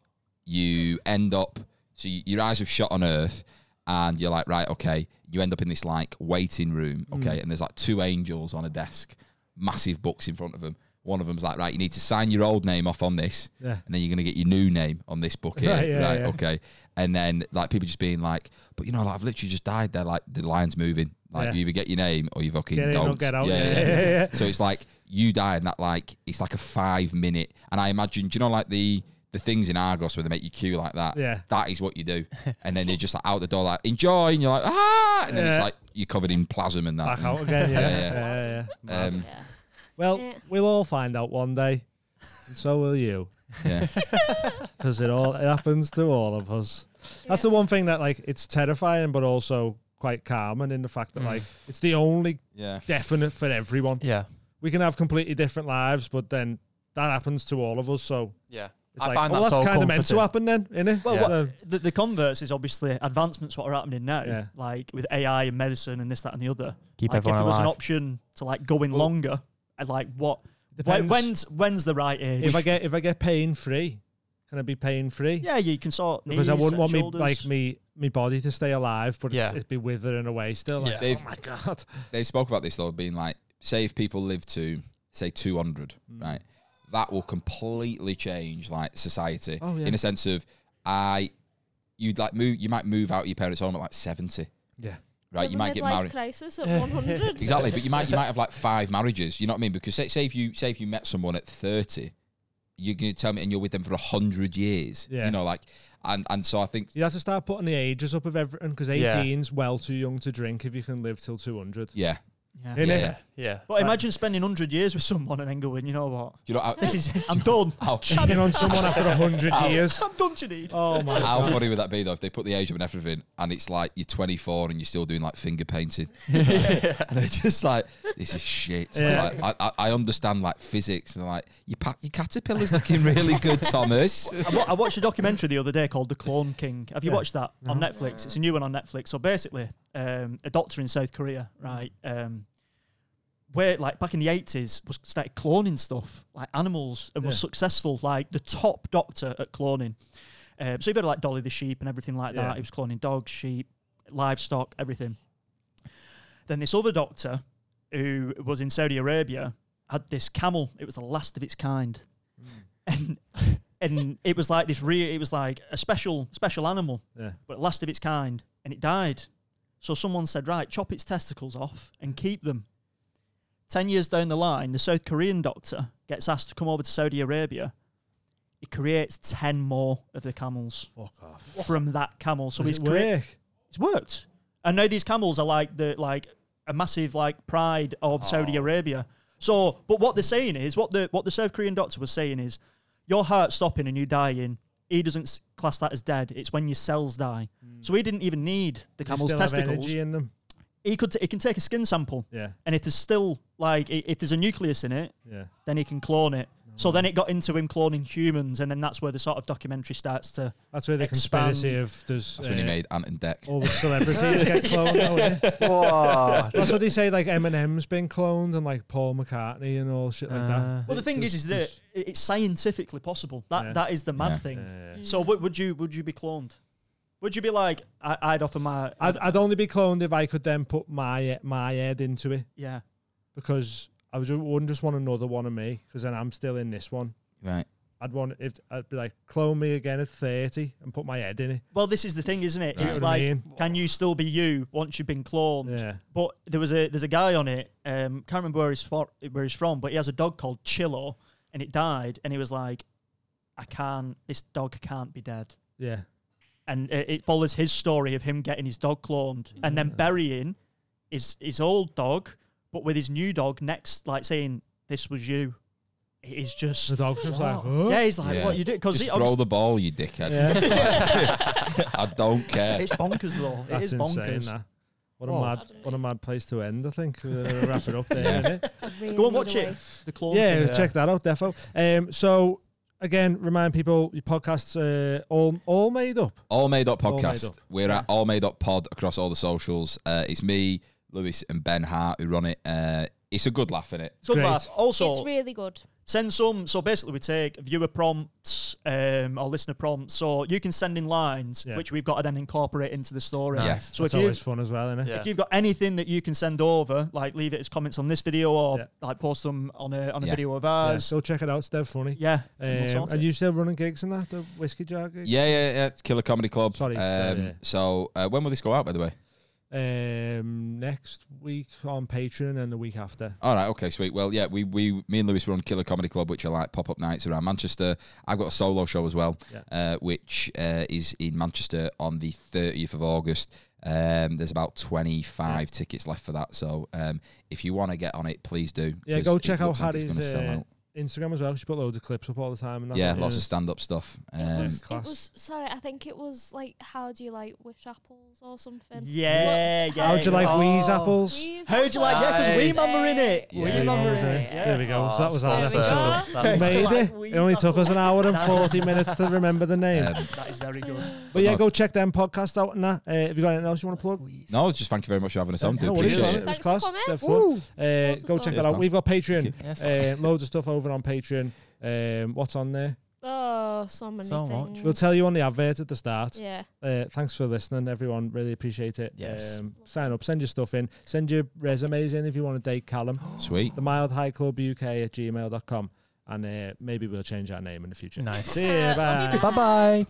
[SPEAKER 4] you end up. So you, your eyes have shot on Earth, and you're like, right, okay. You end up in this like waiting room, okay, and there's like two angels on a desk, massive books in front of them. One of them's like, right, you need to sign your old name off on this,
[SPEAKER 2] Yeah.
[SPEAKER 4] and then you're gonna get your new name on this book here,
[SPEAKER 2] Right, (laughs) yeah,
[SPEAKER 4] right?
[SPEAKER 2] yeah.
[SPEAKER 4] Okay, and then like people just being like, but you know, like I've literally just died. They're like the line's moving. Like
[SPEAKER 2] Yeah.
[SPEAKER 4] you either get your name or you fucking
[SPEAKER 2] Get in or
[SPEAKER 4] don't.
[SPEAKER 2] get out.
[SPEAKER 4] Yeah, yeah,
[SPEAKER 2] Yeah, yeah, yeah.
[SPEAKER 4] so it's like you die, and that like it's like a five minute. And I imagine, do you know, like the the things in Argos where they make you queue like that.
[SPEAKER 2] Yeah.
[SPEAKER 4] that is what you do. And then you're just like out the door, like enjoy, and you're like ah, and then it's
[SPEAKER 2] Yeah.
[SPEAKER 4] like you're covered in plasm and that.
[SPEAKER 2] Back
[SPEAKER 4] and,
[SPEAKER 2] out again. Yeah,
[SPEAKER 4] Yeah,
[SPEAKER 2] yeah,
[SPEAKER 4] yeah.
[SPEAKER 2] yeah. yeah. Mad.
[SPEAKER 4] Um,
[SPEAKER 1] Yeah.
[SPEAKER 2] well,
[SPEAKER 1] Yeah.
[SPEAKER 2] we'll all find out one day, and so will you,
[SPEAKER 4] yeah,
[SPEAKER 2] because it all it happens to all of us. That's the one thing that like it's terrifying, but also quite calming in the fact that like it's the only
[SPEAKER 4] yeah.
[SPEAKER 2] definite for everyone.
[SPEAKER 6] Mm. Yeah.
[SPEAKER 2] We can have completely different lives, but then that happens to all of us. So
[SPEAKER 6] Yeah.
[SPEAKER 2] It's
[SPEAKER 6] I
[SPEAKER 2] like,
[SPEAKER 6] find
[SPEAKER 2] well,
[SPEAKER 6] that
[SPEAKER 2] that's
[SPEAKER 6] so
[SPEAKER 2] kind of meant to
[SPEAKER 6] comforting.
[SPEAKER 2] happen then, isn't it?
[SPEAKER 5] Well,
[SPEAKER 6] Yeah.
[SPEAKER 5] what, the, the converse is obviously advancements what are happening now,
[SPEAKER 2] Yeah.
[SPEAKER 5] like with AI and medicine and this, that, and the other.
[SPEAKER 6] Keep
[SPEAKER 5] like if
[SPEAKER 6] everyone
[SPEAKER 5] there was an
[SPEAKER 6] alive.
[SPEAKER 5] option to like go in
[SPEAKER 4] Well-
[SPEAKER 5] longer, and like what? wh-
[SPEAKER 2] Depends.
[SPEAKER 5] when's when's the right age?
[SPEAKER 2] if I get if I get pain free, Can it be pain free?
[SPEAKER 5] Yeah, you can sort knees
[SPEAKER 2] Because I wouldn't
[SPEAKER 5] and
[SPEAKER 2] want me
[SPEAKER 5] shoulders.
[SPEAKER 2] like me me body to stay alive, but it's,
[SPEAKER 6] Yeah.
[SPEAKER 2] it'd be withering away still. Like,
[SPEAKER 6] Yeah.
[SPEAKER 4] They've-
[SPEAKER 2] oh my (laughs) god!
[SPEAKER 4] They spoke about this though, being like, say if people live to say 200,
[SPEAKER 2] Hmm.
[SPEAKER 4] right? That will completely change like society
[SPEAKER 2] Oh, yeah.
[SPEAKER 4] in a sense of I, you'd like move, you might move out of your parents' home at like 70,
[SPEAKER 2] Yeah,
[SPEAKER 4] right? You might get
[SPEAKER 1] midlife
[SPEAKER 4] married.
[SPEAKER 1] crisis at 100.
[SPEAKER 4] Exactly, but you might you might have like five marriages. You know what I mean? Because say, say if you say if you met someone at thirty, you're gonna tell me, and you're with them for hundred years.
[SPEAKER 2] Yeah.
[SPEAKER 4] You know, like, and and so I think
[SPEAKER 2] you have to start putting the ages up of everything because
[SPEAKER 6] Yeah.
[SPEAKER 2] 18's well too young to drink if you can live till two hundred.
[SPEAKER 4] yeah,
[SPEAKER 5] Yeah.
[SPEAKER 4] yeah.
[SPEAKER 2] Yeah.
[SPEAKER 4] yeah.
[SPEAKER 6] Yeah.
[SPEAKER 5] But imagine spending 100 years with someone and then going, you know what?
[SPEAKER 4] You know how,
[SPEAKER 5] This is, I'm done.
[SPEAKER 4] (laughs)
[SPEAKER 5] (laughs)
[SPEAKER 4] how,
[SPEAKER 2] Cheating on someone after
[SPEAKER 4] (laughs)
[SPEAKER 2] hundred years.
[SPEAKER 5] I'm done, Janine.
[SPEAKER 2] Oh my
[SPEAKER 4] how
[SPEAKER 2] god!
[SPEAKER 4] funny would that be though if they put the age up and everything, and it's like you're 24 and you're still doing like
[SPEAKER 2] (laughs)
[SPEAKER 4] finger painting, (laughs) and they're just like, this is shit.
[SPEAKER 2] Yeah.
[SPEAKER 4] Like, I, I I understand like physics, and they're like, your pa- your caterpillar's looking really good,
[SPEAKER 2] (laughs)
[SPEAKER 4] Thomas.
[SPEAKER 5] I, wa- I watched a documentary the other day called The Clone King. Have you
[SPEAKER 2] Yeah.
[SPEAKER 5] watched that on Netflix? It's a new one on Netflix. So basically, um, a doctor in South Korea, right, um, where like back in the eighties was started cloning stuff like animals and was
[SPEAKER 2] Yeah.
[SPEAKER 5] successful, like the top doctor at cloning. Um, so he had like Dolly the sheep and everything like
[SPEAKER 2] Yeah.
[SPEAKER 5] that. He was cloning dogs, sheep, livestock, everything. Then this other doctor, who was in Saudi Arabia, had this camel. It was the last of its kind,
[SPEAKER 2] Hmm.
[SPEAKER 5] and (laughs) and it was like this real. It was like a special special animal,
[SPEAKER 2] Yeah.
[SPEAKER 5] but last of its kind, and it died. So someone said, right, chop its testicles off and keep them. Ten years down the line, the South Korean doctor gets asked to come over to Saudi Arabia. He creates ten more of the camels
[SPEAKER 2] Fuck off!
[SPEAKER 5] from that camel. So
[SPEAKER 2] Does
[SPEAKER 5] he's
[SPEAKER 2] it
[SPEAKER 5] crea-
[SPEAKER 2] work?
[SPEAKER 5] it's worked. And now these camels are like the like a massive like pride of Saudi Arabia. So, but what they're saying is what the what the South Korean doctor was saying is, your heart stopping and you dying. He doesn't s- class that as dead. It's when your cells die. So he didn't even need the
[SPEAKER 2] Does it
[SPEAKER 5] camel's
[SPEAKER 2] still have
[SPEAKER 5] testicles.
[SPEAKER 2] energy in them.
[SPEAKER 5] He could t- he can take a skin sample,
[SPEAKER 2] Yeah,
[SPEAKER 5] and if there's still like i- if there's a nucleus in it,
[SPEAKER 2] yeah.
[SPEAKER 5] then he can clone it. So then it got into him cloning humans, and then that's where the sort of documentary starts to.
[SPEAKER 2] That's where the
[SPEAKER 5] Expand.
[SPEAKER 2] conspiracy of there's
[SPEAKER 4] That's when he
[SPEAKER 2] uh,
[SPEAKER 4] made Ant and Deck.
[SPEAKER 2] all the celebrities get cloned. though, innit?
[SPEAKER 4] (laughs)
[SPEAKER 6] Whoa.
[SPEAKER 2] That's what they say. Like Eminem's been cloned, and like Paul McCartney, and all shit like
[SPEAKER 4] Uh,
[SPEAKER 2] that.
[SPEAKER 5] Well, the thing is, is that
[SPEAKER 2] There's-
[SPEAKER 5] i- it's scientifically possible. That
[SPEAKER 2] Yeah.
[SPEAKER 5] that is the mad
[SPEAKER 4] Yeah.
[SPEAKER 5] thing.
[SPEAKER 2] Yeah.
[SPEAKER 5] So would, would you would you be cloned? Would you be like I, I'd offer my
[SPEAKER 2] I'd, I'd only be cloned if I could then put my my head into it
[SPEAKER 5] yeah
[SPEAKER 2] because I would, wouldn't just want another one of me because then I'm still in this one.
[SPEAKER 4] Right.
[SPEAKER 2] I'd want if I'd be like clone me again at thirty and put my head in it.
[SPEAKER 5] Well, this is the thing, isn't it?
[SPEAKER 2] Do you
[SPEAKER 5] It's
[SPEAKER 2] know what I
[SPEAKER 5] like,
[SPEAKER 2] mean?
[SPEAKER 5] can you still be you once you've been cloned?
[SPEAKER 2] Yeah.
[SPEAKER 5] But there was a there's a guy on it. Um, can't remember where he's for, where he's from, but he has a dog called Chillo, and it died, and he was like, I can't. This dog can't be dead.
[SPEAKER 2] Yeah,
[SPEAKER 5] And it, it follows his story of him getting his dog cloned and then burying his his old dog, but with his new dog next, like saying this was you. It is just
[SPEAKER 2] the dog's just like, huh?
[SPEAKER 5] Oh. Yeah, he's like,
[SPEAKER 4] Yeah.
[SPEAKER 5] what you did? Because
[SPEAKER 4] Just throw the ball, you dickhead.
[SPEAKER 5] (laughs)
[SPEAKER 4] (laughs) I don't care.
[SPEAKER 5] it's bonkers
[SPEAKER 2] (laughs)
[SPEAKER 5] though. it
[SPEAKER 2] that's
[SPEAKER 5] is
[SPEAKER 2] insane.
[SPEAKER 5] bonkers.
[SPEAKER 2] That. What a
[SPEAKER 6] Whoa.
[SPEAKER 2] mad, what a mad place to end. I think We're gonna wrap it up there. innit?
[SPEAKER 5] (laughs) Go and watch it. The clone.
[SPEAKER 2] yeah,
[SPEAKER 5] thing.
[SPEAKER 2] check that out, defo. Um, so again, remind people your podcasts uh, all all made up.
[SPEAKER 4] All Made Up
[SPEAKER 2] All Made
[SPEAKER 4] Podcast.
[SPEAKER 2] Up.
[SPEAKER 4] We're at All Made Up Pod across all the socials. Uh, it's me, Lewis, and Ben Hart who run it. Uh, it's a good laugh in it.
[SPEAKER 5] It's good
[SPEAKER 2] Great.
[SPEAKER 5] laugh. Also,
[SPEAKER 1] It's really good.
[SPEAKER 5] send some. So basically, we take viewer prompts um, or listener prompts. So you can send in lines,
[SPEAKER 2] Yeah.
[SPEAKER 5] which we've got to then incorporate into the story.
[SPEAKER 4] Yeah.
[SPEAKER 5] So
[SPEAKER 2] That's
[SPEAKER 5] if you
[SPEAKER 2] always fun as well, isn't it?
[SPEAKER 6] Yeah.
[SPEAKER 5] if you've got anything that you can send over, like leave it as comments on this video or
[SPEAKER 2] Yeah.
[SPEAKER 5] like post them on a on a
[SPEAKER 4] Yeah.
[SPEAKER 5] video of
[SPEAKER 2] Yeah,
[SPEAKER 5] ours.
[SPEAKER 2] so check it out. It's dead funny.
[SPEAKER 5] Yeah. and we'll
[SPEAKER 2] Um,
[SPEAKER 5] sort
[SPEAKER 2] and
[SPEAKER 5] it.
[SPEAKER 2] you still running gigs and that? The whiskey jar gig?
[SPEAKER 4] Yeah, yeah, yeah. It's Killer Comedy Club.
[SPEAKER 2] Sorry,
[SPEAKER 4] Um,
[SPEAKER 2] yeah, yeah.
[SPEAKER 4] So uh, when will this go out, by the way?
[SPEAKER 2] Um, next week on Patreon and the week after.
[SPEAKER 4] All right, okay, sweet. Well, yeah, we, we me and Lewis run Killer Comedy Club, which are like pop up nights around Manchester. I've got a solo show as well,
[SPEAKER 2] Yeah.
[SPEAKER 4] uh, which uh, is in Manchester on the 30th of August. Um, there's about 25 tickets left for that. So um, if you want to get on it, please do.
[SPEAKER 2] Yeah,
[SPEAKER 4] 'cause
[SPEAKER 2] go
[SPEAKER 4] it
[SPEAKER 2] check out
[SPEAKER 4] looks like it's
[SPEAKER 2] Harry's,
[SPEAKER 4] gonna sell
[SPEAKER 2] uh,
[SPEAKER 4] out.
[SPEAKER 2] Instagram as well. She put loads of clips up all the time. And that,
[SPEAKER 4] Yeah,
[SPEAKER 2] don't
[SPEAKER 4] lots
[SPEAKER 2] you?
[SPEAKER 4] of stand up stuff.
[SPEAKER 1] it,
[SPEAKER 4] Um,
[SPEAKER 1] was, it
[SPEAKER 2] class.
[SPEAKER 1] was- sorry, I think it was like, how do you like wish apples or something?
[SPEAKER 5] Yeah,
[SPEAKER 1] What-
[SPEAKER 5] yeah.
[SPEAKER 2] How'd you like
[SPEAKER 6] Oh.
[SPEAKER 2] Wheeze apples?
[SPEAKER 1] Please
[SPEAKER 5] How'd you like? Yeah, because we
[SPEAKER 6] Nice.
[SPEAKER 5] mama in it.
[SPEAKER 4] Yeah.
[SPEAKER 5] We
[SPEAKER 4] There
[SPEAKER 2] we
[SPEAKER 5] mama
[SPEAKER 2] go,
[SPEAKER 5] in
[SPEAKER 2] so-
[SPEAKER 5] it. Yeah.
[SPEAKER 2] There we go. So that was our
[SPEAKER 1] There we
[SPEAKER 2] episode.
[SPEAKER 1] go.
[SPEAKER 2] We
[SPEAKER 6] That's-
[SPEAKER 2] made
[SPEAKER 5] like
[SPEAKER 2] it.
[SPEAKER 5] Wheeze
[SPEAKER 2] It only took us an hour and
[SPEAKER 5] That-
[SPEAKER 2] 40 minutes to remember the name.
[SPEAKER 4] um,
[SPEAKER 5] That is very good.
[SPEAKER 2] but yeah,
[SPEAKER 4] no.
[SPEAKER 2] go check them podcasts out and that. Uh, have you got anything else you want to plug?
[SPEAKER 4] no, just thank you very much for having us on. Do
[SPEAKER 2] No worries,
[SPEAKER 4] appreciate
[SPEAKER 2] man.
[SPEAKER 4] it.
[SPEAKER 1] Thanks
[SPEAKER 2] It was
[SPEAKER 1] for
[SPEAKER 2] class.
[SPEAKER 1] coming.
[SPEAKER 2] Dead fun. Uh,
[SPEAKER 1] Lots of
[SPEAKER 2] go
[SPEAKER 1] fun.
[SPEAKER 2] check
[SPEAKER 4] Cheers,
[SPEAKER 2] that out.
[SPEAKER 4] man.
[SPEAKER 2] We've got Patreon.
[SPEAKER 6] Yes.
[SPEAKER 2] Uh, loads of stuff over on Patreon. Um, what's on there?
[SPEAKER 1] Oh, so many
[SPEAKER 6] So much.
[SPEAKER 1] things.
[SPEAKER 2] We'll tell you on the advert at the start.
[SPEAKER 1] Yeah.
[SPEAKER 2] Uh, thanks for listening, everyone. Really appreciate it.
[SPEAKER 6] Yes.
[SPEAKER 2] Um, sign up, send your stuff in, send your resumes in if you want to date Callum.
[SPEAKER 4] Sweet.
[SPEAKER 2] the Mild High Club UK at gmail.com. And uh, maybe we'll change our name in the future.
[SPEAKER 1] (laughs)
[SPEAKER 6] Nice.
[SPEAKER 2] See you.
[SPEAKER 1] Uh,
[SPEAKER 2] Bye.
[SPEAKER 6] Bye bye.